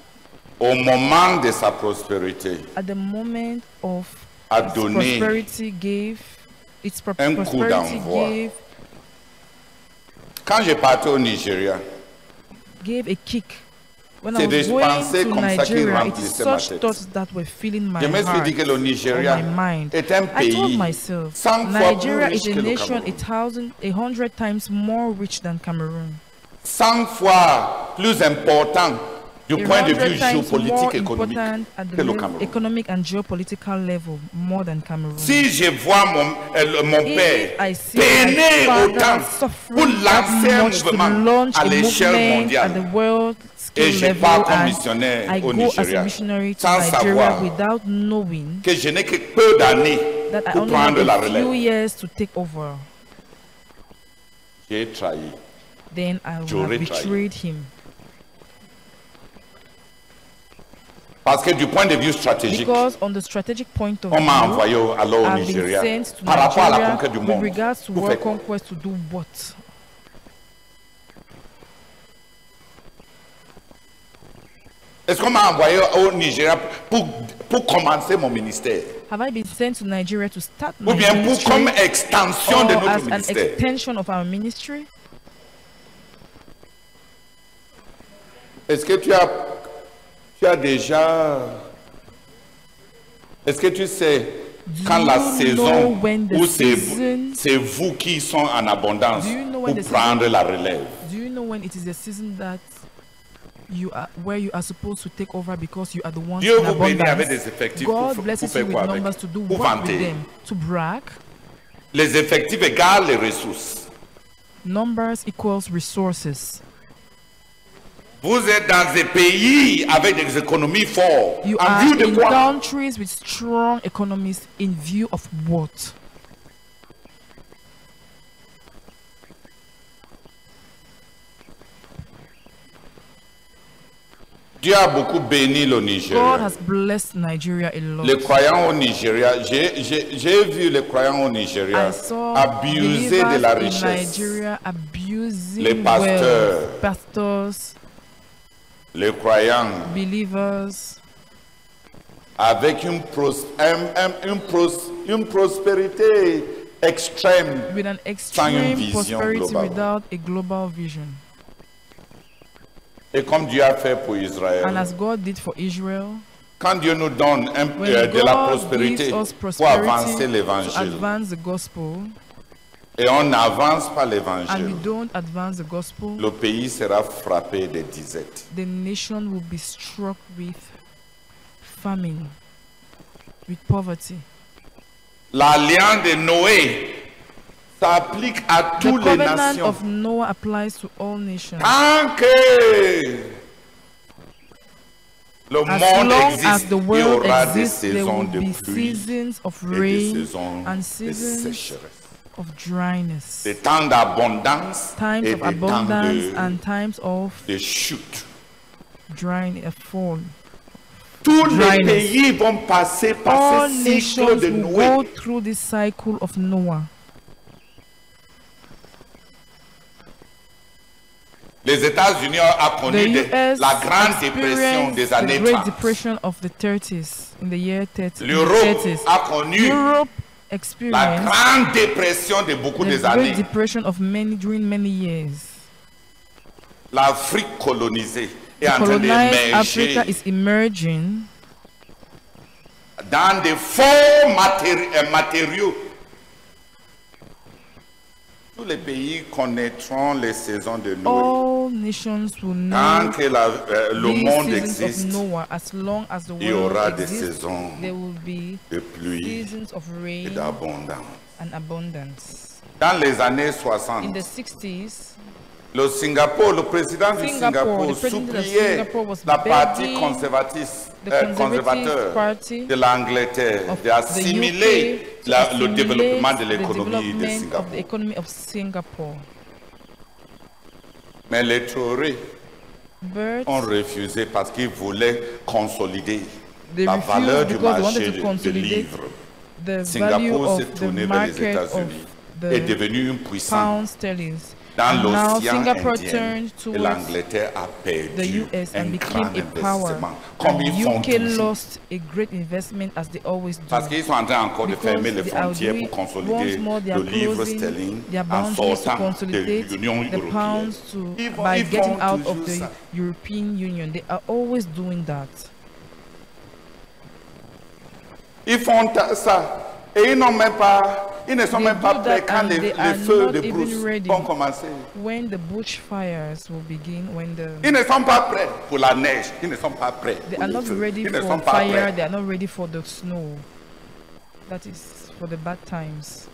au moment de sa prospérité,
at the moment of
a
its
donné
prosperity, gave Its pro-
Un coup
prosperity
d'envoi.
gave,
Quand j'ai parti au Nigeria,
gave a kick. When
C'est
I was
des
going
pensées
to
comme ça qui
Nigeria, it is
remplissaient ma
such
tête.
thoughts that were filling my
je me suis
heart.
dit que le Nigeria
on my mind.
est un
I told
pays
myself,
100 fois plus
Nigeria
riche
is
que
a
le
nation a
Cameroun.
thousand, a hundred times more rich than Cameroon.
100 fois plus important du
A
point de
hundred
vue
times more
géopolitique économique
important at
que
the
le
le-
Cameroun.
economic and geopolitical level more than Cameroon.
Si je vois mon, euh, le- mon père
If I see
peiner
my
autant
father suffering
pour
that
lancer un
much to
mouvement
launch
à
a
l'échelle
movement at the
mondiale,
world
Et
scale
je
level,
pars comme
and
missionnaire
I
au
go as
oh, Nigeria,
a missionary to
sans
Nigeria
savoir
without knowing
que je n'ai que peu d'années
that I
pour
only
prendre la
have a few
relève.
years to take over.
J'ai trahi.
Then I will
J'aurais
have
trahi.
betrayed him.
Parce que du point de vue stratégique,
Because on the strategic point of
on m'a
view,
envoyé au- alors au
I've been
oh, Nigeria
sent to
par rapport à la
Nigeria
conquête du
with
monde.
regards to
Vous faites
world
quoi
conquest to do what?
Est-ce qu'on m'a envoyé au Nigeria pour, pour commencer mon ministère
Have I been sent to Nigeria to start my
Ou bien pour
ministry
comme extension de
or
notre
as an
ministère
extension of our ministry?
Est-ce que tu as, tu as déjà. Est-ce que tu sais quand la
you
saison
know when the
où c'est vous-
season-
c'est vous qui sont en abondance
Do you know when
pour
the
prendre la relève
Do you know when it is the season that you are where you are supposed to take over because you are the ones
Dieu
in
vous bénit
abundance?
avec des effectifs pour-
God
pour-
blesses
pour
you
faire
with
quoi avec?
numbers to do
Pour
what
vanter.
with them? To brag.
Les effectifs égalent les ressources.
Numbers equals resources.
Vous êtes dans des pays avec des économies fortes.
You
en
are
vue de
in
quoi
countries with strong economies in view of what?
Dieu a beaucoup béni le
God
Nigeria.
has blessed Nigeria a lot.
Les croyants au Nigeria, j'ai- j'ai j'ai vu les croyants au Nigeria
I saw
abuser de la
believers in
richesse.
Nigeria abusing
Les pasteurs.
wealth. pastors,
Les croyants
believers
avec une, pros- un- un- une pros- une prospérité extrême.
with an
une
extreme
vision
prosperity
globale.
without a global vision.
Et comme Dieu a fait pour
And
Israël,
as God did for Israel,
quand Dieu nous donne un-
when
euh, de la
God
prospérité
gives us
pour avancer
prosperity to
l'évangile,
advance the gospel,
et on n'avance pas
and we
l'évangile,
don't advance the gospel,
le pays sera frappé de disettes.
the nation will be struck with famine, with poverty.
L'alliance de Noé s'applique à
The
toutes les
covenant
nations.
of Noah applies to all nations.
Tant que le
As
monde
long as
existe,
the
il y
world
aura des
exists, there
saisons
will
de
be
pluie
seasons of
et des
rain
saisons
and
de
seasons
sécheresse.
of dryness,
des temps d'abondance
times
et des
of
temps de,
abundance and times of
de chute.
dryness, fall.
Tous les
Dryness.
pays vont passer par
All
ce cycle
nations
de
will go
Noé.
through this cycle of Noah.
Les États-Unis a
The
connu des-
US
la Grande Dépression
experienced
des
the
années
Great
30.
Depression of the 30s, in the year 30,
L'Europe
30s.
a connu
Europe
la
experienced
Grande Dépression de beaucoup
the
des
Great
années.
Depression of many during many years.
L'Afrique colonisée est en train
Colonized
d'émerger
Africa is emerging
dans des faux matéri- euh, matériaux. Tous les pays connaîtront les saisons de Noé.
all nations will
Tant
know
que la- euh, le
Oh, these
monde
seasons
existe,
of Noah. As long as the
il y
world
aura des
exists,
saisons
there will be
de pluie
seasons of
et
rain
d'abondance.
and abundance.
Dans les années
In
60,
the 60s,
le Singapour, le président du
Singapour,
Singapour
the president of
suppliait
Singapore was
la partie
begging
conservatrice,
the
euh,
Conservative
conservateur
Party
de l'Angleterre
of the
d'assimiler
UK to
la- le
assimilate
développement de
the
l'économie de
development of the
Singapour.
economy of Singapore.
Mais les Tories
But
ont refusé parce qu'ils voulaient consolider
They
la
refused
valeur du
because they
marché
wanted to
de- de
consolidate
livres.
the value
Singapour
of
s'est
the
tourné vers les
market of
États-Unis et est
the
devenu une puissance.
pound sterling
Dans
Now,
l'océan
Singapore
Indien,
turned towards
et l'Angleterre a
the
perdu
US
un
and
grand
became a power.
investissement. Comme ils font
The UK
toujours.
lost a great investment as they always do.
Parce qu'ils sont en train encore de
Because
fermer les
they
frontières
are
pour
doing-
consolider
once more they
le
are
livre
closing
sterling
their
en
boundaries to
sortant
consolidate
de l'Union
the
européenne.
pounds to
Ils vont-
by
ils
getting
font
out of
toujours
the
ça.
European Union. They are always doing that.
Ils font ta- ça et ils n'ont même pas, ils ne sont
They
même pas
do
prêts
that
quand
and
les,
they
les
are
feux
not
de
even
brousse
ready.
vont commencer.
When the bushfires will begin, when the
Ils ne sont pas prêts pour la neige, ils ne sont pas prêts.
They
pour
are
les
not
feux.
ready
ils ne
for
sont pas
fire.
prêts.
They are not ready for the snow. That is for the bad times.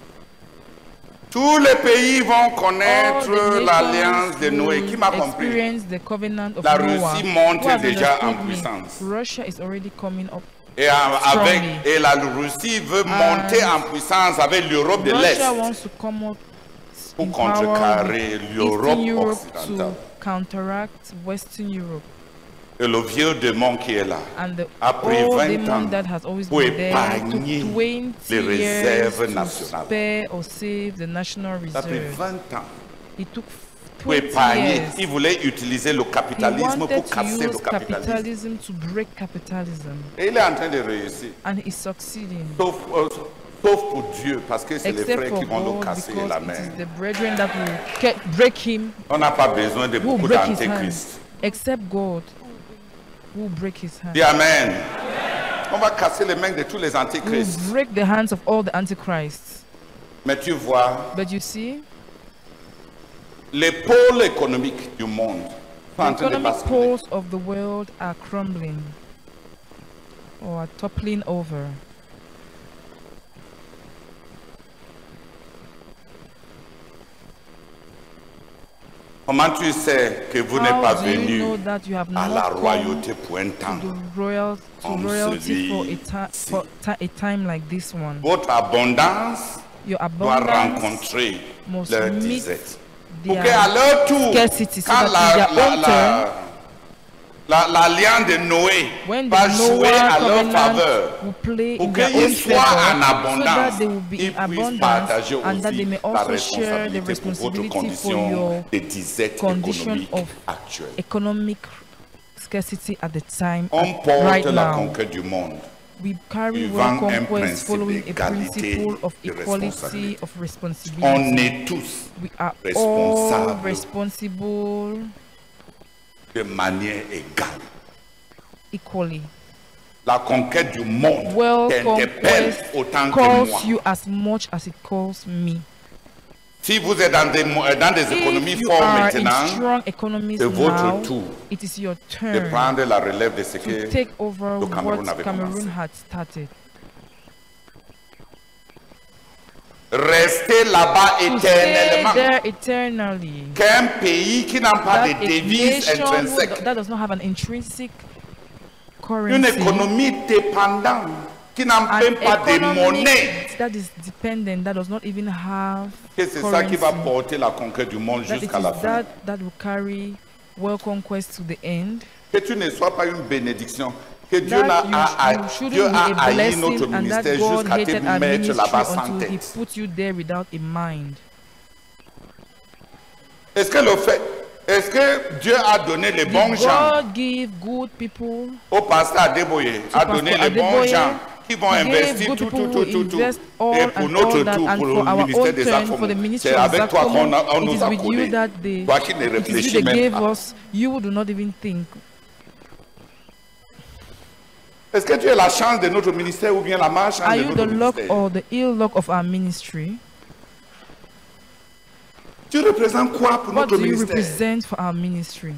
Tous les pays vont
All
connaître
the
l'alliance de
nations
Noé.
will
Qui m'a compris
experience the covenant of
La
Noah.
Russie monte
Who has
déjà en
understood me?
puissance.
Russia is already coming up.
et, euh, avec,
Strongly.
et la Russie veut monter en puissance avec l'Europe de l'Est
Ah. Russia wants to come up
pour
in power with
contrecarrer l'Europe
Eastern Europe
occidentale.
to counteract Western Europe
Et le vieux démon qui est là
and the
a pris
old
20 ans
demon that has always
pour
been there took
épargner
20
les
years
réserves
to
nationales.
spare or save the national
Ça a pris
reserve.
20 ans
It took
pour
20
épargner.
years.
Il voulait utiliser le
He
capitalisme
wanted
pour
to
casser le
use
capitalisme.
capitalism to break capitalism,
Et il est en train de réussir.
and he's succeeding.
Sauf, euh, sauf pour Dieu, parce que c'est les
Except
frères
for
qui vont le
God, because
casser la
it
main.
is the brethren that will ke- break him,
On n'a pas besoin de
who will
beaucoup
break his hand.
d'antéchrists.
Except God, who will break his hand.
Dis Amen. On va casser les mains de tous les
We will
antéchrists.
break the hands of all the antichrists.
Mais tu vois,
But you see,
les pôles économiques du monde sont
the
en train de
economic
basculer.
poles of the world are crumbling or are toppling over.
Comment tu sais que vous n'êtes pas
How do you
venu
know that you have
à la
not come
royauté pour un temps
to royal to
On se
royalty for a
dit,
time
si.
for ti- a time like this one.
Votre abondance
Your
doit
abundance
rencontrer
must
leur
meet
disette. Pour
their
qu'à leur tour,
scarcity, so
quand
that
la-
in their
la-
own
la- la- l'alliance de Noé
when the
va jouer à
Noah
leur faveur,
covenant will play
pour
in their own
qu'ils
favor,
soient en
so that
abondance,
they will be
ils
in
puissent
abundance
partager
and that they
aussi
may
la
also share the
responsabilité pour votre
responsibility for
condition
your
de disette
condition
économique
of
actuelle.
economic scarcity at the time
On
at-
porte
right
la
now.
conquête du monde.
We carry
Ils
world
vendent un
conquest
principe
following a
d'égalité
principle of
de
equality
responsabilité.
of responsibility.
On est tous
we are all
responsables.
responsible
de manière égale.
equally.
La conquête du monde
Well,
t'interpelle
conquest
autant que moi.
calls you as much as it calls me.
Si vous êtes dans des, mo- euh, dans des économies
If you
fortes
are in
maintenant,
strong economies
c'est votre
now,
tour
it is your
de
turn
prendre la relève de ce
Mm. to
que
take over
le Cameroun
what
avait
Cameroon
commencé.
had started.
rester là-bas
To stay
éternellement.
there eternally.
Qu'un pays qui n'a pas
That
de
a
devise
nation who-
intrinsèque,
that does not have an intrinsic
une
currency.
économie dépendante, qui n'a
an
même pas de
economy
monnaie,
that is dependent, that does not even have
que c'est ça qui va
currency.
porter la conquête du monde
that it
jusqu'à la
is
fin.
that that will carry world conquest to the end.
Que tu ne sois pas une bénédiction. Que Dieu n'a
that you,
a,
you
a,
shouldn't
Dieu a
be a
haï
blessing
notre
and that
ministère
God
jusqu'à te
hated our
mettre
ministry
là-bas sans
until he
tête.
put you there without a mind.
Est-ce que le fait, est-ce que Dieu a donné les
Did
bons gens
God give good people
au pasteur Adéboyé, a donné les
Pastor
bons
Adeboye,
gens qui vont
he gave
investir
good
tout, tout,
people
tout,
who
tout, tout.
invest all
Et pour
and
notre
all that
tour,
and
pour
for
le
our
ministère
own
des
turn for the
Acomos,
ministry
c'est
of
avec toi qu'on a- on
Zakomo. It
nous
is
a
with you
connus.
that they,
Toi qui ne
it is
réfléchis
you that
même
gave
pas.
us, you do not even think.
Est-ce que tu es la chance de notre ministère ou bien la marche
Are
de
you
notre
the luck
ministère
or the ill luck of our ministry?
Tu représentes quoi pour
What
notre
do you
ministère
represent for our ministry?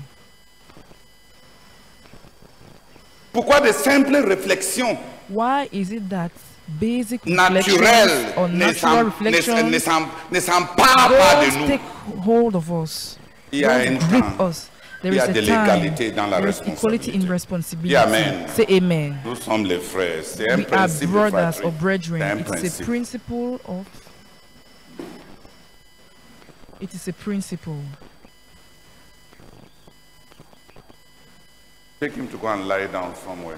Pourquoi de simples réflexions
Why is it that basic
naturelles
reflections or
ne
natural
s'em- ne- ne
reflections
s'em- ne s'emparent pas de
don't
nous
take hold of us?
Il y a un
Don't grip
temps.
us. There
Il y
is
a
a
de
time.
l'égalité dans la
There is equality in
responsabilité.
responsibility.
Dis amen.
Say amen.
Nous sommes les frères. C'est un
we are
principe. de
brothers
fratrie.
or brethren.
C'est un
It's a
principe.
principle of. It is a principle.
Take him to go and lie down somewhere.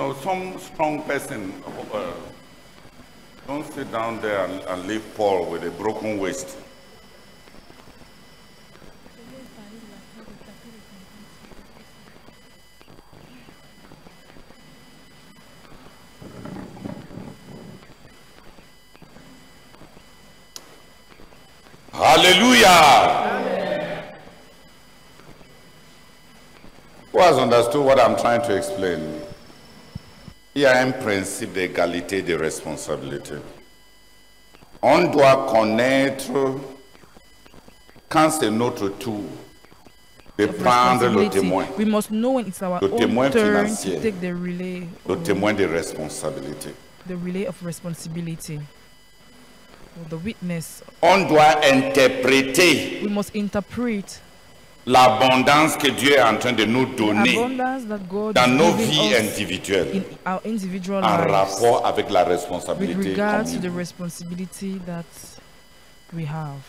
No, some strong person. uh, Sit down there and, and leave Paul with a broken waist. Hallelujah! Who has understood what I'm trying to explain? Il y a un principe d'égalité de responsabilité. On doit connaître quand c'est notre tour de prendre le
responsibility.
témoin,
We must know when it's our
Le témoin
own turn
financier.
to take the relay,
le
of-
témoin de responsabilité.
the relay of responsibility. Or the witness.
On doit interpréter
We must interpret
l'abondance que Dieu est en train de nous donner
abundance that God
dans nos
is
vies
giving us
individuelles
in our individual
en
lives
rapport avec la
with
responsabilité.
regard to
commune.
the responsibility that we have.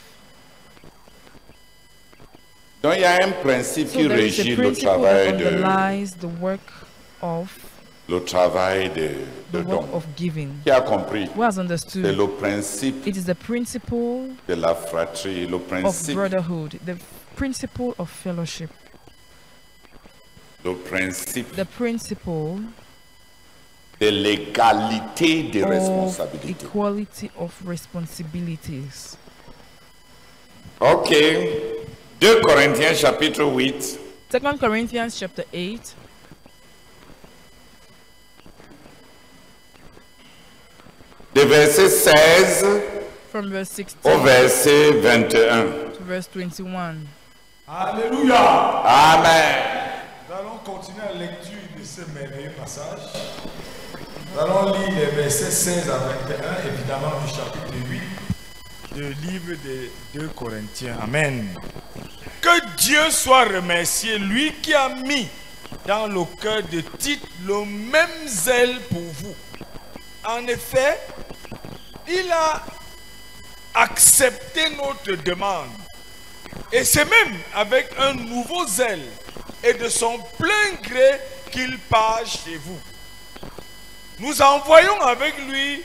Donc il y a un principe
So
qui
there is
régit le
a principle that
travail de
underlies the work of
le travail de,
the
de
work
don.
of giving.
Qui a compris
Who has
C'est
understood?
le principe
It is the principle
de la fratrie, le
of
principe,
brotherhood, the principle of fellowship,
le principe
the principle
de l'égalité des
of
responsabilités.
equality of responsibilities.
Ok. 2 Corinthiens chapitre 8.
Second Corinthians chapter 8,
De verset 16
from verse
au
16
verset 21.
to verse 21.
Alléluia.
Amen.
Nous allons continuer la lecture de ce merveilleux passage. Nous allons lire les versets 16 à 21, évidemment du chapitre 8 du livre des 2 Corinthiens. Amen. Que Dieu soit remercié, lui qui a mis dans le cœur de Tite le même zèle pour vous. En effet, il a accepté notre demande. Et c'est même avec un nouveau zèle et de son plein gré qu'il part chez vous. Nous envoyons avec lui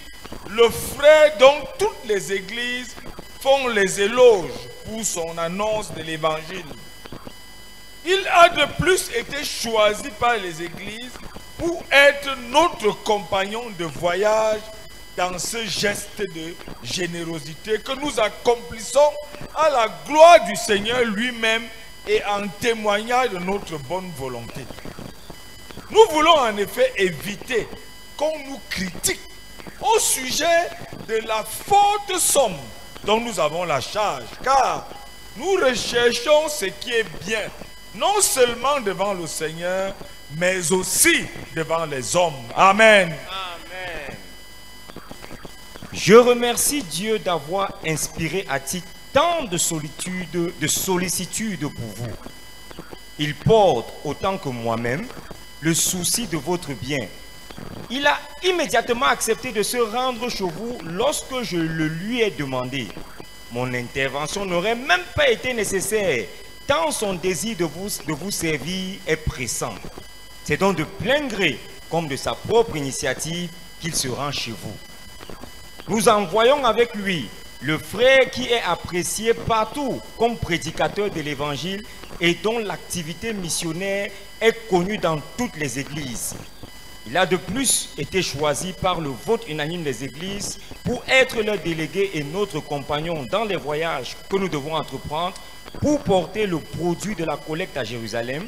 le frère dont toutes les églises font les éloges pour son annonce de l'évangile. Il a de plus été choisi par les églises pour être notre compagnon de voyage dans ce geste de générosité que nous accomplissons à la gloire du Seigneur lui-même et en témoignage de notre bonne volonté. Nous voulons en effet éviter qu'on nous critique au sujet de la forte somme dont nous avons la charge, car nous recherchons ce qui est bien, non seulement devant le Seigneur, mais aussi devant les hommes. Amen.
Je remercie Dieu d'avoir inspiré à titre tant de solitude, de sollicitude pour vous. Il porte autant que moi-même le souci de votre bien. Il a immédiatement accepté de se rendre chez vous lorsque je le lui ai demandé. Mon intervention n'aurait même pas été nécessaire, tant son désir de vous, de vous servir est pressant. C'est donc de plein gré, comme de sa propre initiative, qu'il se rend chez vous. Nous envoyons avec lui le frère qui est apprécié partout comme prédicateur de l'évangile et dont l'activité missionnaire est connue dans toutes les églises. Il a de plus été choisi par le vote unanime des églises pour être leur délégué et notre compagnon dans les voyages que nous devons entreprendre pour porter le produit de la collecte à Jérusalem.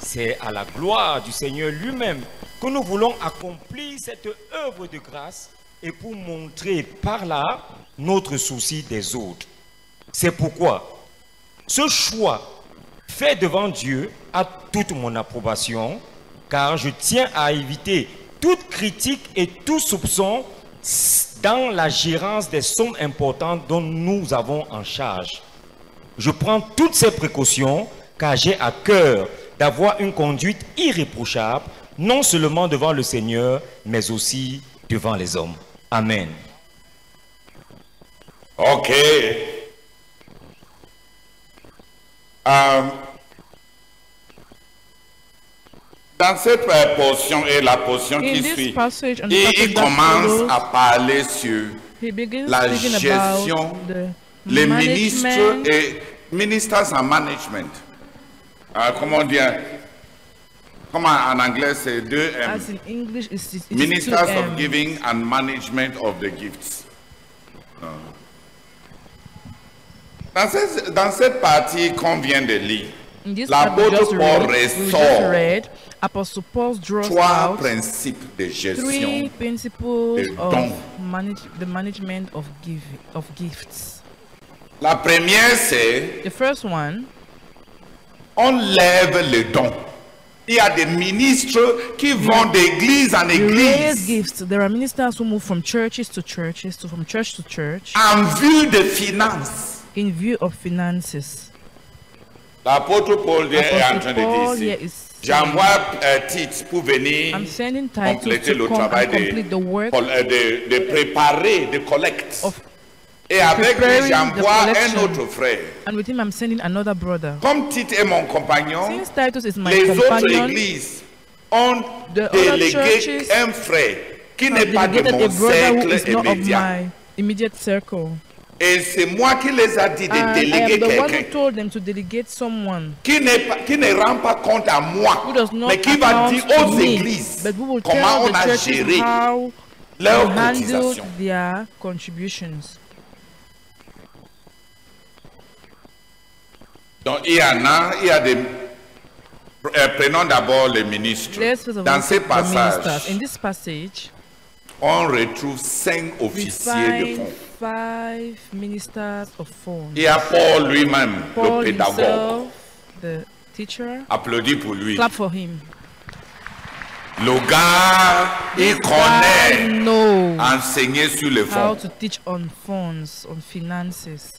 C'est à la gloire du Seigneur lui-même que nous voulons accomplir cette œuvre de grâce et pour montrer par là notre souci des autres. C'est pourquoi ce choix fait devant Dieu a toute mon approbation, car je tiens à éviter toute critique et tout soupçon dans la gérance des sommes importantes dont nous avons en charge. Je prends toutes ces précautions car j'ai à cœur d'avoir une conduite irréprochable, non seulement devant le Seigneur, mais aussi devant les hommes. Amen.
Ok. Euh, dans cette euh, portion et la portion
In
qui
this
suit,
passage and the
il,
passage
il
that
commence
follows,
à parler sur
He begins
la
speaking
gestion,
about the
les
management
ministres et ministers and management. Ah, comment dire Comment en anglais c'est deux M.
as in English is it is um, two
Ministers
M.
of giving and management of the gifts. Ah. Dans, ces- dans cette partie qu'on vient de lire,
In this part we just
l'apôtre Paul
read, we just
ressort
read, Apostle Paul draws
trois
out
principes de gestion
three principles
des
of
dons.
manage, the management of giving of gifts.
La première, c'est
The first one,
on lève le don. Il y a des ministres qui vont d'église en
you raise
église
gifts. There are ministers who move from churches to churches to from church to church
en vue de finances.
in view of finances.
L'apôtre Paul est en train
Apostle Paul
de dire
here
ici,
is saying,
j'envoie euh, Tite pour venir
I'm sending titles
compléter
to
le
come
travail
and
de,
complete the work
col- euh, de, de préparer, de collecte.
Of
Et avec lui,
preparing the
j'envoie un
collection.
autre frère.
and with him I'm sending another brother.
Comme Tite est mon compagnon,
Since Titus is my
les autres
companion,
églises ont
The other
délégué
churches
un frère qui
I've
n'est pas de
delegated
mon
a brother who
cercle
is not of
immédiat.
my immediate circle.
Et c'est moi qui les a dit de
And I
déléguer
am the one who
quelqu'un
told them to delegate someone
qui, n'est pas- qui ne rend pas compte à moi,
who does not
mais qui va
account
dire
to
aux
me,
églises
but who will
comment
tell
on a
the churches
géré
how
leur
to handle
cotisation.
their contributions.
Donc il y en a, il y a des... Euh, prenons d'abord les ministres.
Let's first of all
Dans ces
look at the ministers.
passages,
In this passage,
on retrouve cinq
we
officiers de
find
fond.
five ministers of form.
Il y a Paul lui-même,
Paul
le pédagogue.
himself, the
Ah,
teacher.
Applaudis pour lui.
Clap for him.
Le gars, il
I
connaît
know
Ah, enseigner sur le fond.
how to teach on funds, on finances.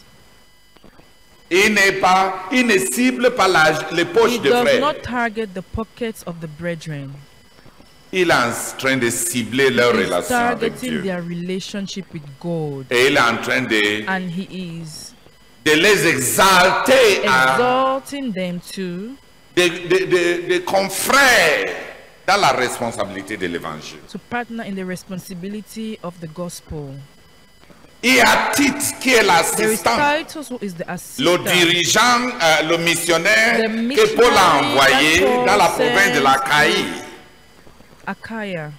Il n'est pas, il ne cible pas la, les
He
poches de
does
frères.
not target the pockets of the brethren.
Il est en train de cibler leur
He's
relation avec
targeting
Dieu.
their relationship with God.
Et il est en train de,
And he is
de les exalter, à,
exalting them to
de, de, de, de confrères dans la responsabilité de l'évangile.
to partner in the responsibility of the gospel.
Il y a Tite qui est
There is
l'assistant,
Titus who is the
le
assistant.
dirigeant, euh, le missionnaire
The
que Paul a
missionary
envoyé
that Paul
dans la province de la
sent.
Caïe.
Achaia,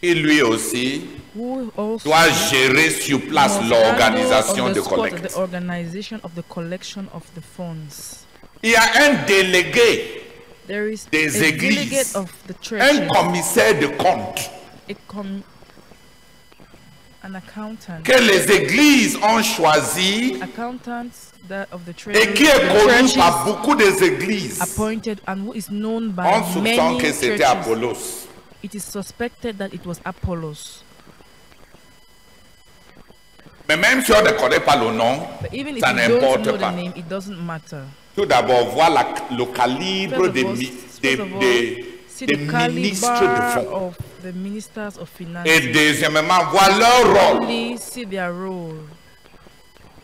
Et lui aussi
who also
doit gérer sur place
must
l'organisation
handle
de
of the squad,
collecte.
The organization of the collection of the funds.
Il y a un délégué,
There is
Des
a
églises.
delegate of the
un
churches,
commissaire de compte
a com- an accountant,
que les églises ont choisi
accountant that of the church,
et qui est connu
the
par
churches
beaucoup des églises.
appointed and who is known by
On soupçonne
many
que c'était
churches.
Apollos.
It is suspected that it was Apollos.
Mais même si on ne connaît pas le nom,
But even if
ça
you don't know
n'importe
the
pas.
name, it doesn't matter.
Tout d'abord, voir la- le
First
calibre
of
des,
all,
mi-
first
des-
of all,
des-
see
des
the caliber
ministres de fond.
of the ministers of finance.
Et deuxièmement, voir leur rôle.
Only see their role.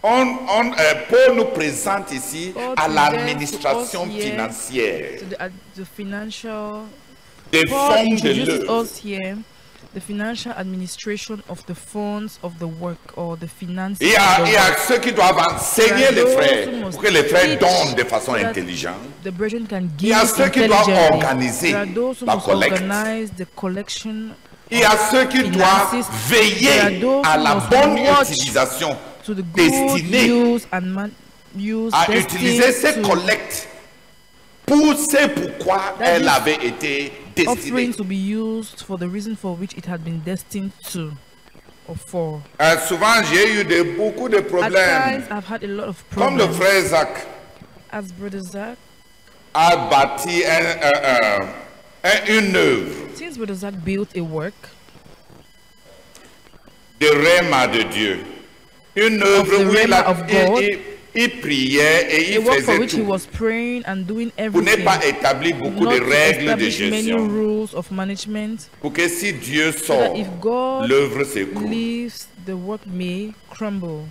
On, on, euh, Paul nous présente ici
Paul
à
presents
l'administration
to us here
financière
So the, uh, the financial.
des
Paul
fonds de
introduces
l'œuvre.
us here the financial administration of the funds of the work or the finances.
Il y, a,
of
il
the
y a
work.
ceux qui doivent enseigner les frères pour que les frères donnent de façon
That
intelligente.
The brethren can give
y a ceux qui doivent
intelligently.
organiser
There are those who
la
must
collecte.
organize the collection
Il y a ceux qui doivent
finances. There are
veiller
those
à
who
la
must
bonne
watch
utilisation,
to the good
destinée
use and man use
à
destined
utiliser ces
to
collectes pour ce pourquoi
That
elle
is
avait été destinée.
offerings to be used for the reason for which it had been destined to or for.
Euh, souvent, j'ai eu de, beaucoup de
At
problèmes.
times, I've had a lot of
Comme le
problems.
frère Zach
As brother Zach,
a bâti un- un- un- un- une œuvre
since brother Zach built a work
de rema de Dieu, une
Of the
œuvre où il, a-
rhema of
il-
God.
il- il priait et
a
il
work for
faisait
which he
tout.
was praying and doing
Vous n'avez
everything.
pas établi beaucoup
Not
de
to
règles de
establish many
gestion
rules of management
pour que si Dieu
so that
sort,
if God
l'œuvre s'écroule.
leaves, the work may crumble.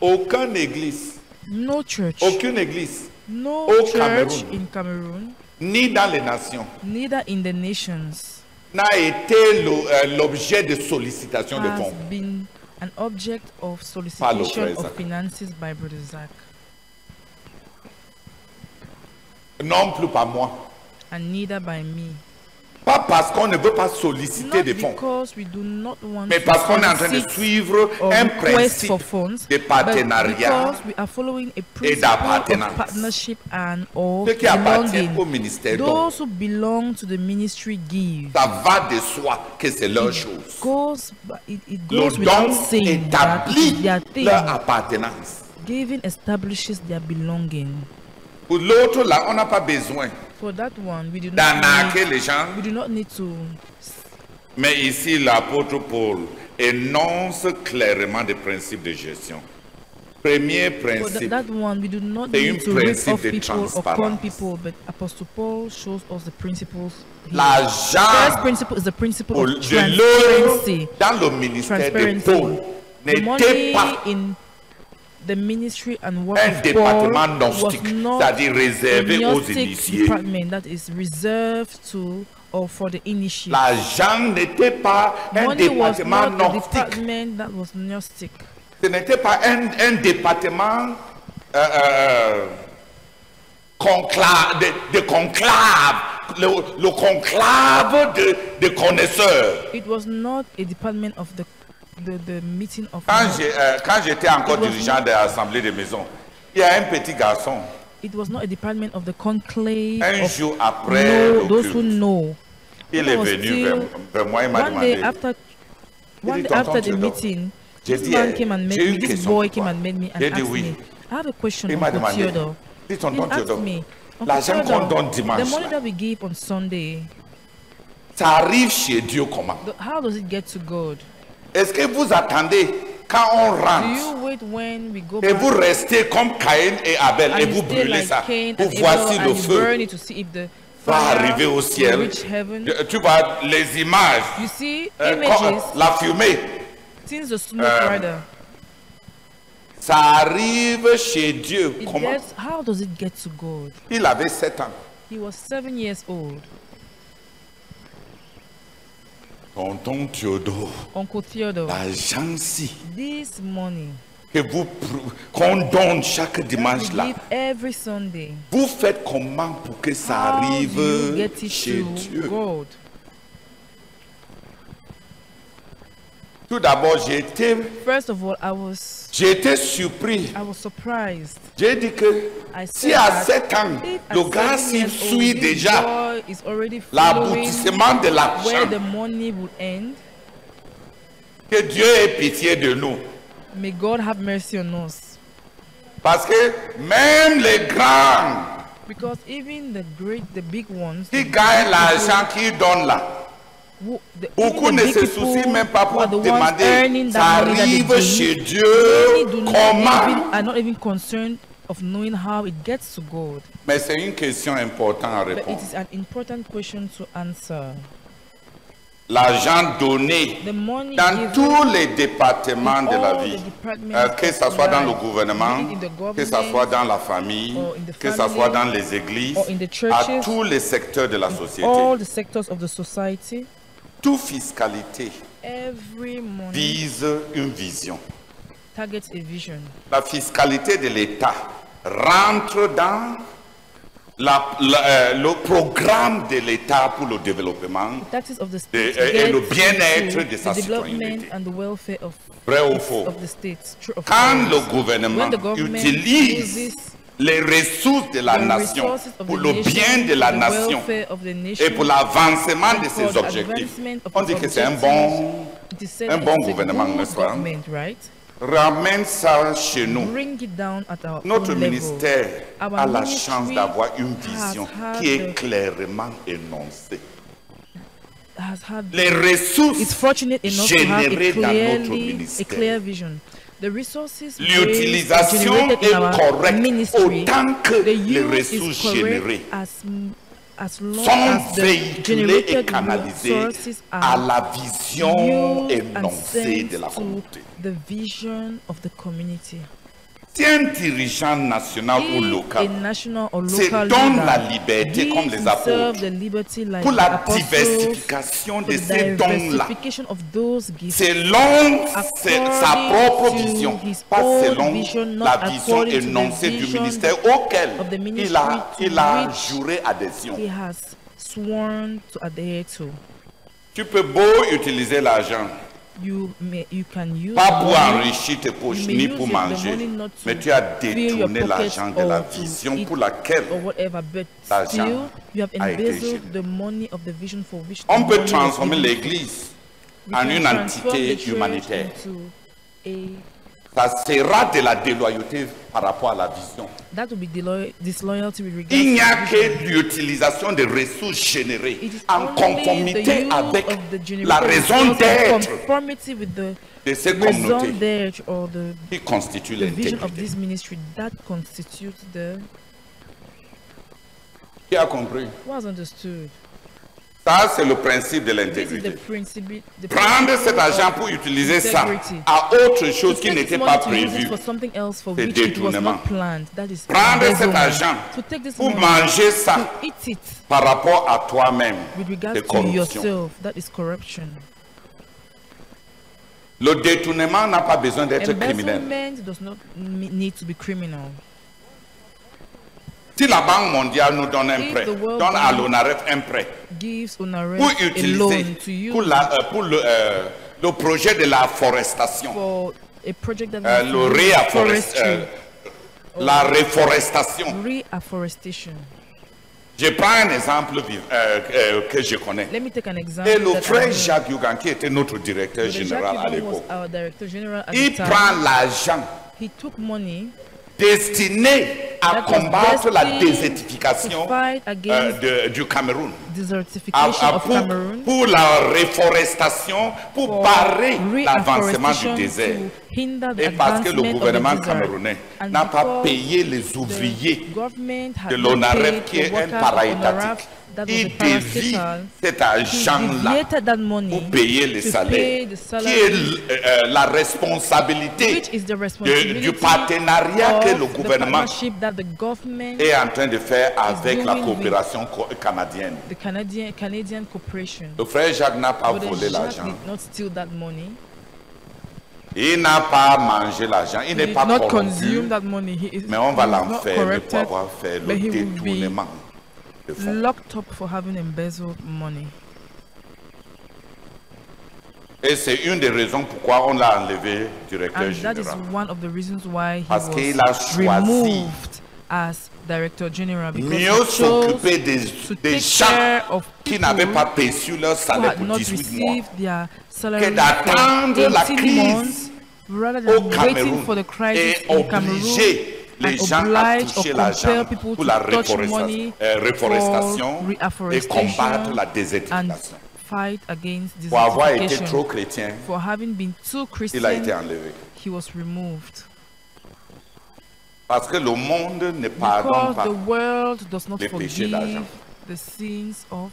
Aucune église,
No church,
aucune église,
no
au
church
Cameroon.
in Cameroon,
ni dans les nations,
neither in the nations,
n'a été le- euh, l'objet de sollicitations de
has
fonds.
been an object
Parle au
of solicitation
frère Isaac.
of finances by Brother Zach
Non plus par moi.
and neither by me.
Pas parce qu'on ne veut pas solliciter
Not
des fonds,
because we do not want
mais
to
parce qu'on est en train de
solicit
suivre
or
un
Oh, request
principe
for funds,
de
but
partenariat,
because we are following a principle
d'appartenance.
of partnership and or
ce qui appartient au
belonging.
ministère. Donc,
Those who belong to the ministry give.
ça va de soi que c'est leur chose.
Goes, it, it
Le
goes without
don
saying that
établit
their thing,
leur appartenance.
giving establishes their belonging.
Pour l'autre, là, on n'a pas besoin
For that one, we do not
d'arnaquer
need,
les gens.
we do not need to.
Mais ici, l'apôtre Paul énonce clairement des principes de gestion. Premier
For that,
principe,
that one, we do not
C'est un
need to rip
principe
off
de
people or con
transparence.
people. But Apostle Paul shows us the principles. here. First
l'argent
principle is Ah. Oh, the principle
au-
of
de l'euro
transparency.
dans le ministère de Paul
Transparency. The
n'était
money
pas
in the ministry and work
un
of
département
Paul
gnostique,
was not
c'est-à-dire
oh,
réservé aux
Gnostic
initiés.
department that is reserved to or for the initiate.
L'argent n'était pas un
Money was
département
not the
gnostique.
department that was Gnostic.
Ce n'était pas un, un département euh, euh, concla- de, de conclave, le, le conclave de, de connaisseurs.
It was not a department of the the, the meeting of
Quand
Gnostic.
j'ai, euh, quand j'étais encore
It was
dirigeant de l'Assemblée des maisons, il y a un petit garçon,
it was not a department of the conclave
un
of
jour après
know,
le
those who
culte,
know.
il
I
est
was
venu
still-
vers, vers moi et m'a
one day
demandé,
after one
dit,
day after
"Tonton,
the
tu dors."
meeting,
J'ai
this
dit,
man
eh,
came and met
j'ai
me.
une
This
question
boy
pour
came
toi.
and met me and
J'ai dit
asked
oui.
me, I have a question
il
Uncle
m'a demandé,
Theodore.
dis
He
tonton Théodore,
asked me, Uncle
l'argent qu'on
Theodore,
donne
the
dimanche,
money
là,
that we gave on Sunday,
ça arrive chez Dieu comment
the, how does it get to God?
Est-ce que vous attendez quand on
Do
rentre
you wait when we go
et
back
vous restez comme Caïn et Abel
and
et
you
vous
stay
brûlez
like
ça
Cain
Vous
and
voici
Abel
le
and you burn
feu
it to see if the
va
fire
arriver au
will
ciel.
reach heaven?
Tu- Tu vois les images,
You see
Uh,
euh,
images,
quand- la fumée.
since the smoke
euh,
rather.
Ça arrive chez Dieu
It
comment
gets, how does it get to God?
Il avait 7 ans.
He was seven years old.
Tonton Théodore,
Uncle Theodore,
l'agence
this money
que vous pr- qu'on donne chaque
that
dimanche
we
là,
give every Sunday,
vous faites comment pour que ça
how
arrive
do you get it
chez
to
Dieu
God?
Tout d'abord, j'étais
First of all, I was
j'étais surpris.
I was surprised.
J'ai dit que
I said
si à
that
7 ans,
if at
le gars s'il
seven years old,
suit
this
déjà
boy is already following
l'aboutissement de
where
l'argent,
the money would end.
que Dieu ait pitié de nous.
May God have mercy on us,
Parce que même les grands
because even the great, the big ones,
qui gagnent l'argent qu'ils donnent là,
who, the,
beaucoup
even
ne
the big
se
people
soucient même pas
who
pour
are the ones
demander.
earning
Ça
that money that they
arrive
give,
chez
Many
Dieu
do not even,
comment
are not even concerned of knowing how it gets to God.
Mais c'est une question importante à
But
répondre.
it is an important question to answer.
L'argent donné
The money
dans
given
tous les départements de la
all
vie,
the departments
euh, que ce
of
soit dans le
life,
gouvernement,
be it in the
que ce soit
government,
dans la famille,
or in the
que ce
family,
soit dans les églises,
or in the
à
churches,
tous les secteurs de la société,
all the sectors of the society,
toute fiscalité
every money
vise une vision.
targets a vision.
La fiscalité de l'État rentre dans la- la- euh, le programme de l'État pour le développement,
Taxes of the
et-
state
et le
gets
bien-être
into
de sa
the development
citoyenneté.
and the welfare of,
vrai ou faux.
of the state. True or
Quand le
false?
gouvernement
When the government
utilise
uses
les ressources de la
the
nation
resources of
pour
the
le
nation,
bien de
for
la
the
nation,
welfare of the nation,
et pour l'avancement de
and
ses
for the
objectifs.
advancement of
On
its
dit que c'est un
objectives.
bon.
It is said
un
that
bon
it's a
gouvernement,
good
n'est-ce pas?
government, right?
Ramène ça chez nous.
Bring it down at our
Notre
own
ministère
level.
a
Our
la
ministry
chance d'avoir une vision
has had
qui est
the-
clairement énoncée.
has had
Les
it's
ressources,
fortunate enough to have a
générées dans notre
clearly a
ministère.
clear vision. The resources
L'utilisation
raised
est
in our
correcte
ministry,
autant que
the
les
use is
ressources
correct
générées
as m- as long
sont
as the
véhiculées et
generated
canalisées
resources
à
are
la vision
used and
énoncée
sent
de la
to
communauté.
the vision of the community.
un dirigeant national ou
Et
local
national or
C'est
local
donne
leader.
la liberté
He
comme les
who serve
apôtres.
the liberty like
pour la
apostles,
diversification de
for the
ces dons-là.
diversification of those gifts.
C'est long, c'est sa propre
According to
vision,
his
pas
own
selon
vision, not
la vision
according to the
énoncée du
vision
ministère auquel
of
il
the
a,
ministry to
il a
which
juré adhésion.
He has sworn to adhere to.
Tu peux beau utiliser l'argent,
You may, you can use
pas pour
money,
enrichir tes poches
you may
ni
use
pour
the
manger,
money not to
mais tu as
fill your
détourné
pockets Oh.
l'argent de la
or to
vision
eat
pour laquelle
or whatever, but
l'argent
still you have
a été
embezzled
géré.
the money of the vision for which the
on peut
money was
transformer
given.
l'Église
We
en
can
une
transform the
entité
church
humanitaire.
into a-
Ça sera de la déloyauté par rapport à la vision.
That would be delo- disloyalty with regards
Il n'y a
to the
que l'utilisation des ressources générées
It is
en
only the
conformité
use
avec
of the generated
la raison
resource in
d'être
Conformity with the
de ces communautés
raison d'être or the,
qui constitue
the vision of
l'intégrité.
this ministry that constitutes the.
Qui a compris
Who has understood?
Ça, c'est le principe de
This is the
l'intégrité.
principle. The
Prendre
principle
cet argent
of
pour utiliser ça
integrity.
à autre chose
To
qui
take
n'était
this
pas
money to use it
prévue.
For something else for
C'est
which it was
détournement.
not planned. That is
Prendre cet
embezzlement.
argent
To take this
Pour
money,
manger ça
to eat it
par rapport à toi-même,
with
c'est
regards to
corruption.
yourself. That is corruption.
Le détournement n'a pas besoin d'être criminel.
Embezzlement does not me- need to be criminal.
Si la Banque mondiale nous donne un
If
prêt,
the world
donne à
bank-
l'ONAREF un prêt,
gives Unaref
pour
a loan to
utiliser
you
pour, la- euh, pour le, euh, le projet de la forestation,
for a project that
euh,
has to
le
do with
réaforest-
forestry,
euh, la reforestation.
reafforestation.
Je prends un exemple vi- euh, euh, que je connais.
Let me take an example.
Et le
that I
frère
know.
Jacques Yugan, qui était notre directeur
The
général
Jacques
à
Ibon was
l'époque,
our director general at
il
the time.
prend l'argent
He took money
destiné à
that was
combattre la
destined
désertification
to fight
euh,
against
de- du Cameroun. À-
desertification
à-
of
pour,
Cameroon.
pour la reforestation, pour
for
barrer l'avancement du
reafforestation
désert.
to hinder the
Et parce que le
advancement of the
gouvernement
desert.
camerounais
And
n'a pas
because
payé les
the
ouvriers
government had
de
not
l'ONAREF
paid
qui
the
est un
workers of
paraétatique.
ONAREF that was a
Il dévie
parastatal.
cet
He
argent-là
deviated that money
pour payer les
to
salaires,
pay the
qui est
salary,
l- euh, la responsabilité
which is the
de-
responsibility
du partenariat
of
que le
the
gouvernement
partnership that the government,
est en train de faire avec
doing
la
with-
coopération co- canadienne.
the Canadian Canadian corporation,
Le frère Jacques n'a pas
But the
volé
Jacques
l'argent.
did not steal that money.
Il n'a pas mangé l'argent. Il
He
n'est
did
pas
not
corrompu.
consume that money. He is,
Mais on va
he is not
l'enfermer pour
corrupted,
avoir fait le
but he will be
détournement de fonds.
locked up for having embezzled money.
Et c'est une des raisons pourquoi on l'a enlevé directeur
And that is
général.
one of the reasons why he
Parce qu'il a
was
choisi
removed as director general because he
Mieux
chose
s'occuper des,
to
des
take
gens
care of
qui
people
n'avaient pas perçu leur
who
salaire
had
pour
not
18 mois.
received their salary
que d'attendre
for
la
18
crise
months rather
Au
than waiting
Cameroun,
for the
et
crisis in Cameroon
obliger Eh, les
and
gens à
oblige or
toucher l'argent
compel
pour
people to
la
touch
reforestation,
money
euh,
for
reforestation et
reforestation
combattre la
and
désertification.
fight against
Pour avoir été trop
desertification.
chrétien,
For having been too
il a été
Christian,
enlevé.
he was removed.
Parce que le monde ne pardonne
Because
pas.
the world does not
les péchés d'argent.
forgive the sins of.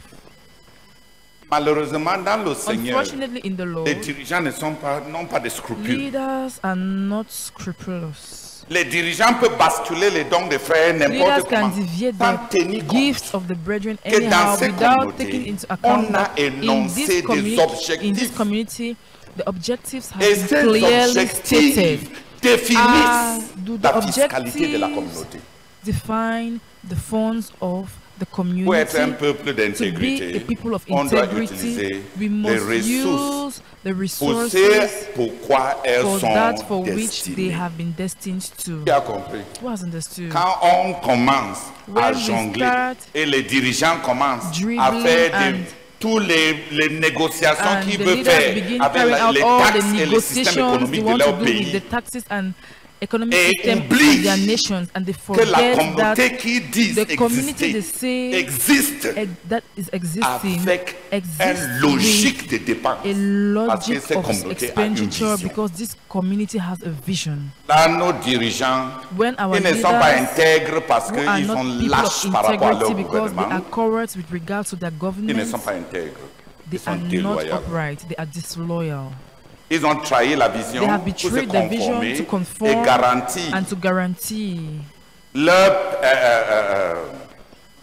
Malheureusement, dans le Seigneur,
Unfortunately, in the
les
Lord,
dirigeants ne sont pas, n'ont pas de scrupules.
leaders are not scrupulous.
Les dirigeants peuvent basculer les dons des frères
Leaders
n'importe
can
comment,
deviate
sans
the
tenir compte
gifts of the brethren
que dans
anyhow
ces
without taking
communautés,
into account
on a
that in
énoncé
this
des
community, in this
objectifs.
community, the objectives have
Et
been
ces
clearly stated.
objectifs définissent
Ah, do the
la fiscalité de la
objectives
communauté.
Define the funds of the
Pour être un
community.
peuple
To be a
d'intégrité,
people of
on doit
integrity,
utiliser
we
les
must
ressources
use the
pour ce
resources
pourquoi elles
for that for
sont
which they
destinées.
have been destined to.
Tu as compris
Who has understood?
Quand on commence à
When we
jongler
start
et les dirigeants commencent à
dribbling
faire
and-
des, tous les, les négociations
And
qu'ils
the
veulent
leaders
faire
begin
avec
carrying
la-
out
les
all the
taxes et le système
negotiations they
économique de
want
leur
to do with
pays,
the taxes and economic
Et
system
oublient
of their nations, and they
que la
forget that
communauté qui disent
the community they
exister existe
say ex- that is existing
avec
exists
une
with
logique de dépenses.
a
Parce que
logic
cette
of
communauté a une
expenditure
vision.
because this community has a vision.
Là, nos dirigeants,
When our
ils ne sont pas
leaders
intègres parce
who are
qu'ils
not
sont
people
lâches
of
par rapport à leur
integrity because they are
gouvernement.
corrupt with regards to their
Ils ne
government.
sont pas intègres.
They
Ils sont
are not
déloyaux.
upright. They are disloyal.
Ils ont trahi la vision
They have
pour se
betrayed the vision
conformer
to
et
conform
garantir
and to guarantee
leur, euh, euh, euh,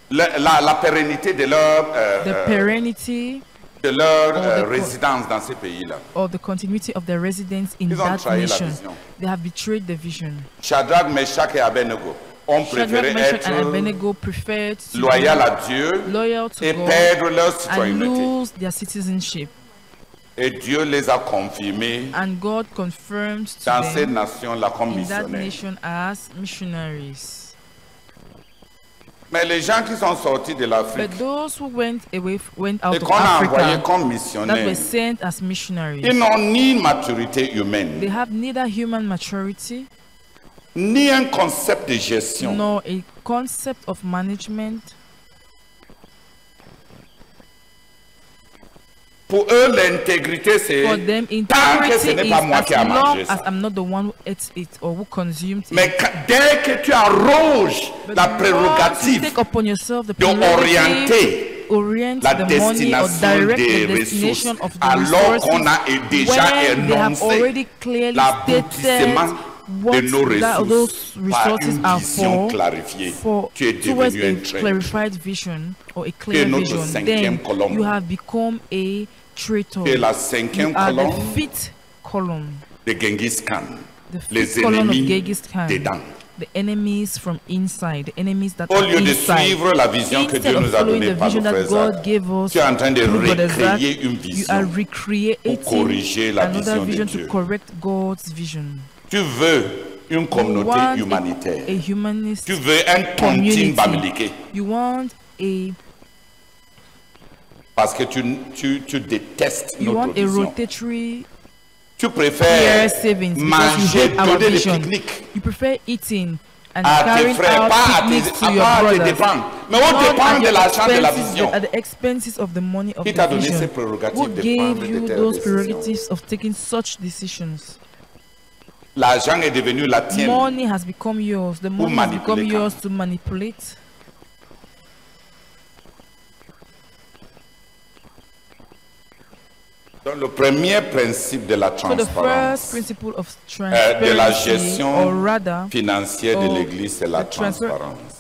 le- la, la pérennité de leur, euh,
the perennity
de leur
Oh,
euh,
the co-
résidence dans ces pays-là.
or the continuity of their residence in
Ils ont
that
trahi la
nation.
vision.
They have betrayed the vision.
Shadrach, Meshach et Abednego ont
Shadrach,
préféré
Meshach,
être
and Abednego preferred to be
loyal à Dieu
loyal to
et
God
perdre leur
and
citoyenneté.
lose their citizenship.
Et Dieu les a confirmés
And God confirmed to
dans ces
them
nations-là comme
in that
missionnaires.
nation as missionaries.
Mais les gens qui sont sortis de
But
l'Afrique
those who went away f- went out
et
of
qu'on a envoyés
Africa
comme
that were
missionnaires,
sent as missionaries.
ils n'ont ni maturité
They
humaine,
have neither human maturity
ni un concept de gestion.
nor a concept of management.
Pour eux, l'intégrité, c'est
For them,
tant que ce
integrity
n'est
is
pas moi
as
qui a
long
mangé
as
ça.
I'm not the one who ate it or who consumed it.
Mais quand- dès que tu arroges
But
la
once you
prérogative
Take upon yourself the
de
prerogative,
orienter
orient
la
the money or
destination
direct
des
the
ressources
destination of the
alors
resources
qu'on a déjà
when they have
énoncé
already clearly stated
l'aboutissement de
what
nos
that,
ressources
those
par
resources
une
are
vision
for,
clarifiée.
for
Tu es
towards
devenu
a
un traître.
clarified vision or a
es
clear
notre
vision.
cinquième
Then
colonne.
you have become a traitor.
Tu es la
you
cinquième
are the
colonne
fifth column,
de Genghis Khan.
the fifth
Les
column of
ennemis
Genghis Khan.
dedans.
The enemies from inside, the enemies that
Au
are
lieu de
inside.
suivre la vision que
Instead
Dieu
of
nous a
following
donnée
the
par nos
vision that
frères
God
Zach,
gave us
tu es en train de
through Brother Zach,
recréer une
you
vision
are recreating
pour corriger la
another
vision de
vision
Dieu.
to correct God's vision.
Tu veux une
you
communauté
want
humanitaire.
A, a humanist
Tu veux un tontine
community.
bamiliqué
You want a
parce que tu, tu, tu détestes
you
notre
want a
vision.
rotatory
Tu
year
préfères
savings because you
manger,
hate our
donner des
vision.
pique-niques
You prefer eating and
à Ah, tes
carrying
frères,
out
pas à
picnics
tes,
to
à
your
pas à tes
brothers.
dépens. Mais
Not
on dépend
at
de
your
l'argent de la
expenses,
vision.
but At the expenses of the money of
Qui
the
t'a donné
vision.
ces prérogatives
Who
de
gave
prendre de
you
telles
those
décisions?
prerogatives of taking such decisions?
L'argent est devenu la tienne.
Money has become yours. The money has become
manipuler quelqu'un.
yours to manipulate.
Donc le premier principe de la
So the first
transparence
principle of
euh,
transparency,
de la gestion
or rather,
financière de
oh,
l'Église, c'est la
the transfer-
transparence.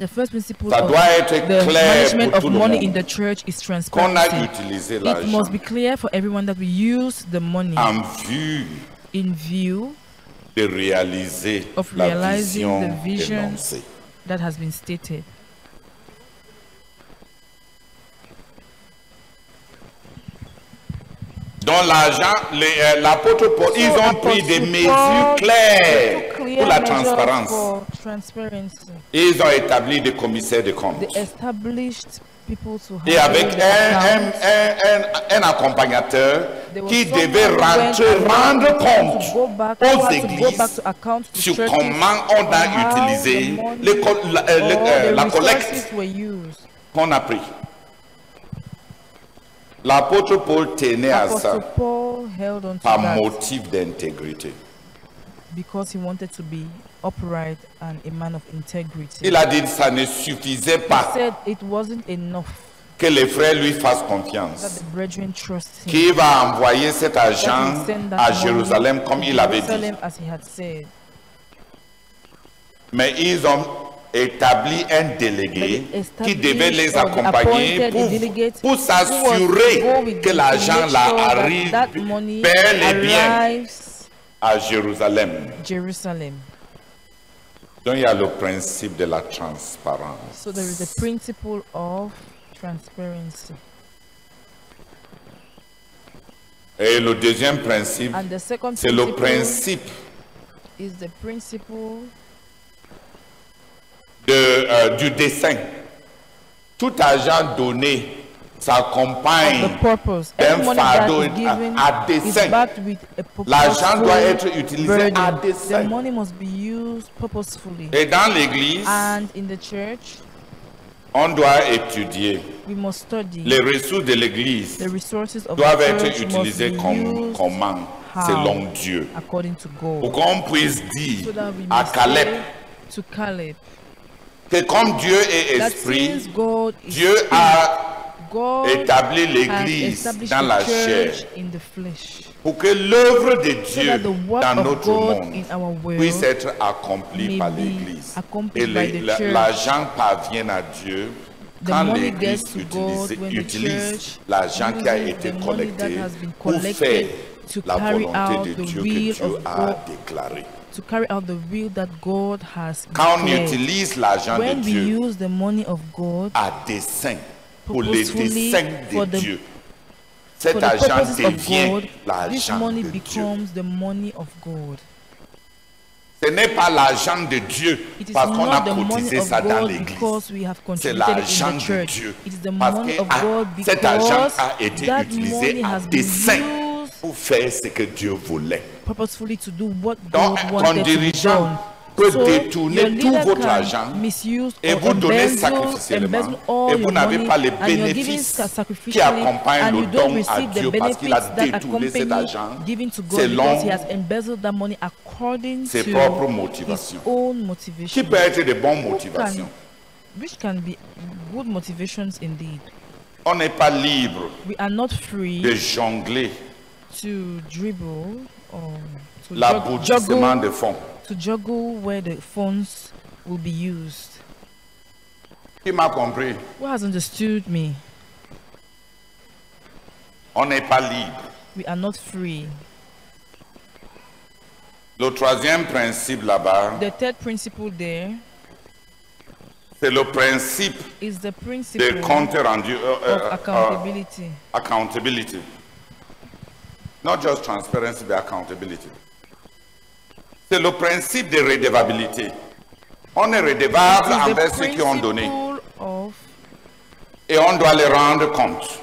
the first principle
Ça
of
doit être clair
the management
pour
of
tout le
money in
monde
the church is
qu'on
transparency.
a utilisé
It
l'argent
must be clear for everyone that we use the money
en vue
in view
de réaliser
Of
la
realizing
vision
the vision.
énoncée.
that has been stated.
Dans l'argent, les, euh, l'apôtre Paul, ils ont pris des mesures claires
Clear
pour la
measures
transparence.
For transparency.
Ils ont établi des commissaires de compte.
They established people to have
Et avec
their
un, un-
accounts.
un- un- un accompagnateur
There was
qui
someone
devait
who
rentrer,
went around
rendre
to go back-
compte
who
aux
had to go back
églises
to account to
sur
churches
comment on
on how
a utilisé
the money
les co- la, euh,
or
les- euh,
the
la
resources
collecte
were used.
qu'on a pris. L'apôtre Paul tenait à
Apostle
ça
Paul held on to
par
that
motif d'intégrité.
because he wanted to be upright and a man of integrity.
Il a dit que ça ne suffisait pas
He said it wasn't enough
que les frères lui fassent
that
confiance.
the brethren trust him.
Qui va envoyer cet
That
agent
he sent that
à
money
Jérusalem comme
to
il avait dit.
Jerusalem as he had said.
Mais ils ont établi un délégué qui devait les accompagner pour, pour s'assurer que l'argent là arrive bel et bien à Jérusalem.
Jerusalem.
Donc il y a le principe de la transparence.
So there is the principle of transparency.
Et le deuxième principe,
And the second
Ah, c'est le
principle
principe
is the principle
de, euh, du dessin. Tout agent donné
the
s'accompagne.
purpose.
d'un
Every money that
fardeau
is given
à- à
is
dessein.
backed with a
L'argent doit être
purposeful
utilisé à
burden. The
dessein.
money must be used purposefully.
Et dans l'église,
And in the church,
on doit étudier.
we must study
Les ressources de l'église
the resources of
doivent
the church
être utilisées
must be
comme,
used
comment
how?
selon Dieu.
according to
Pour
God.
qu'on puisse dire
So that we
à
must
Caleb
say to Caleb
que comme Dieu est
that since
esprit,
God is
Dieu a
God
établit
has
l'Église
established
dans la
the
chair
church in the flesh,
pour que l'œuvre de
so
Dieu
that the work
dans
of
notre
God
monde
in our world
puisse être accomplie
may
par
be
l'Église.
accomplished
Et les-
by the
la-
church.
l'argent parvient à Dieu
The
quand
money
l'Église
gets to God
utilise,
when the
utilise
church
l'argent qui a
uses
été
the money
collecté
that has been
pour
collected
faire
to
la
carry out
volonté de
the
Dieu que
will
Dieu
of
a
God.
déclarée.
to carry out the will that God has
Quand on
declared.
utilise l'argent de
When we
Dieu
use the money of God
à dessein, pour les
purposefully
desseins de
for the-
Dieu,
for
cet
the
argent
purposes of
devient
God, this
l'argent
money
de Dieu.
becomes the money of God.
Ce n'est pas l'argent de Dieu
It is
parce qu'on a
not the money
cotisé
of
ça dans
God
l'église.
because we have
C'est
contributed it
l'argent
in the
de
church.
Dieu.
It is the
Parce
money
que
of
ah,
God
cet argent
because
a été
that
utilisé
money
à
has been
dessein
used
pour faire ce que Dieu voulait.
purposefully to do what
Donc,
God
ton
wanted to be
dirigeant
done.
peut
So, your
détourner tout
leader
votre
can
argent
misuse
et
or
vous donner
embezzle-
sacrificiellement
embezzle all
et vous
your
n'avez
money
pas les
and you're giving
bénéfices
sa-
qui
sacrificially
accompagnent
and
le
you don't
don à
receive the
Dieu parce qu'il a
benefits that
détourné cet
accompany
argent
given to God because
selon
he has embezzled that money according
ses
to
propres
his
motivations.
own
Qui
motivation.
peut être de bonnes
Who can-
motivations
which can be good motivations indeed.
On n'est pas libre
We are not free
de jongler
to dribble or to jug-
l'aboutissement
juggle
de fonds.
to juggle where the funds will be used.
Qui m'a compris
Who has understood me?
On n'est pas libre.
We are not free.
Le troisième principe là-bas,
The third principle there
c'est le principe
is the
de
principle
compte rendu, euh,
of
euh, euh,
accountability.
accountability. Not just transparency, but accountability. C'est le principe de redevabilité. On est redevable
It is
envers
the
ceux qui ont donné
principle of
et on doit les rendre compte.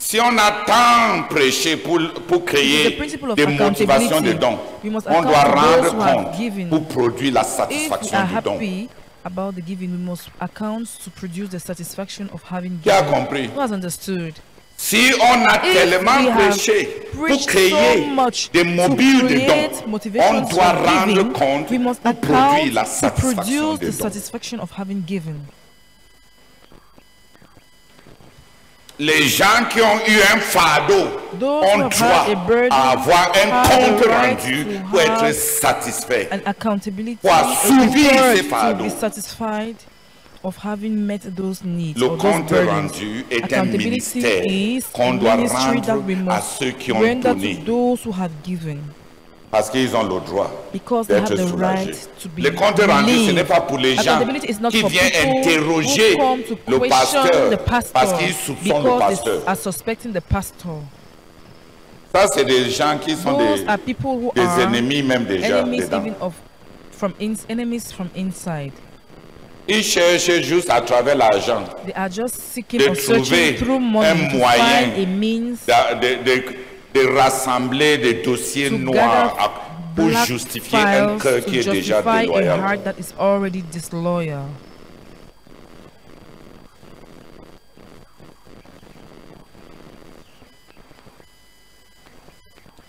Si on a tant prêché pour, pour
it is the
créer
principle of
des motivations de
accountability.
dons,
We must
on doit
account those
rendre
who have
compte
given.
pour produire la
if we
satisfaction
are
du don.
happy about the giving, we must account to produce the satisfaction of having
Qui a
given.
compris?
Who has understood?
Si on a
If
tellement
we have
prêché pour
preached
créer
so much
des
to
mobiles de
create
dons, on
motivations
doit
for
rendre
giving,
compte
we must
pour produire la
account to
satisfaction
produce
des
the
dons.
satisfaction of having given.
Les gens qui ont eu un fardeau
Those who
ont
have had a
droit
burden
à avoir un
have the
compte
right
rendu
to
pour être
have
satisfait.
and accountability
Pour
is
assouvir
required
ces
to
fardeaux.
be satisfied of having met those needs
Le
or those
compte
burdens.
rendu est un
Accountability
ministère
is
qu'on doit
ministry that
rendre
we
à
must
ceux qui ont
render
donné.
to those who have given
parce qu'ils ont le droit
because they have
d'être
the
soulagés.
right to be
Le compte rendu, ce n'est pas pour les gens
Accountability is not
qui
for
viennent
people who
interroger
come to
le
question
pasteur
the pastor
parce qu'ils soupçonnent le
because they
pasteur.
are suspecting the pastor.
Ça, c'est des gens qui sont
Those
des,
are people who
des
are
ennemis même déjà
enemies
dedans.
even of from in, enemies from inside.
Ils cherchent juste à travers l'argent
They are just seeking
De
or
trouver
searching through money
un
to
moyen
find a means
d'a- de, de- de rassembler des dossiers
to
noirs
gather
à- pour
black
justifier un
files
cœur
to
qui est déjà
justify a
déloyal.
heart that is already disloyal.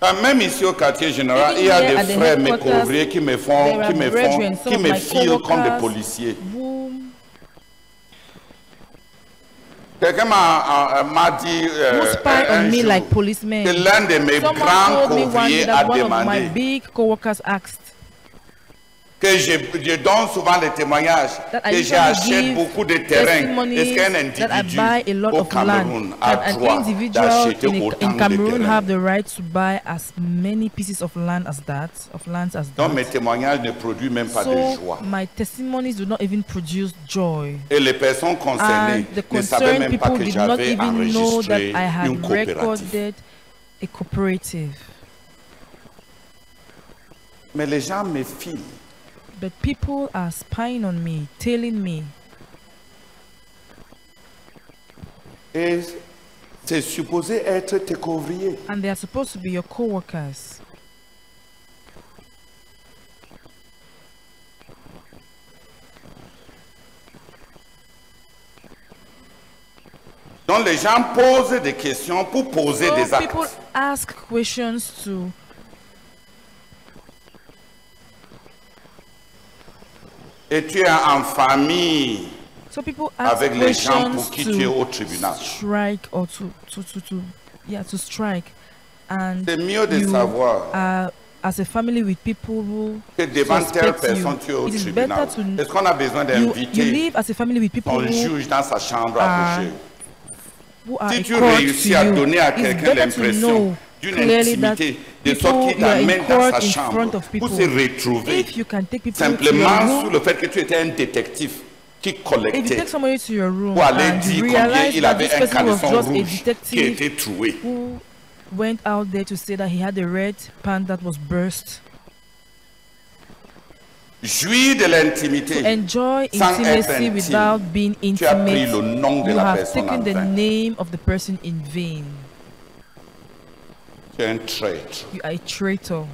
Ah, Même ici au quartier général,
Even
il y a
here
des
at the
frères mes
headquarters,
couvriers qui me font,
there
qui
are
me font,
brethren, some
qui
of
me
my
filent comme des
coworkers.
policiers.
Whom
Quelqu'un m'a a- m'a dit
who
euh,
spy
un
on me
jour
like
que
policemen.
l'un de mes
Someone
grands
told me one day
couvriers a
that one of my
demandé
big coworkers asked
que je, je donne souvent les témoignages
that I
que
usually
j'achète
give
beaucoup de terrains. Est-ce
testimonies
qu'un
that I
individu
buy a lot
au
of
Cameroon
land.
a
That an
droit
individual
d'acheter
in, a-
autant
in
de
Cameroon
terrains
have the right to buy as many pieces of land as that, of lands as
Donc mes
that.
témoignages ne produisent même pas de
So
joie.
my testimonies do not even produce joy.
Et les personnes concernées
And the
ne savaient
concerned
même pas
people
que
did not
j'avais
even know that
enregistré
I
une
had
coopérative.
recorded a cooperative.
Mais les gens me filent.
But people are spying on me, telling me.
Et c'est supposé être tes couvriers.
And they are supposed to be your co-workers.
Donc les gens posent des questions pour poser
So
des actes.
Oh, people ask questions to
Et tu es en famille
So people ask
avec les gens pour
questions
qui tu es
to
au tribunal.
strike or to to to to yeah to strike, and
C'est mieux de
you
savoir
are as a family with people who
que devant telle
suspect you.
personne tu es au
It is
tribunal.
better to
Est-ce qu'on a besoin
you, you
d'inviter
live as a family with people
ton
who
juge dans sa chambre à
are
coucher?
who are
Si
a
tu
court
réussis
to
à
you,
donner à
it's
quelqu'un
better to
l'impression
know
d'une
clearly that
intimité, de sorte qu'il
people were in
t'amène dans sa
court in
chambre
front of
pour
people.
se retrouver
If you can take people to your
simplement
room,
sous le fait que tu étais un détective qui
if you
collectait
take somebody to your room
pour aller
and
dire
you
combien
Ah, realize
il
that
avait
this
un
person was
caleçon
just a
rouge qui
detective
était troué.
who went out there to say that he had a red pant that was burst.
Jouis de l'intimité.
Enjoy
Sans être
intimacy
intime,
without being
Tu as pris
intimate.
le nom de
You
la
have
personne en
taken the
vain.
name of the person in vain.
Tu es un traître.
You are a traitor.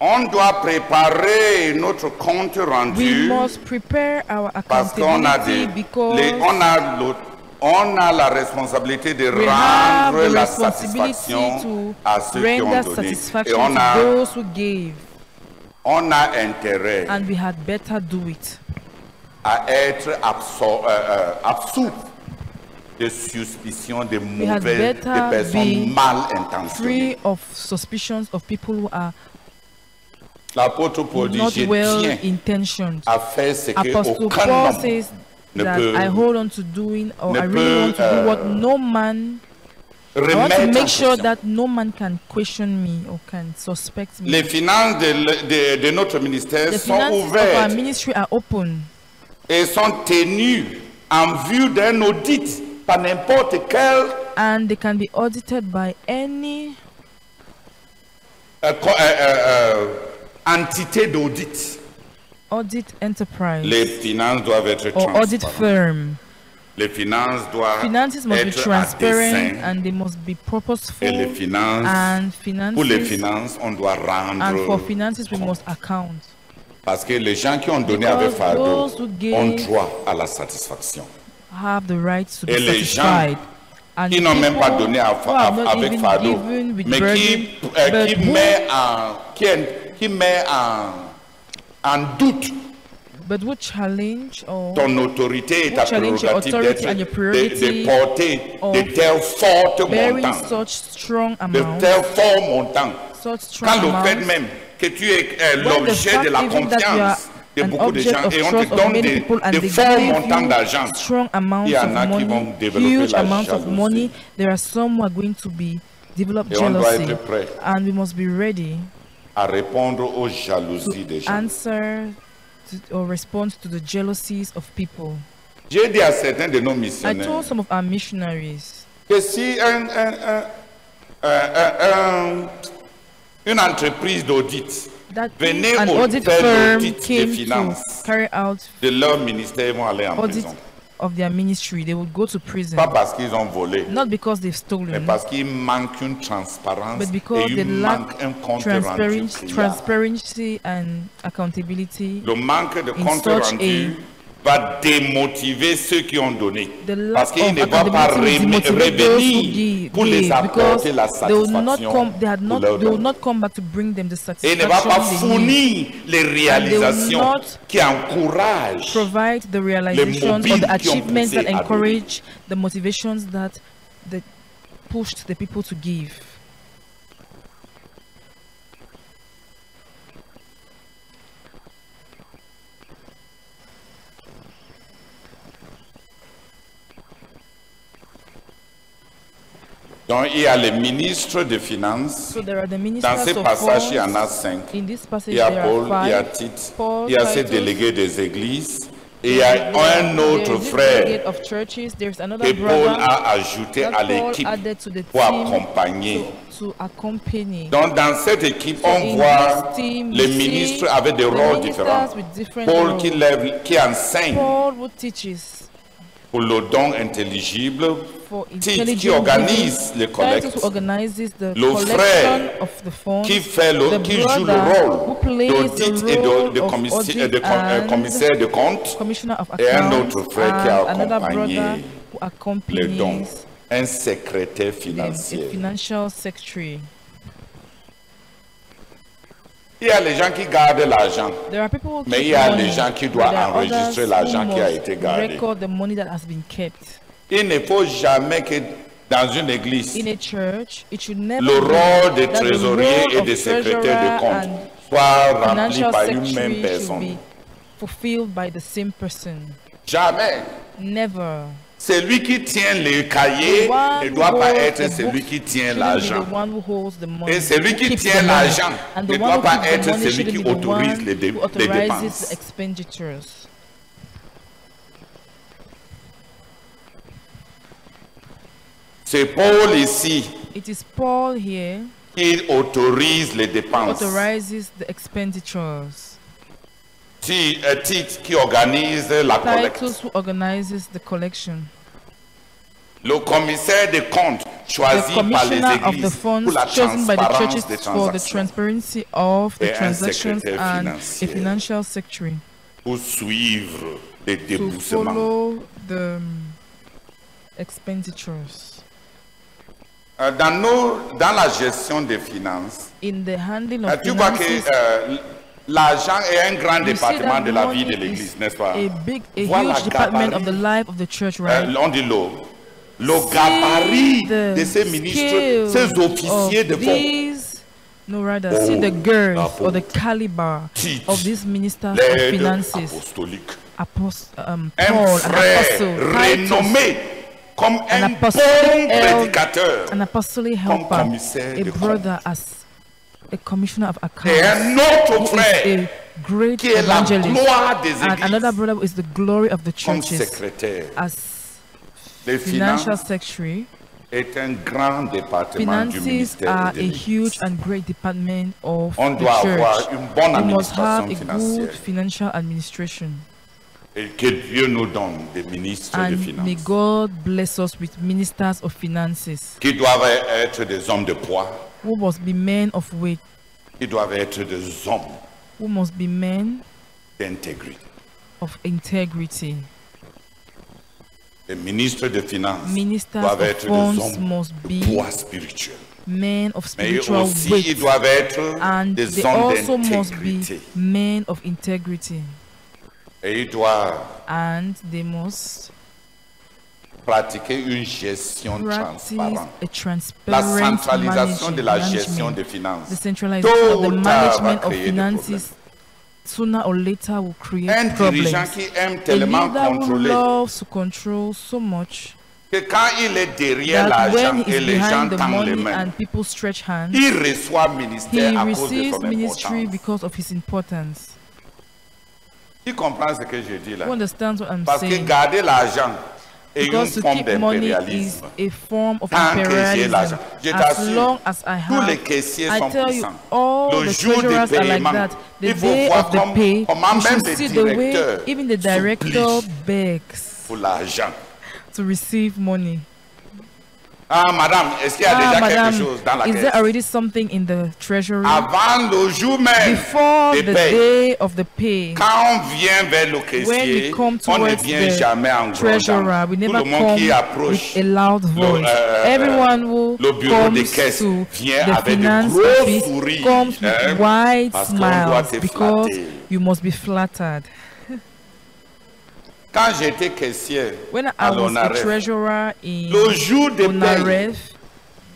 On doit préparer notre compte
We
rendu
must prepare our
parce qu'on a des,
accountability
les-
because
on a le- on a la responsabilité de
we have
rendre
the
la
responsibility
satisfaction
to
à ceux qui ont
render
donné. Et
satisfaction
on
to
a,
those who gave,
on a intérêt
and we had better do it.
à être absor- euh, euh, absous de suspicions de
had
mauvaises, de
better
personnes
be
mal
free
intentionnées.
of suspicions of people who are
L'apôtre Paul dit,
not
je
well
tiens
intentioned.
à faire ce que
Apostle
aucun
Paul
homme
says
ne
that
peut-
I hold on to doing or
ne
I
peut,
really want to do what
euh,
no man I want to
remette en
make sure
question.
that no man can question me or can suspect me.
Les finances de, le- de- de notre ministère
the
sont
finances of our
ouvertes
ministry are open
et sont tenues en vue d'un audit par n'importe quel
and they can be audited by any
euh, co- euh, euh, euh, entité d'audit.
audit enterprise
Les finances doivent être
or audit
transparentes.
firm.
Les finances doivent
Finances must be
être à
transparent
dessein.
and they must be purposeful.
Et les finances,
and
pour les finances,
finances
on doit
and for
rendre.
finances we must account.
Parce que les gens qui ont donné
Because
avec fardeau
those who gave-
ont droit à la satisfaction.
have the right to be
Et les gens
satisfied. And
Qui n'ont même pas
people
donné à-
who have
à-
not
avec
even
fardeau,
given with
mais qui,
burden,
euh,
but
qui
who-
met, en, qui, est- qui met en, en doute
but would challenge or
ton autorité et
Who
ta
challenge your
prérogative
authority
d'être,
and your
de, de
priority
porter de
of
telles fortes
bearing
montants,
such strong
de
amount,
tels forts montants.
such
Quand
strong
le fait
amount,
même que tu es euh,
When the
l'objet
fact
de la
even that you are
confiance de
an
beaucoup de
object
gens
of
et on
trust
te
of
donne
many
des,
people and
des
they
forts
give you
montants d'argent.
strong amounts
Il y en
of
a qui vont
money,
développer
huge
la
amounts of
jalousie.
money. There are some who are going to be develop
Et on doit
jealousy,
être prêt
and we must be ready
à répondre aux jalousies des gens.
answer to, or respond to the jealousies of people.
J'ai dit à certains de nos
I
missionnaires
told some of our missionaries
que si un- un- un- un- un- un- une entreprise d'audit
that
Venez
if an
au
audit
tel
firm
audit des
came to
finances.
carry out
de leur ministère, ils vont aller en
audit
prison.
of their ministry, they would go to prison.
Pas parce qu'ils ont volé,
Not because
mais
they've stolen,
parce qu'il manque une transparence
but
et
because they
il
lack
manque un compte rendu.
transparency,
clair.
transparency and accountability.
Le manque de
In
compte
such
rendu va démotiver ceux qui ont donné.
The
Parce
lack
qu'ils
of
ne vont pas
accountability will
rem-
demotivate those who
revenir
give,
pour les
give because
apporter la
they will not
satisfaction.
come, they had
pour
not,
leur
they will
don.
not come back to bring them the
et
satisfaction
ne va pas
they need.
fournir les réalisations
not
qui encouragent
Provide the realizations or
mobiles qui ont
the achievements
poussé
that
à donner.
encourage the motivations that that pushed the people to give.
Donc il y a les ministres des Finances.
So there are the
Dans
ministers
ce
of
passage, il y en a
funds.
cinq.
In this passage,
Il y a
there
Paul,
are
il y a
five.
Tite,
Paul,
il y a ces
Titus,
délégués des églises et il y a un
There is
autre
this
frère
delegate of churches. There's another
que Paul
brother
a ajouté
that
à
Paul
l'équipe
added to the
pour
team
accompagner.
to, to accompany.
Donc dans cette équipe, on
in
voit
this team,
les
we see
ministres avec des
the
rôles
ministers
différents.
with different
Paul
roles.
qui lève, qui enseigne
Paul who teaches
pour le don intelligible,
for
Tite
intelligent
qui organise
giving.
les collectes,
Titus who organizes the
Le
collection
frère
of the funds.
qui fait le,
the
qui joue le
brother who
rôle
plays
d'audit
the
et de,
role
de
of
commissi-
audit
et de com- euh,
and
commissaire de compte,
commissioner of accounts
Et un autre frère qui a
and another
accompagné
brother who
le don,
accompanies
un secrétaire
the- the
financier.
financial secretary.
Il y a les gens qui gardent l'argent.
There are people who
Mais
keep
il y a
money,
les gens qui
but
doivent
there are others
enregistrer
who
l'argent qui a
must
été gardé.
Record the money that has been kept.
Il ne faut jamais que dans une église,
In a church, it should never
le
be
rôle des
that the
trésoriers
role
et
of
des secrétaires de
treasurer
compte
and
soit rempli
financial
par une même
secretary should
personne.
be fulfilled by the same person.
Jamais.
Never.
Celui qui tient le
The
cahier
one
ne
who
doit pas
holds
être
the
celui
books
qui tient
shouldn't be
l'argent.
the one who holds the money,
Et celui
who
qui
keeps the
tient
money.
l'argent
And
ne
the
doit
one who
pas
keeps the
être
money
celui
shouldn't
qui
be the one
autorise les dé- les
who authorizes
dépenses.
expenditures.
C'est Paul ici
It is Paul here
qui autorise les
who
dépenses.
authorizes the expenditures.
Ti- euh, Tite qui organise la collecte.
Titus who organizes the collection.
Le commissaire des comptes
The
choisi par les
commissioner of the
églises
funds
pour la
chosen by the churches
transparence des
for the
transactions
transparency of the
Et un
transactions
secrétaire
and a
financier.
financial secretary
pour suivre les
to
déboursements.
follow the um, expenditures.
Euh, Dans, nos- dans la gestion des finances,
In the handling
euh,
of
tu vois que
finances,
euh, l'argent est un grand
You see
département
that
de la
money
vie de
is
l'Église, n'est-ce pas
A big, a
Voilà
huge department of
gabarit.
the life of the church,
Euh,
right?
On dit l'eau. Le gabarit
the
de ces ministres,
scale
ces officiers
of
de fond.
these, no rather,
Oh,
see the girth or the
apôtres.
caliber
Titre.
of these ministers of
L'aide
finances,
apostolique.
Apost- um,
Un
Paul, an
frère
apostle, Titus,
renommé comme
an
un bon
apostolic elder,
prédicateur
an apostolic helper,
commissaire
a
de
brother as a commissioner of
et
accounts,
un autre
who is
frère
a great
qui est la
evangelist,
gloire des
and another
églises
brother who is the glory of the
comme
churches,
secrétaire.
as
Les
Ah, financial
finances
secretary.
est un grand département du
Finances are
ministère
a
de l'Église.
huge and great department of
On
the
doit avoir
church.
une bonne
We must
administration
have a
financière
good financial administration.
et que Dieu nous donne des ministres de
And may
finances
God bless us with ministers of finances
qui doivent être des hommes de poids,
who must be men of weight,
qui doivent être des hommes
who must be men
d'intégrité.
of integrity.
Les ministres de finances
Ministers
doivent
of
être des
funds
hommes
must
de
be
poids spirituel.
Men of
Mais
spiritual
aussi, ils
weight.
doivent être
And
des
they
hommes
also must be
d'intégrité.
men of integrity.
Et ils doivent
And they must
pratiquer une gestion
practice
transparente.
a
La
transparent
centralisation
managing-
de la gestion
management.
des finances.
the centralization
Tôt
of the
ou tard,
management
va
of
créer des
finances sooner or later will create
Un dirigeant
problems.
qui aime
A
tellement
leader who
contrôler
loves to control so much
que quand il est derrière
that
l'argent
when
et
he's
les gens
behind the
tendent les
money
mains,
and people stretch hands,
il reçoit
he
ministère à cause de
receives
son
ministry
importance.
because of his importance.
Tu comprends ce que je dis là
Who understands what I'm
Parce que
saying?
garder l'argent est une
Because to
forme
keep money is
d'impérialisme.
a form of
Tant que j'ai l'argent.
imperialism.
Je
As long
t'assure,
as I
tous les
have,
caissiers
I
sont
tell you,
puissants.
all
Le
the
jour du
treasurers are like
paiement,
that. The
il faut
day
voir
of the
comme-
pay,
comment
you
même
should
le
see the way
directeur
even the director
supplie.
begs.
pour l'argent.
to receive money.
Ah, madame, est-ce qu'il y a
Ah,
déjà
madam,
quelque chose dans la
is there
caisse
already something in the treasury?
Avant le jour même
Before
des
the
payes,
day of the pay,
quand on vient vers le
when
caissier,
we come
on ne
towards
vient jamais en
the treasurer,
grondant.
we
Tout
never
le monde
come
qui approche
with a loud voice.
euh,
Everyone who
le bureau des
comes
caisses
to
vient
the
avec de
finance
gros
office
sourires,
comes
hein,
with wide
parce qu'on doit
smiles
te
because
flatter.
you must be flattered.
Quand j'étais caissier
When
à
I was a
l'ONAREF,
treasurer in
le jour des payes,
Onaref,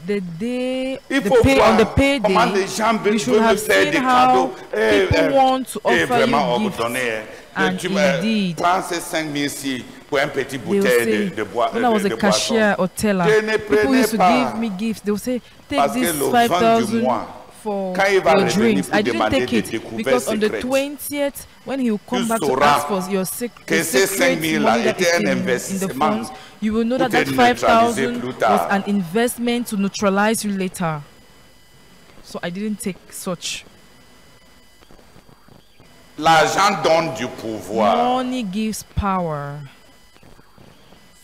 the day,
Il
the
faut
pay
voir
on the
comment les
payday,
gens veulent-
we should
veulent
have
me faire
seen
des
how
cadeaux. Eh,
people
eh,
want to
Et
offer
vraiment,
you
on vous
gifts.
donnait.
And
tu me- eh,
indeed,
prends ces 5 000 ici pour une petite
They will
bouteille
say,
de, de bois-
when I was
de-
a
de boisson.
cashier or teller,
Je ne
people used
prenais
to
pas.
give me gifts. They would say, take
Parce que
this
le 20
5,000
du mois,
for
quand il va
your
revenir
drinks.
pour
I didn't
demander
take
des
it
découvertes
because on the
secrètes,
20th, when he will come
tu
back to
sauras
ask for your sec-
que
the
ces
secret
5,000
money
là
that is
étaient un
in, in the
investissement
funds, you will know
pour
that that
te neutraliser
5,000
plus
was
tard.
an investment to neutralize you later. So I didn't take such.
L'argent donne du pouvoir.
Money gives power.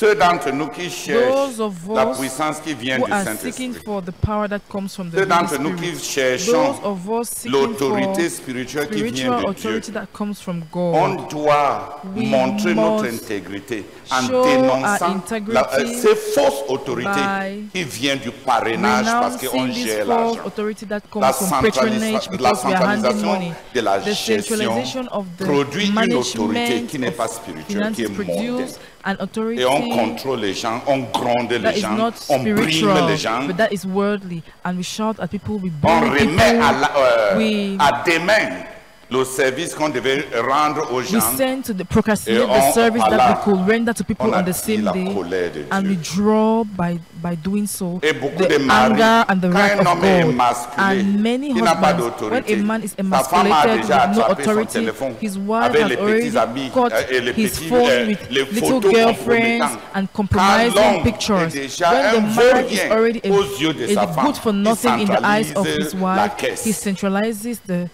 Ceux d'entre nous qui cherchent
Those of
la
us
puissance qui vient
who
du
are seeking
Saint-Esprit.
for the power that comes from the
Ceux
Holy
d'entre nous qui
Spirit.
cherchons
Those of us seeking
l'autorité
for
spirituelle qui vient
spiritual
de Dieu.
authority that comes from
On
God.
doit
We
montrer notre
must
intégrité en
show our
dénonçant
integrity
la- euh, ces fausses autorités
by
qui viennent du parrainage parce qu'on
Renouncing this
gère
false
l'argent.
authority that
La,
comes from patronage
centralisa- la
because we are handing
centralisation
money.
de la
The
gestion
centralization of the
produit une autorité
management
qui n'est
of
pas spirituelle, qui est
finances
mondaine.
produce an authority
Et on contrôle les gens, on gronde
that
les
is
gens,
not
on brime
spiritual,
les gens,
but that is worldly. And we shout at people, we
on
bully people,
remet à, la- euh,
we,
à demain le service qu'on devait rendre aux
we
gens.
send to the procrastinate
Et
the
on-
service
voilà.
that we could render to people
On
on the
attire
same
la colère de
day, and we
Dieu.
draw by by doing so
Et beaucoup de
the
maris,
anger and the
quand
wrath
un
of
homme est
God.
émasculé,
And many
il n'a pas
husbands, when
d'autorité.
a man is
Sa femme a
emasculated with
déjà
no
attrapé son
authority,
téléphone
his wife
avec
has
les
already
petits amis,
caught
euh, et les
his
petits, euh,
phone with
les
little
photos
girlfriends
compromettantes.
and
Quand
compromising
l'homme
pictures.
est déjà
When the
un
man is
vaurien
already a,
aux yeux de
a
sa femme,
good for
il
nothing in the eyes of
centralise
his
la
wife,
caisse.
he centralizes the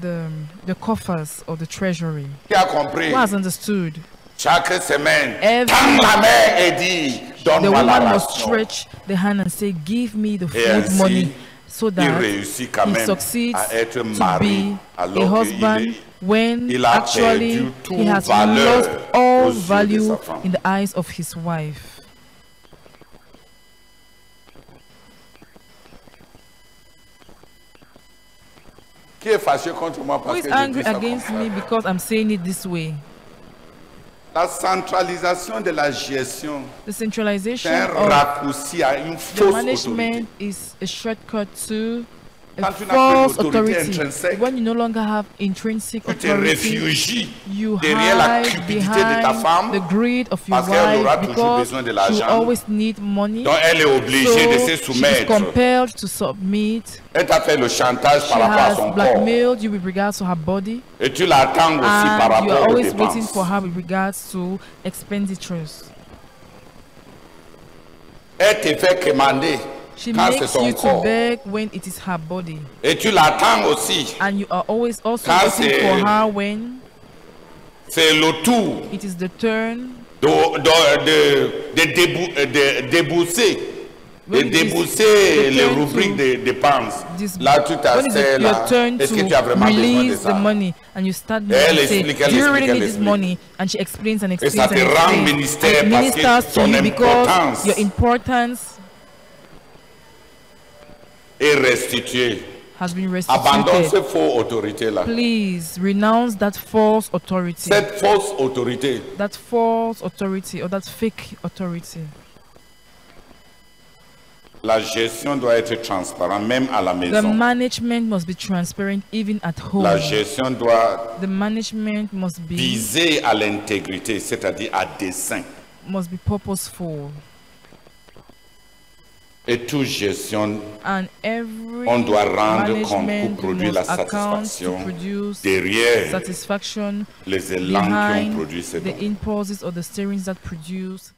the the coffers of the treasury.
Qui a compris
Who has understood?
Chaque semaine,
Every-
tends la main et dis,
The
donne-moi la
woman must
ration.
stretch the hand and say, "Give me the
Et
food
ainsi,
money," so
il
that
réussit quand
he
même
succeeds
à être
to
mari
be a
alors qu'il
husband
est
when
il a
actually
perdu tout
he has
valeur
lost
aux
all
yeux de sa
value
femme.
in the eyes of his wife.
Qui est fâché contre moi
Who
parce
is
que je dis
angry
ça
against
comme ça?
me because I'm saying it this way?
La centralisation de la gestion,
The
c'est
centralization
un
of
raccourci à une
The
fausse autorité.
management is a shortcut to a
Quand tu n'as plus
false
d'autorité
authority.
intrinsèque,
When you no longer have intrinsic
Tu te
authority,
réfugies
you
derrière la
hide
cupidité de ta
behind the
femme
greed of your
parce qu'elle aura
wife
toujours
because
besoin de
she will
l'argent.
always need money.
dont elle est obligée de se
So she is
soumettre.
compelled to submit.
Elle t'a fait le chantage
She
par rapport à
has
son corps.
blackmailed you with regards to her body,
Et tu l'attends aussi par
and Ah, you are
rapport aux
always waiting
dépenses.
for her with regards to expenditures.
Elle te fait commander
She
quand c'est
makes
son
you to
corps.
beg when it is her body,
Et tu l'attends aussi.
and you are always also
Quand
waiting
c'est-
for her when.
C'est le tour
It is the turn.
de, de, de, de débou- euh, de débousser. De
When it is
débousser
the
les
turn to
rubriques des dépenses.
This,
Là, tu
when is
t'asselles.
it
là.
your turn
Est-ce que tu
to
as vraiment besoin de
release the
ça?
money and you start looking
Elle
and say,
explique, elle
do you really
explique,
need
elle
this
explique.
money? And she explains and explains
ça
and
te rend
explains.
ministère
And it
parce que
ministers to
ton
you
importance-
because your importance
Et restituer.
has been
Abandonne
restituted.
cette fausse autorité-là.
Please renounce that false authority,
Cette fausse autorité.
that false authority or that fake authority.
La gestion doit être transparente, même à la
The
maison.
management must be transparent even at
La
home.
gestion doit
The management must be
viser à l'intégrité, c'est-à-dire à dessein.
must be purposeful.
Et toute gestion
And every
On doit rendre
management
compte pour produire
must
la
account
satisfaction
to produce
derrière
satisfaction
les élans qui ont
behind
produit ces
the
dons.
impulses or the stirrings that produce